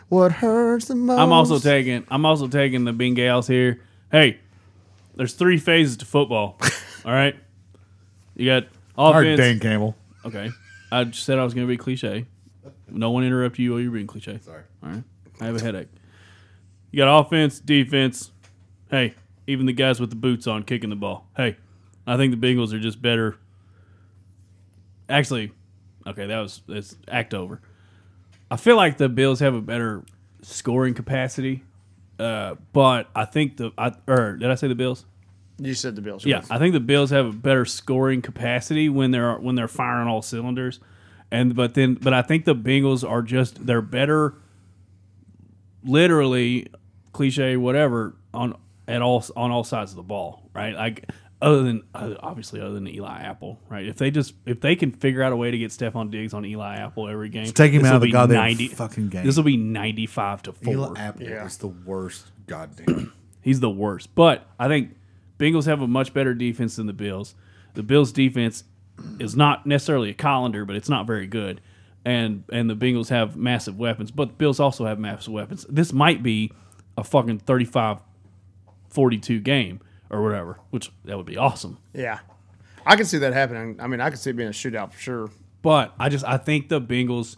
What hurts the most? I'm also taking I'm also taking the Bengals here. Hey, there's three phases to football. All right, you got all right, offense. Dan Campbell. Okay, I just said I was going to be cliche. No one interrupt you while you're being cliche. Sorry. All right, I have a headache. You got offense, defense. Hey, even the guys with the boots on kicking the ball. Hey, I think the Bengals are just better. Actually, okay, that was that's act over. I feel like the Bills have a better scoring capacity, uh, but I think the I or did I say the Bills? You said the Bills. Yeah, I think the Bills have a better scoring capacity when they're when they're firing all cylinders, and but then but I think the Bengals are just they're better, literally, cliche whatever on at all on all sides of the ball, right? Like other than other- obviously other than Eli Apple, right? If they just if they can figure out a way to get Stephon Diggs on Eli Apple every game, take him this out will of the be goddamn fucking game. This will be ninety five to four. Eli Apple is the worst goddamn. He's the worst. But I think Bengals have a much better defense than the Bills. The Bills defense is not necessarily a colander, but it's not very good. And and the Bengals have massive weapons, but the Bills also have massive weapons. This might be a fucking 35-42 game or whatever, which that would be awesome. Yeah. I can see that happening. I mean, I can see it being a shootout for sure. But I just I think the Bengals,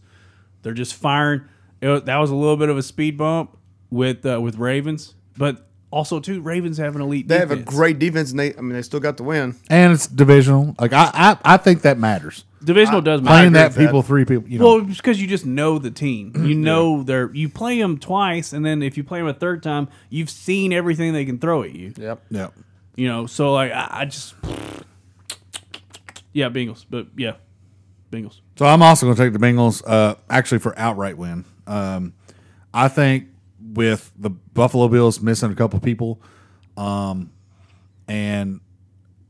they're just firing. It was- that was a little bit of a speed bump with uh, with Ravens, but also too Ravens have an elite. They have a defense. great defense, and they I mean they still got the win. And it's divisional. Like I, I, I think that matters. divisional does matter. Playing agree that with that. people, three people. You know, Well, it's because you just know the team. Mm-hmm. You know they're you play them twice, and then if you play them a third time, you've seen everything they can throw at you. Yep. yeah. You know, so like I, I just yeah, Bengals, but yeah, Bengals. So I'm also going to take the Bengals, uh, actually for outright win. Um, I think with the Buffalo Bills missing a couple people, um, and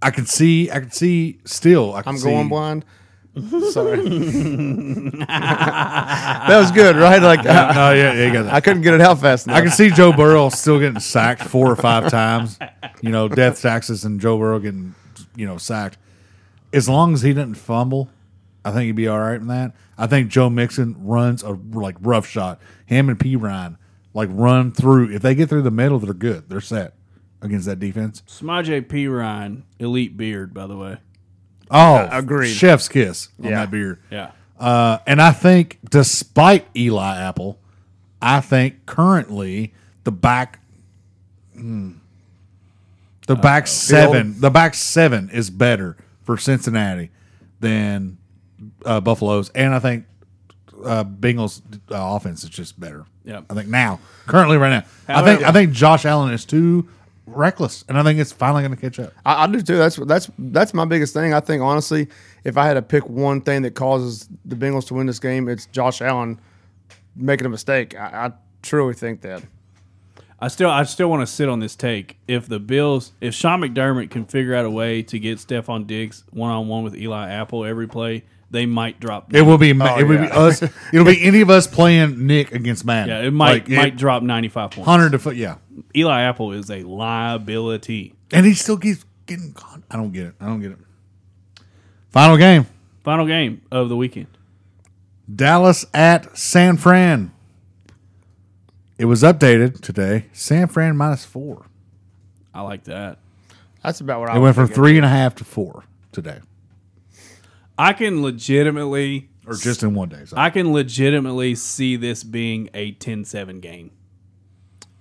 I can see, I can see still. I can I'm see- going blind. Sorry. that was good, right? Like I, No, yeah, yeah, you got that. I couldn't get it out fast enough. I can see Joe Burrow still getting sacked four or five times. You know, death taxes and Joe Burrow getting, you know, sacked. As long as he didn't fumble, I think he'd be all right in that. I think Joe Mixon runs a like rough shot. Him and P Ryan like run through. If they get through the middle, they're good. They're set against that defense. Samaje P. Ryan, elite beard, by the way. Oh, agreed. Chef's kiss on Yeah. that beard. Yeah. Uh, and I think, despite Eli Apple, I think currently the back, hmm, the Uh, back seven, the back seven is better for Cincinnati than uh, Buffalo's, and I think uh, Bengals' uh, offense is just better. Yeah. I think now, currently, right now, I think However- I think Josh Allen is too reckless, and I think it's finally going to catch up. I, I do too. That's that's that's my biggest thing. I think honestly, if I had to pick one thing that causes the Bengals to win this game, it's Josh Allen making a mistake. I, I truly think that. I still I still want to sit on this take. If the Bills if Sean McDermott can figure out a way to get Stephon Diggs one on one with Eli Apple every play, they might drop It will be. ma- Oh, it will be yeah. us. It'll be any of us playing Nick against Madden. yeah, it might Like, might drop ninety five points. hundred to foot. Yeah, Eli Apple is a liability. and he still keeps getting. Con- I don't get it. I don't get it. Final game: Final game of the weekend. Dallas at San Fran. It was updated today. San Fran minus four. I like that. That's about what I It would went from think three and a half to four today, I can legitimately or just in one day. So. I can legitimately see this being a 10-7 game.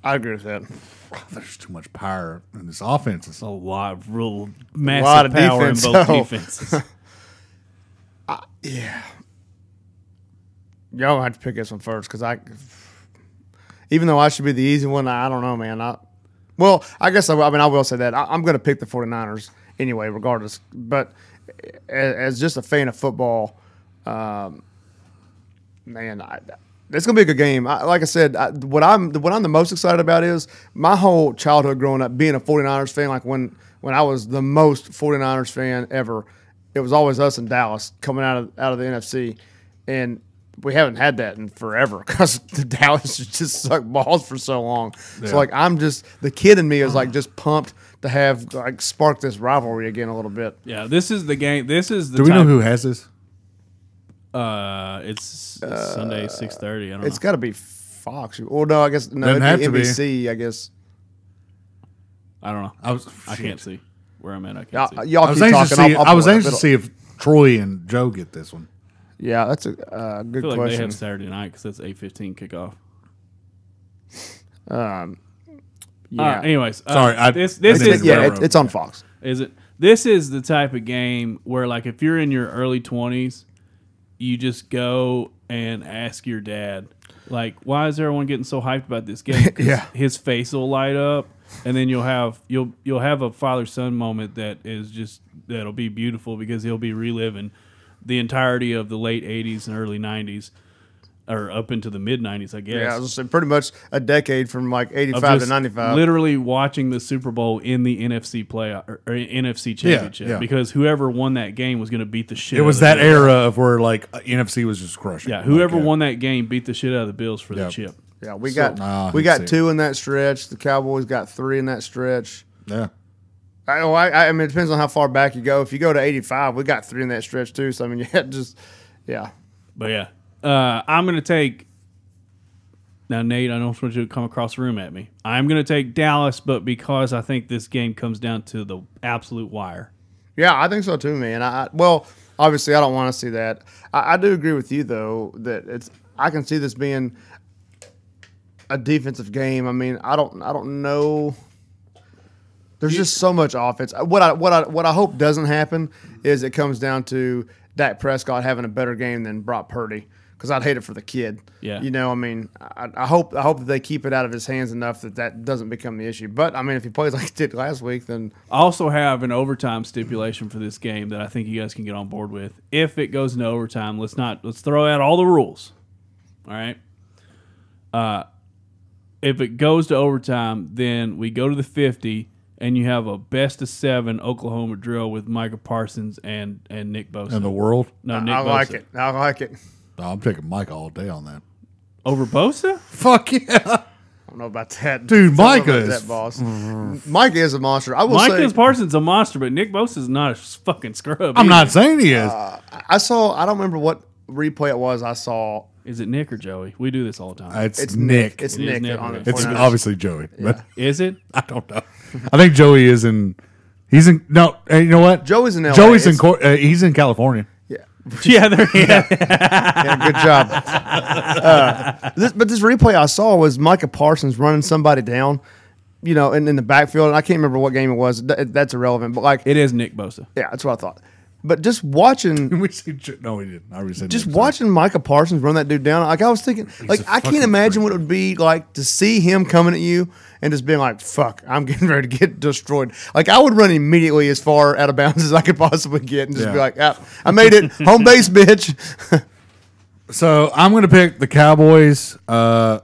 I agree with that. There's too much power in this offense. It's A all- lot of real massive lot of power defense, in both so. defenses. Y'all have to pick this one first because I, even though I should be the easy one, I don't know, man. I, well, I guess I, I mean I will say that I, I'm going to pick the 49ers anyway, regardless. But as, as just a fan of football, um, man, I, it's going to be a good game. I, like I said, I, what I'm what I'm the most excited about is my whole childhood growing up being a 49ers fan. Like when when I was the most 49ers fan ever, it was always us in Dallas coming out of out of the NFC, and we haven't had that in forever because the Dallas just sucked balls for so long. Yeah. So like I'm just the kid in me is like just pumped to have like spark this rivalry again a little bit. yeah, this is the game. This is the Do we know type- who has this? Uh, it's, it's Sunday six thirty. I don't Uh, It's know. got to be Fox. Well, no, I guess no. Doesn't it'd have to be. be NBC, I guess. I don't know. I was. I can't Oh, shit. see where I'm at. I can't Y'all, see. Uh, y'all I was keep anxious to talking. see. I'll- I'll I was pull it up. anxious to see if Troy and Joe get this one. It'll- Yeah, that's a uh, good I feel like they question. have Saturday night because that's eight fifteen kickoff. Uh, um, yeah, All right, anyways, uh, Sorry, I- this this I didn't mean is to yeah, railroad. it, it's on Fox. is it this is the type of game where like if you're in your early 20s you just go and ask your dad like why is everyone getting so hyped about this game 'Cause Yeah. his face will light up and then you'll have you'll you'll have a father son moment that is just that'll be beautiful because he'll be reliving the entirety of the late 80s and early 90s or up into the mid 90s i guess Yeah, it's pretty much a decade from like of '85 to just '95. Literally watching the Super Bowl in the NFC play or, or NFC championship yeah. because whoever won that game was going to beat the shit. It out was of the that Bills. era of where like uh, NFC was just crushing. Yeah, whoever Like, uh, won that game beat the shit out of the Bills for Yeah. the chip. yeah, we got Nah, I we can see got it. two in that stretch. The Cowboys got three in that stretch. Yeah. I, oh, I, I mean, it depends on how far back you go. If you go to '85, we got three in that stretch too. So I mean, yeah, just yeah. But yeah, uh, I'm going to take. Now, Nate, I don't want you to come across the room at me. I'm going to take Dallas, but because I think this game comes down to the absolute wire. Yeah, I think so too, man. I I- well, obviously, I don't want to see that. I, I do agree with you though that it's. I can see this being a defensive game. I mean, I don't. I don't know. There's just so much offense. Uh, What I what I what I hope doesn't happen is it comes down to Dak Prescott having a better game than Brock Purdy because I'd hate it for the kid. Yeah. you know. I mean, I, I hope I hope that they keep it out of his hands enough that that doesn't become the issue. But I mean, if he plays like he did last week, then I also have an overtime stipulation for this game that I think you guys can get on board with. If it goes into overtime, let's not let's throw out all the rules. All right. Uh, if it goes to overtime, then we go to the fifty, and you have a best of seven Oklahoma drill with Micah Parsons and and Nick Bosa. In the world, no, Nick I like Bosa. it. I like it. No, I'm taking Mike all day on that. over Bosa. Fuck yeah, I don't know about that, Dude, Don't know about Micah is- that boss. Micah is a monster. I will Micah say, Parsons a monster, but Nick Bosa is not a fucking scrub. I'm either. not saying he is. I saw. I don't remember what replay it was. I saw. Is it Nick or Joey? We do this all the time. It's, It's Nick. Nick. It's It is Nick. Nick, on the right. It's 49ers. obviously Joey, but is it? I don't know. I think Joey is in. He's in no. hey, you know what? Joey's in LA. Joey's in. It's- Cor- uh, he's in California. Yeah. yeah, there he is. yeah, good job. Uh, this, but this replay I saw was Micah Parsons running somebody down, you know, in, in the backfield. And I can't remember what game it was. Th- that's irrelevant. But like, It is Nick Bosa. yeah, that's what I thought. But just watching, we see, Jo- no, he didn't. I already said just that. watching Micah Parsons run that dude down. Like I was thinking, like a I fucking can't imagine what it would be like to see him coming at you and just being like, "Fuck, I'm getting ready to get destroyed." Like I would run immediately as far out of bounds as I could possibly get, and just be Yeah. like, ah, "I made it, home base, bitch." So I'm going to pick the Cowboys. Uh,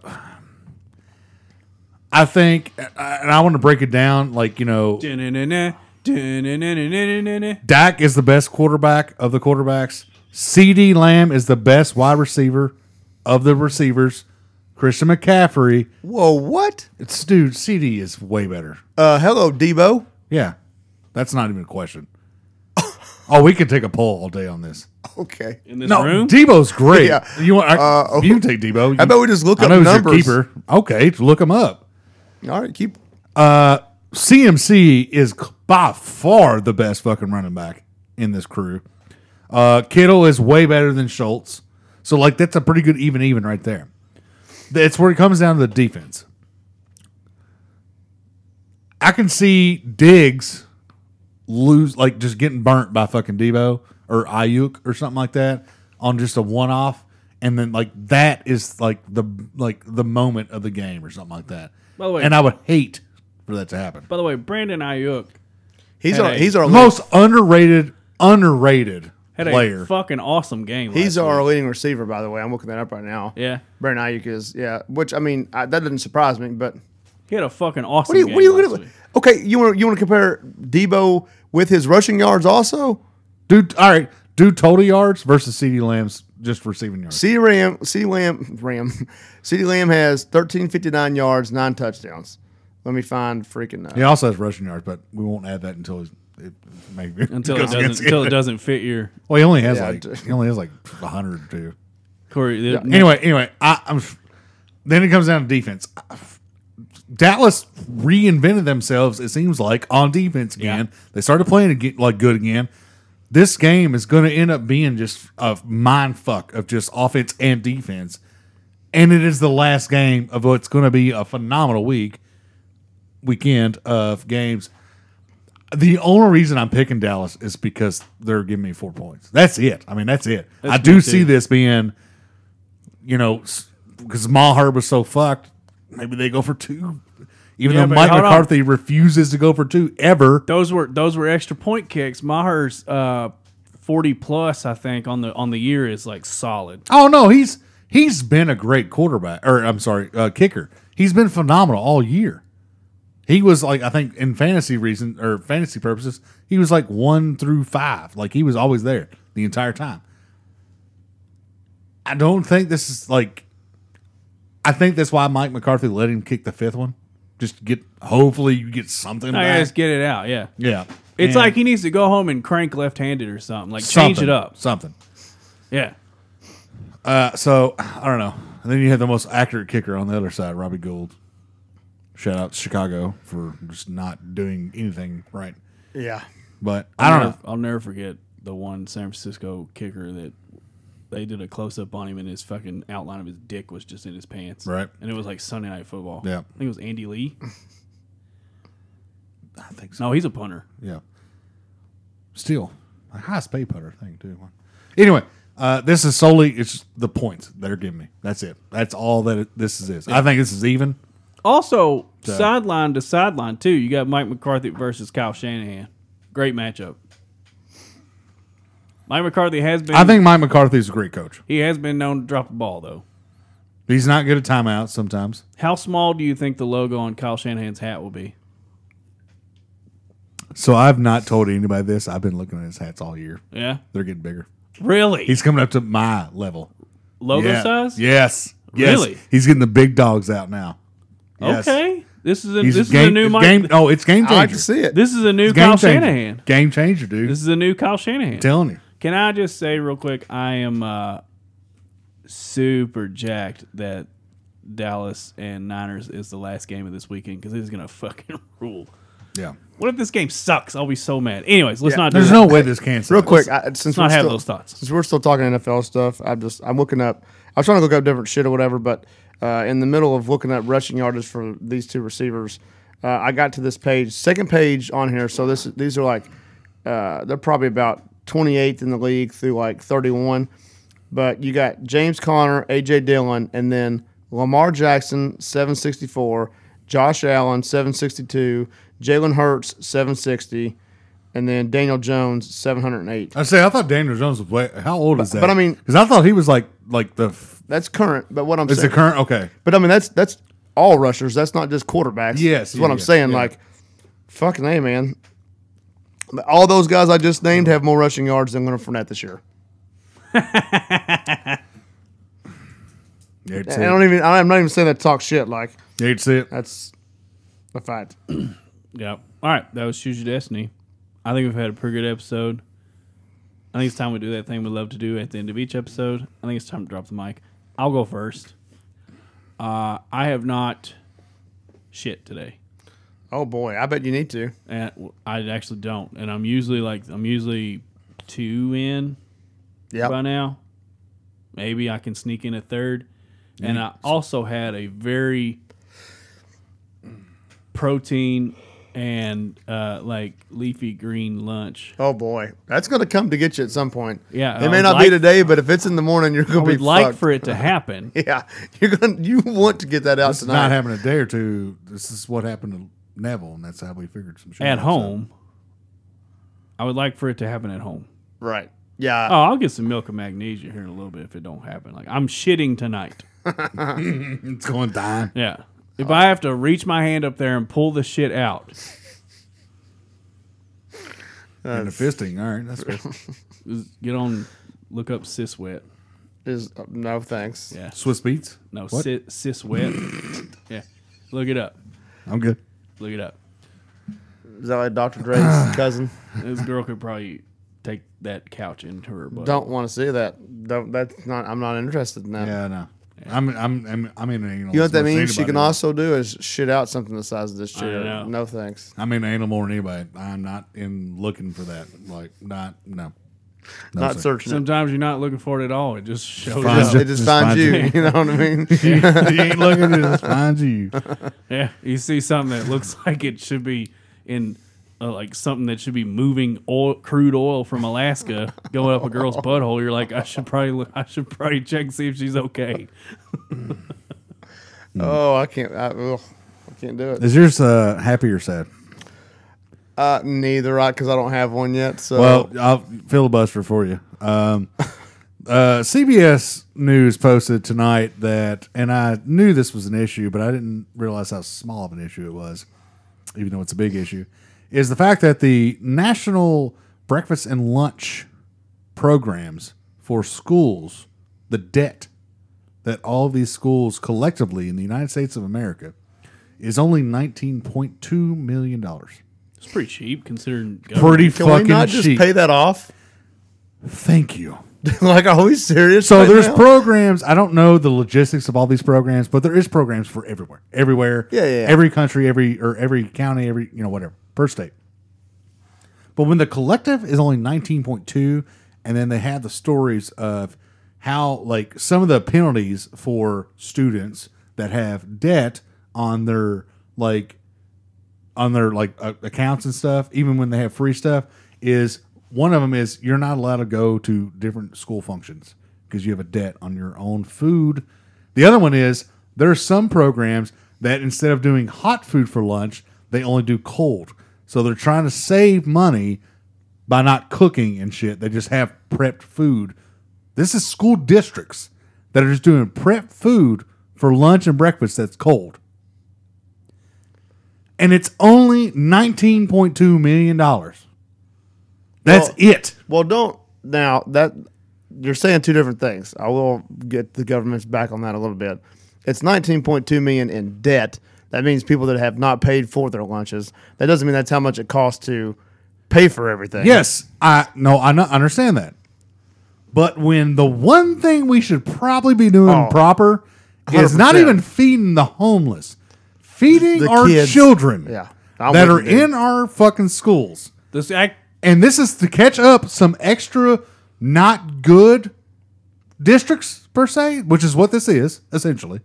I think, and I want to break it down. Like you know, Dun-dun-dun-dun, dun-dun-dun-dun-dun-dun. Dak is the best quarterback of the quarterbacks. CD Lamb is the best wide receiver of the receivers. Christian McCaffrey, Whoa, what? it's dude, CD is way better. Uh, hello, Debo. Yeah, that's not even a question. oh, we could take a poll all day on this. Okay. In this No, room? Debo's great. Yeah. You want? I, Uh, you can take Debo. How about we just look I up know he's your numbers? keeper. Okay, look him up. All right, keep. CMC is c- by far the best fucking running back in this crew. Uh, Kittle is way better than Schultz. So, like, that's a pretty good even even right there. That's where it comes down to the defense. I can see Diggs lose, like, just getting burnt by fucking Debo or Ayuk or something like that on just a one off. And then, like, that is like the like the moment of the game or something like that. By the way- and I would hate for that to happen. By the way, Brandon Ayuk He's Had our a he's our lead, Most underrated, underrated had player. a fucking awesome game. he's last our week. leading receiver. By the way, I'm looking that up right now. yeah. Brandon Ayuk is yeah. Which I mean, I, that doesn't surprise me. But He had a fucking what awesome. do you game what do you last gonna, week. okay? You want you want to compare Debo with his rushing yards also? Dude, all right. Do total yards versus CD Lamb's just receiving yards. C Ram C Lamb Ram C Lamb has 1359 yards, nine touchdowns. Let me find freaking. Uh, He also has rushing yards, but we won't add that until he's, it maybe until it goes against doesn't until it doesn't fit your Well, he only has Yeah, like he only has like hundred or two. Corey. the- Anyway, anyway, I, I'm. Then it comes down to defense. Dallas reinvented themselves. It seems like on defense again. They started playing ag- like good again. This game is going to end up being just a mind fuck of just offense and defense, and it is the last game of what's going to be a phenomenal week weekend of games. The only reason I'm picking Dallas is because they're giving me four points. That's it. I mean, that's it. I me do too. see this being, you know, because Maher was so fucked. Maybe they go for two, even Yeah, though but Mike hold on. McCarthy refuses to go for two ever. Those were those were extra point kicks. Maher's uh, forty plus, I think, on the on the year is like solid. Oh no, he's he's been a great quarterback, or I'm sorry, uh, kicker. He's been phenomenal all year. He was like I think in fantasy reason or fantasy purposes, he was like one through five. Like he was always there the entire time. I don't think this is like. I think that's why Mike McCarthy let him kick the fifth one. Just to get hopefully you get something. I back. guess get it out. Yeah, yeah, And it's like he needs to go home and crank left handed or something. Like change something, it up. Something. Yeah, Uh, so I don't know. And then you have the most accurate kicker on the other side, Robbie Gould. Shout out to Chicago for just not doing anything right. yeah. But I don't know. I'll never forget the one San Francisco kicker that they did a close up on him and his fucking outline of his dick was just in his pants. Right. and it was like Sunday night football. Yeah. I think it was Andy Lee. I think so. No, he's a punter. Yeah. Still, a highest pay putter thing too. Anyway, uh, this is solely it's the points they're giving me. That's it. That's all that it, this is. is. I think this is even. Also, sideline to sideline too. You got Mike McCarthy versus Kyle Shanahan. Great matchup. Mike McCarthy has been. I think Mike McCarthy's a great coach. he has been known to drop a ball though. He's not good at timeouts sometimes. How small do you think the logo on Kyle Shanahan's hat will be? So I've not told anybody this. I've been looking at his hats all year. Yeah, They're getting bigger. really? He's coming up to my level. logo yeah. size? Yes. Yes. Really? He's getting the big dogs out now. Yes. Okay. This is a, He's this game, is a new Mike. game. Oh, it's game I changer. like to see it. This is a new It's game Kyle changer. Shanahan. Game changer, dude. This is a new Kyle Shanahan. I'm telling you. Can I just say real quick? I am uh, super jacked that Dallas and Niners is the last game of this weekend because it is gonna fucking rule. Yeah. What if this game sucks? I'll be so mad. Anyways, let's not. Do There's that. no way this can't. Real suck. quick, I, since Let's not we're have still, those thoughts. Since we're still talking NFL stuff, I'm just I'm looking up. I was trying to look up different shit or whatever, but uh, in the middle of looking up rushing yardage for these two receivers, uh, I got to this page, second page on here. So this these are like uh, they're probably about 28th in the league through like 31. But you got James Conner, AJ Dillon, and then Lamar Jackson, 764, Josh Allen, 762, Jalen Hurts, 760, and then Daniel Jones, 708. I say I thought Daniel Jones was way. How old is that? but I mean- because I thought he was like like the f- That's current, but what I'm is the saying, current okay. but I mean that's that's all rushers. That's not just quarterbacks. Yes, that's what yeah, I'm yeah, saying. yeah. Like, fucking a man. But All those guys I just named have more rushing yards than Leonard Fournette this year. Yeah, you'd I see it. don't even. I'm not even saying that to talk shit. Like Yeah, you'd see it. that's a fact. Yeah. All right. That was Choose Your Destiny. I think we've had a pretty good episode. I think it's time we do that thing we love to do at the end of each episode. I think it's time to drop the mic. I'll go first. Uh, I have not shit today. Oh boy, I bet you need to. And I actually don't. And I'm usually like, I'm usually two in by Yeah, now. Maybe I can sneak in a third. And I also had a very protein and uh, like leafy green lunch. Oh boy, that's gonna come to get you at some point. Yeah, I it may would not like- be today, but if it's in the morning, you're gonna I be would like fucked. for it to happen. Yeah, you're gonna you want to get that out It's tonight. not happening a day or two. This is what happened to Neville, and that's how we figured some shit at out, so. home. I would like for it to happen at home. right? Yeah, Oh, I'll get some milk and magnesia here in a little bit if it don't happen. Like I'm shitting tonight. It's going down. Yeah. If I have to reach my hand up there and pull the shit out, and the fisting. All right, that's cool. is- get on, look up sis wet. is uh, no thanks. Yeah. Swiss beats. No, What? sis, sis wet. yeah. Look it up. I'm good. Look it up. Is that like Dr. Dre's cousin? This girl could probably take that couch into her butt. Don't want to see that. Don't. That's not. I'm not interested in that. Yeah, no. I'm I'm I'm I'm in an anal. You know what that means? She Anybody. can also do is shit out something the size of this chair. know. No thanks. I'm in anal more than anybody. I'm not in looking for that. Like not no. No, not sir. searching. it. Sometimes you're not looking for it at all. It just shows Fine. up. It just finds you. You know what I mean? you ain't looking. It just finds you. Yeah, you see something that looks like it should be in uh, like something that should be moving oil, crude oil from Alaska going up a girl's butthole. You're like, I should probably, look- I should probably check see if she's okay. oh, I can't. I, ugh, I can't do it. Is yours uh, happy or sad? Uh, neither, right? Because I don't have one yet. So Well, I'll filibuster for you. Um, uh, CBS News posted tonight that, and I knew this was an issue, but I didn't realize how small of an issue it was, even though it's a big issue, is the fact that the national breakfast and lunch programs for schools, the debt that all these schools collectively in the United States of America is only $19.2 million. It's pretty cheap considering. government- Pretty can we fucking not just cheap. pay that off? Thank you. like, are we serious? So right there's now? programs. I don't know the logistics of all these programs, but there is programs for everywhere, everywhere. Yeah, yeah, yeah. Every country, every or every county, every you know whatever per state. But when the collective is only 19.2, and then they have the stories of how like some of the penalties for students that have debt on their like on their like uh, accounts and stuff, even when they have free stuff, is one of them is you're not allowed to go to different school functions because you have a debt on your own food. The other one is there are some programs that instead of doing hot food for lunch, they only do cold. So they're trying to save money by not cooking and shit. They just have prepped food. This is school districts that are just doing prep food for lunch and breakfast that's cold and it's only nineteen point two million dollars. That's Well- it. Well, don't now that you're saying two different things. I will get the government's back on that a little bit. It's 19.2 million in debt. That means people that have not paid for their lunches. That doesn't mean that's how much it costs to pay for everything. Yes, I no, I not- understand that. But when the one thing we should probably be doing Oh, proper is not 100%. even feeding the homeless, feeding The our kids. children Yeah. I'm that with are you, dude. in our fucking schools. This act, And this is to catch up some extra not good districts per se, which is what this is essentially.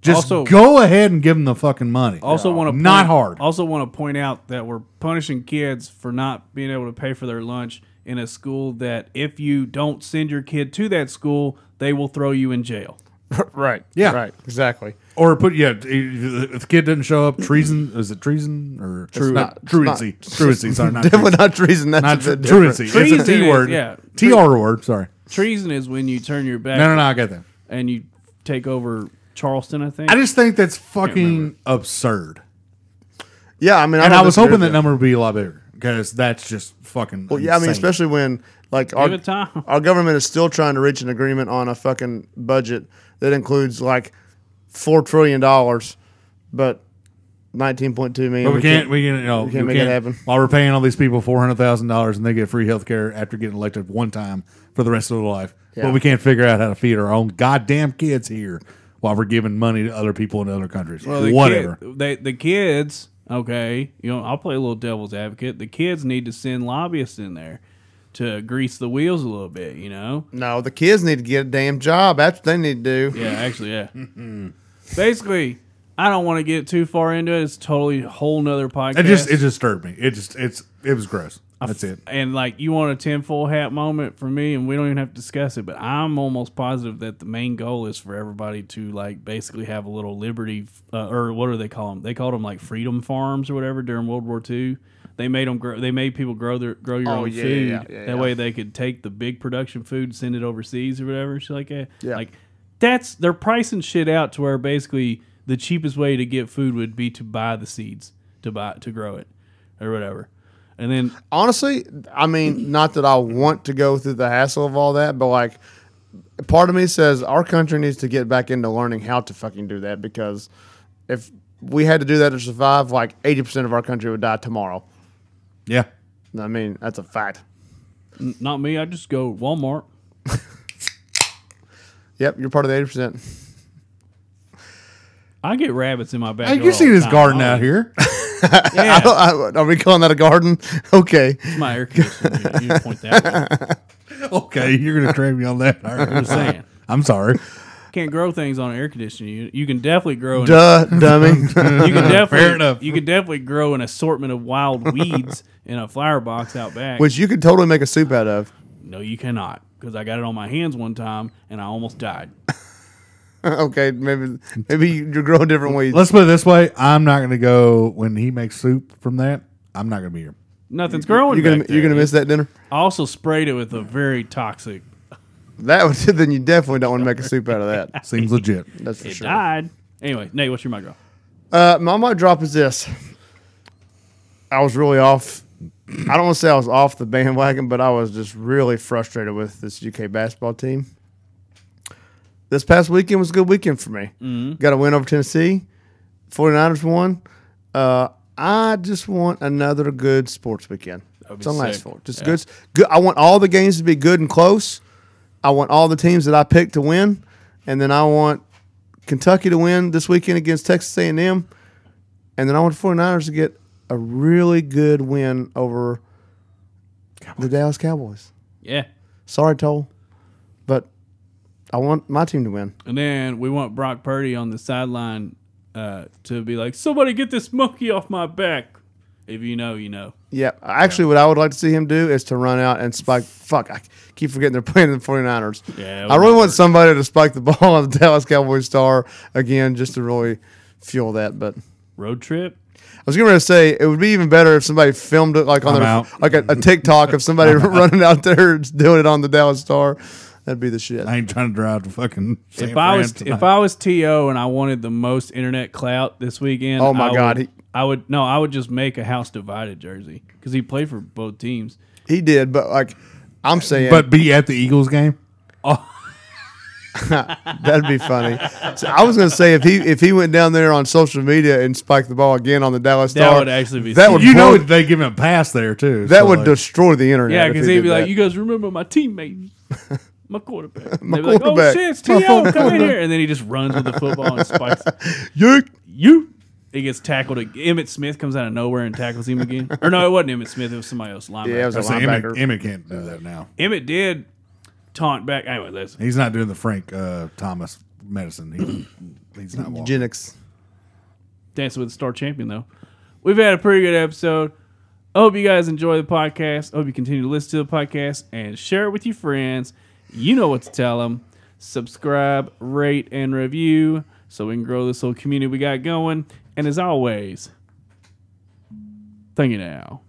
Just Also- go ahead and give them the fucking money. also want to not hard. Also want to point out that we're punishing kids for not being able to pay for their lunch in a school that if you don't send your kid to that school, they will throw you in jail. right. Yeah. Right. Exactly. Or put yeah, if the kid doesn't show up, treason is it treason or True- not, it's truancy? not- truancy, sorry, not Definitely treason. not treason. That's not a tr- bit different. truancy. It's a Treason T is- word. yeah. T R word. Sorry. Treason is when you turn your back No, no, no. I got that. and you take over Charleston, I think. I just think that's fucking absurd, Yeah, I mean, and I was disagree hoping with that you. number would be a lot bigger because that's just fucking. Well, yeah, I mean, insane. especially when like our, it time. our government is still trying to reach an agreement on a fucking budget that includes like four trillion dollars, but nineteen point two million. But we can't. We can. You know, can't we can't make it happen. While we're paying all these people four hundred thousand dollars and they get free health care after getting elected one time for the rest of their life, Yeah. but we can't figure out how to feed our own goddamn kids here while we're giving money to other people in other countries. Well, the Whatever. Kid, they, the kids, okay, you know, I'll play a little devil's advocate. The kids need to send lobbyists in there to grease the wheels a little bit, you know? No, the kids need to get a damn job. That's what they need to do. Yeah, actually, yeah. Basically, I don't want to get too far into it. It's totally a whole nother podcast. It just it disturbed me. It just it's it was gross. That's it. and like you want a tinfoil hat moment for me, and we don't even have to discuss it. But I'm almost positive that the main goal is for everybody to like basically have a little liberty, uh, or what do they call them? They called them like freedom farms or whatever during World War II. They made them grow. They made people grow their grow your Oh, own yeah, yeah, food. yeah, yeah, yeah. that way they could take the big production food, send it overseas or whatever. Shit like that. Yeah. Like that's they're pricing shit out to where basically the cheapest way to get food would be to buy the seeds to buy to grow it or whatever. And then Honestly, I mean, not that I want to go through the hassle of all that, but like, part of me says our country needs to get back into learning how to fucking do that because if we had to do that to survive, like eighty percent of our country would die tomorrow. Yeah. I mean, that's a fact. Not me. I just go Walmart. Yep, you're part of the eighty percent. I get rabbits in my Hey, backyard. you see all the this time. garden Oh, out here? I Yeah, don't- I- are we calling that a garden? Okay. it's my air conditioner. You- You point that. Way. okay, you're gonna trade me on that. All right. I'm just saying. I'm sorry. Can't grow things on air conditioning. You, you can definitely grow. In, Duh, dummy. you can definitely. enough. You can definitely grow an assortment of wild weeds in a flower box out back. Which you could totally make a soup out of. no, you cannot, because I got it on my hands one time and I almost died. okay, maybe maybe you're growing different weeds. Let's put it this way. I'm not gonna go when he makes soup from that. I'm not gonna be here. Nothing's growing. You're gonna back you're there. gonna miss that dinner. I also sprayed it with a very toxic. That would then you definitely don't want to make a soup out of that. Seems legit. That's for It sure. died. Anyway, Nate, what's your micro? Uh, my mic drop is this. I was really off. I don't want to say I was off the bandwagon, but I was just really frustrated with this UK basketball team. This past weekend was a good weekend for me. Got a win over Tennessee. 49ers won. Uh, I just want another good sports weekend. That's all I ask sick. for. Just good, good. I want all the games to be good and close. I want all the teams that I picked to win, and then I want Kentucky to win this weekend against Texas A&M, and then I want the 49ers to get a really good win over the Dallas Cowboys. Yeah. Sorry, Toll, but I want my team to win. And then we want Brock Purdy on the sideline uh, to be like, somebody get this monkey off my back. If you know, you know. Yeah, actually, what I would like to see him do is to run out and spike. Fuck, I keep forgetting they're playing the 49ers. Yeah, it I really would want somebody to spike the ball on the Dallas Cowboys star again just to really fuel that, but. Road trip. I was gonna say it would be even better if somebody filmed it like on I'm their out. like a, a TikTok of somebody running out there and doing it on the Dallas Star. That'd be the shit. I ain't trying to drive to fucking. San if I was Fran if tonight. I was To and I wanted the most internet clout this weekend, Oh my I God, would, he- I would no, I would just make a house divided jersey because he played for both teams. He did, but like I'm saying, but be at the Eagles game. That'd be funny. So I was going to say if he if he went down there on social media and spiked the ball again on the Dallas That Star, would actually be that sick. would You know blow- they give him a pass there too. that so, would like, destroy the internet. Yeah, if because he he'd did be like, that. "You guys remember my teammate, my quarterback." My They'd be like, quarterback. "Oh shit, it's My T.O. Come in here!" And then he just runs with the football and spikes. Yeek. You. He gets tackled. ag- Emmett Smith comes out of nowhere and tackles him again. or no, it wasn't Emmett Smith. It was somebody else. Linebacker. Yeah, it was a I say Emmett, linebacker. Emmett can't do that now. Emmett did taunt back. Anyway, that's He's not doing the Frank uh, Thomas medicine. He, he's not walking. Eugenics. Dancing with the Star champion, though. We've had a pretty good episode. I hope you guys enjoy the podcast. I hope you continue to listen to the podcast and share it with your friends. You know what to tell them. Subscribe, rate, and review so we can grow this little community we got going. And as always, thank you now.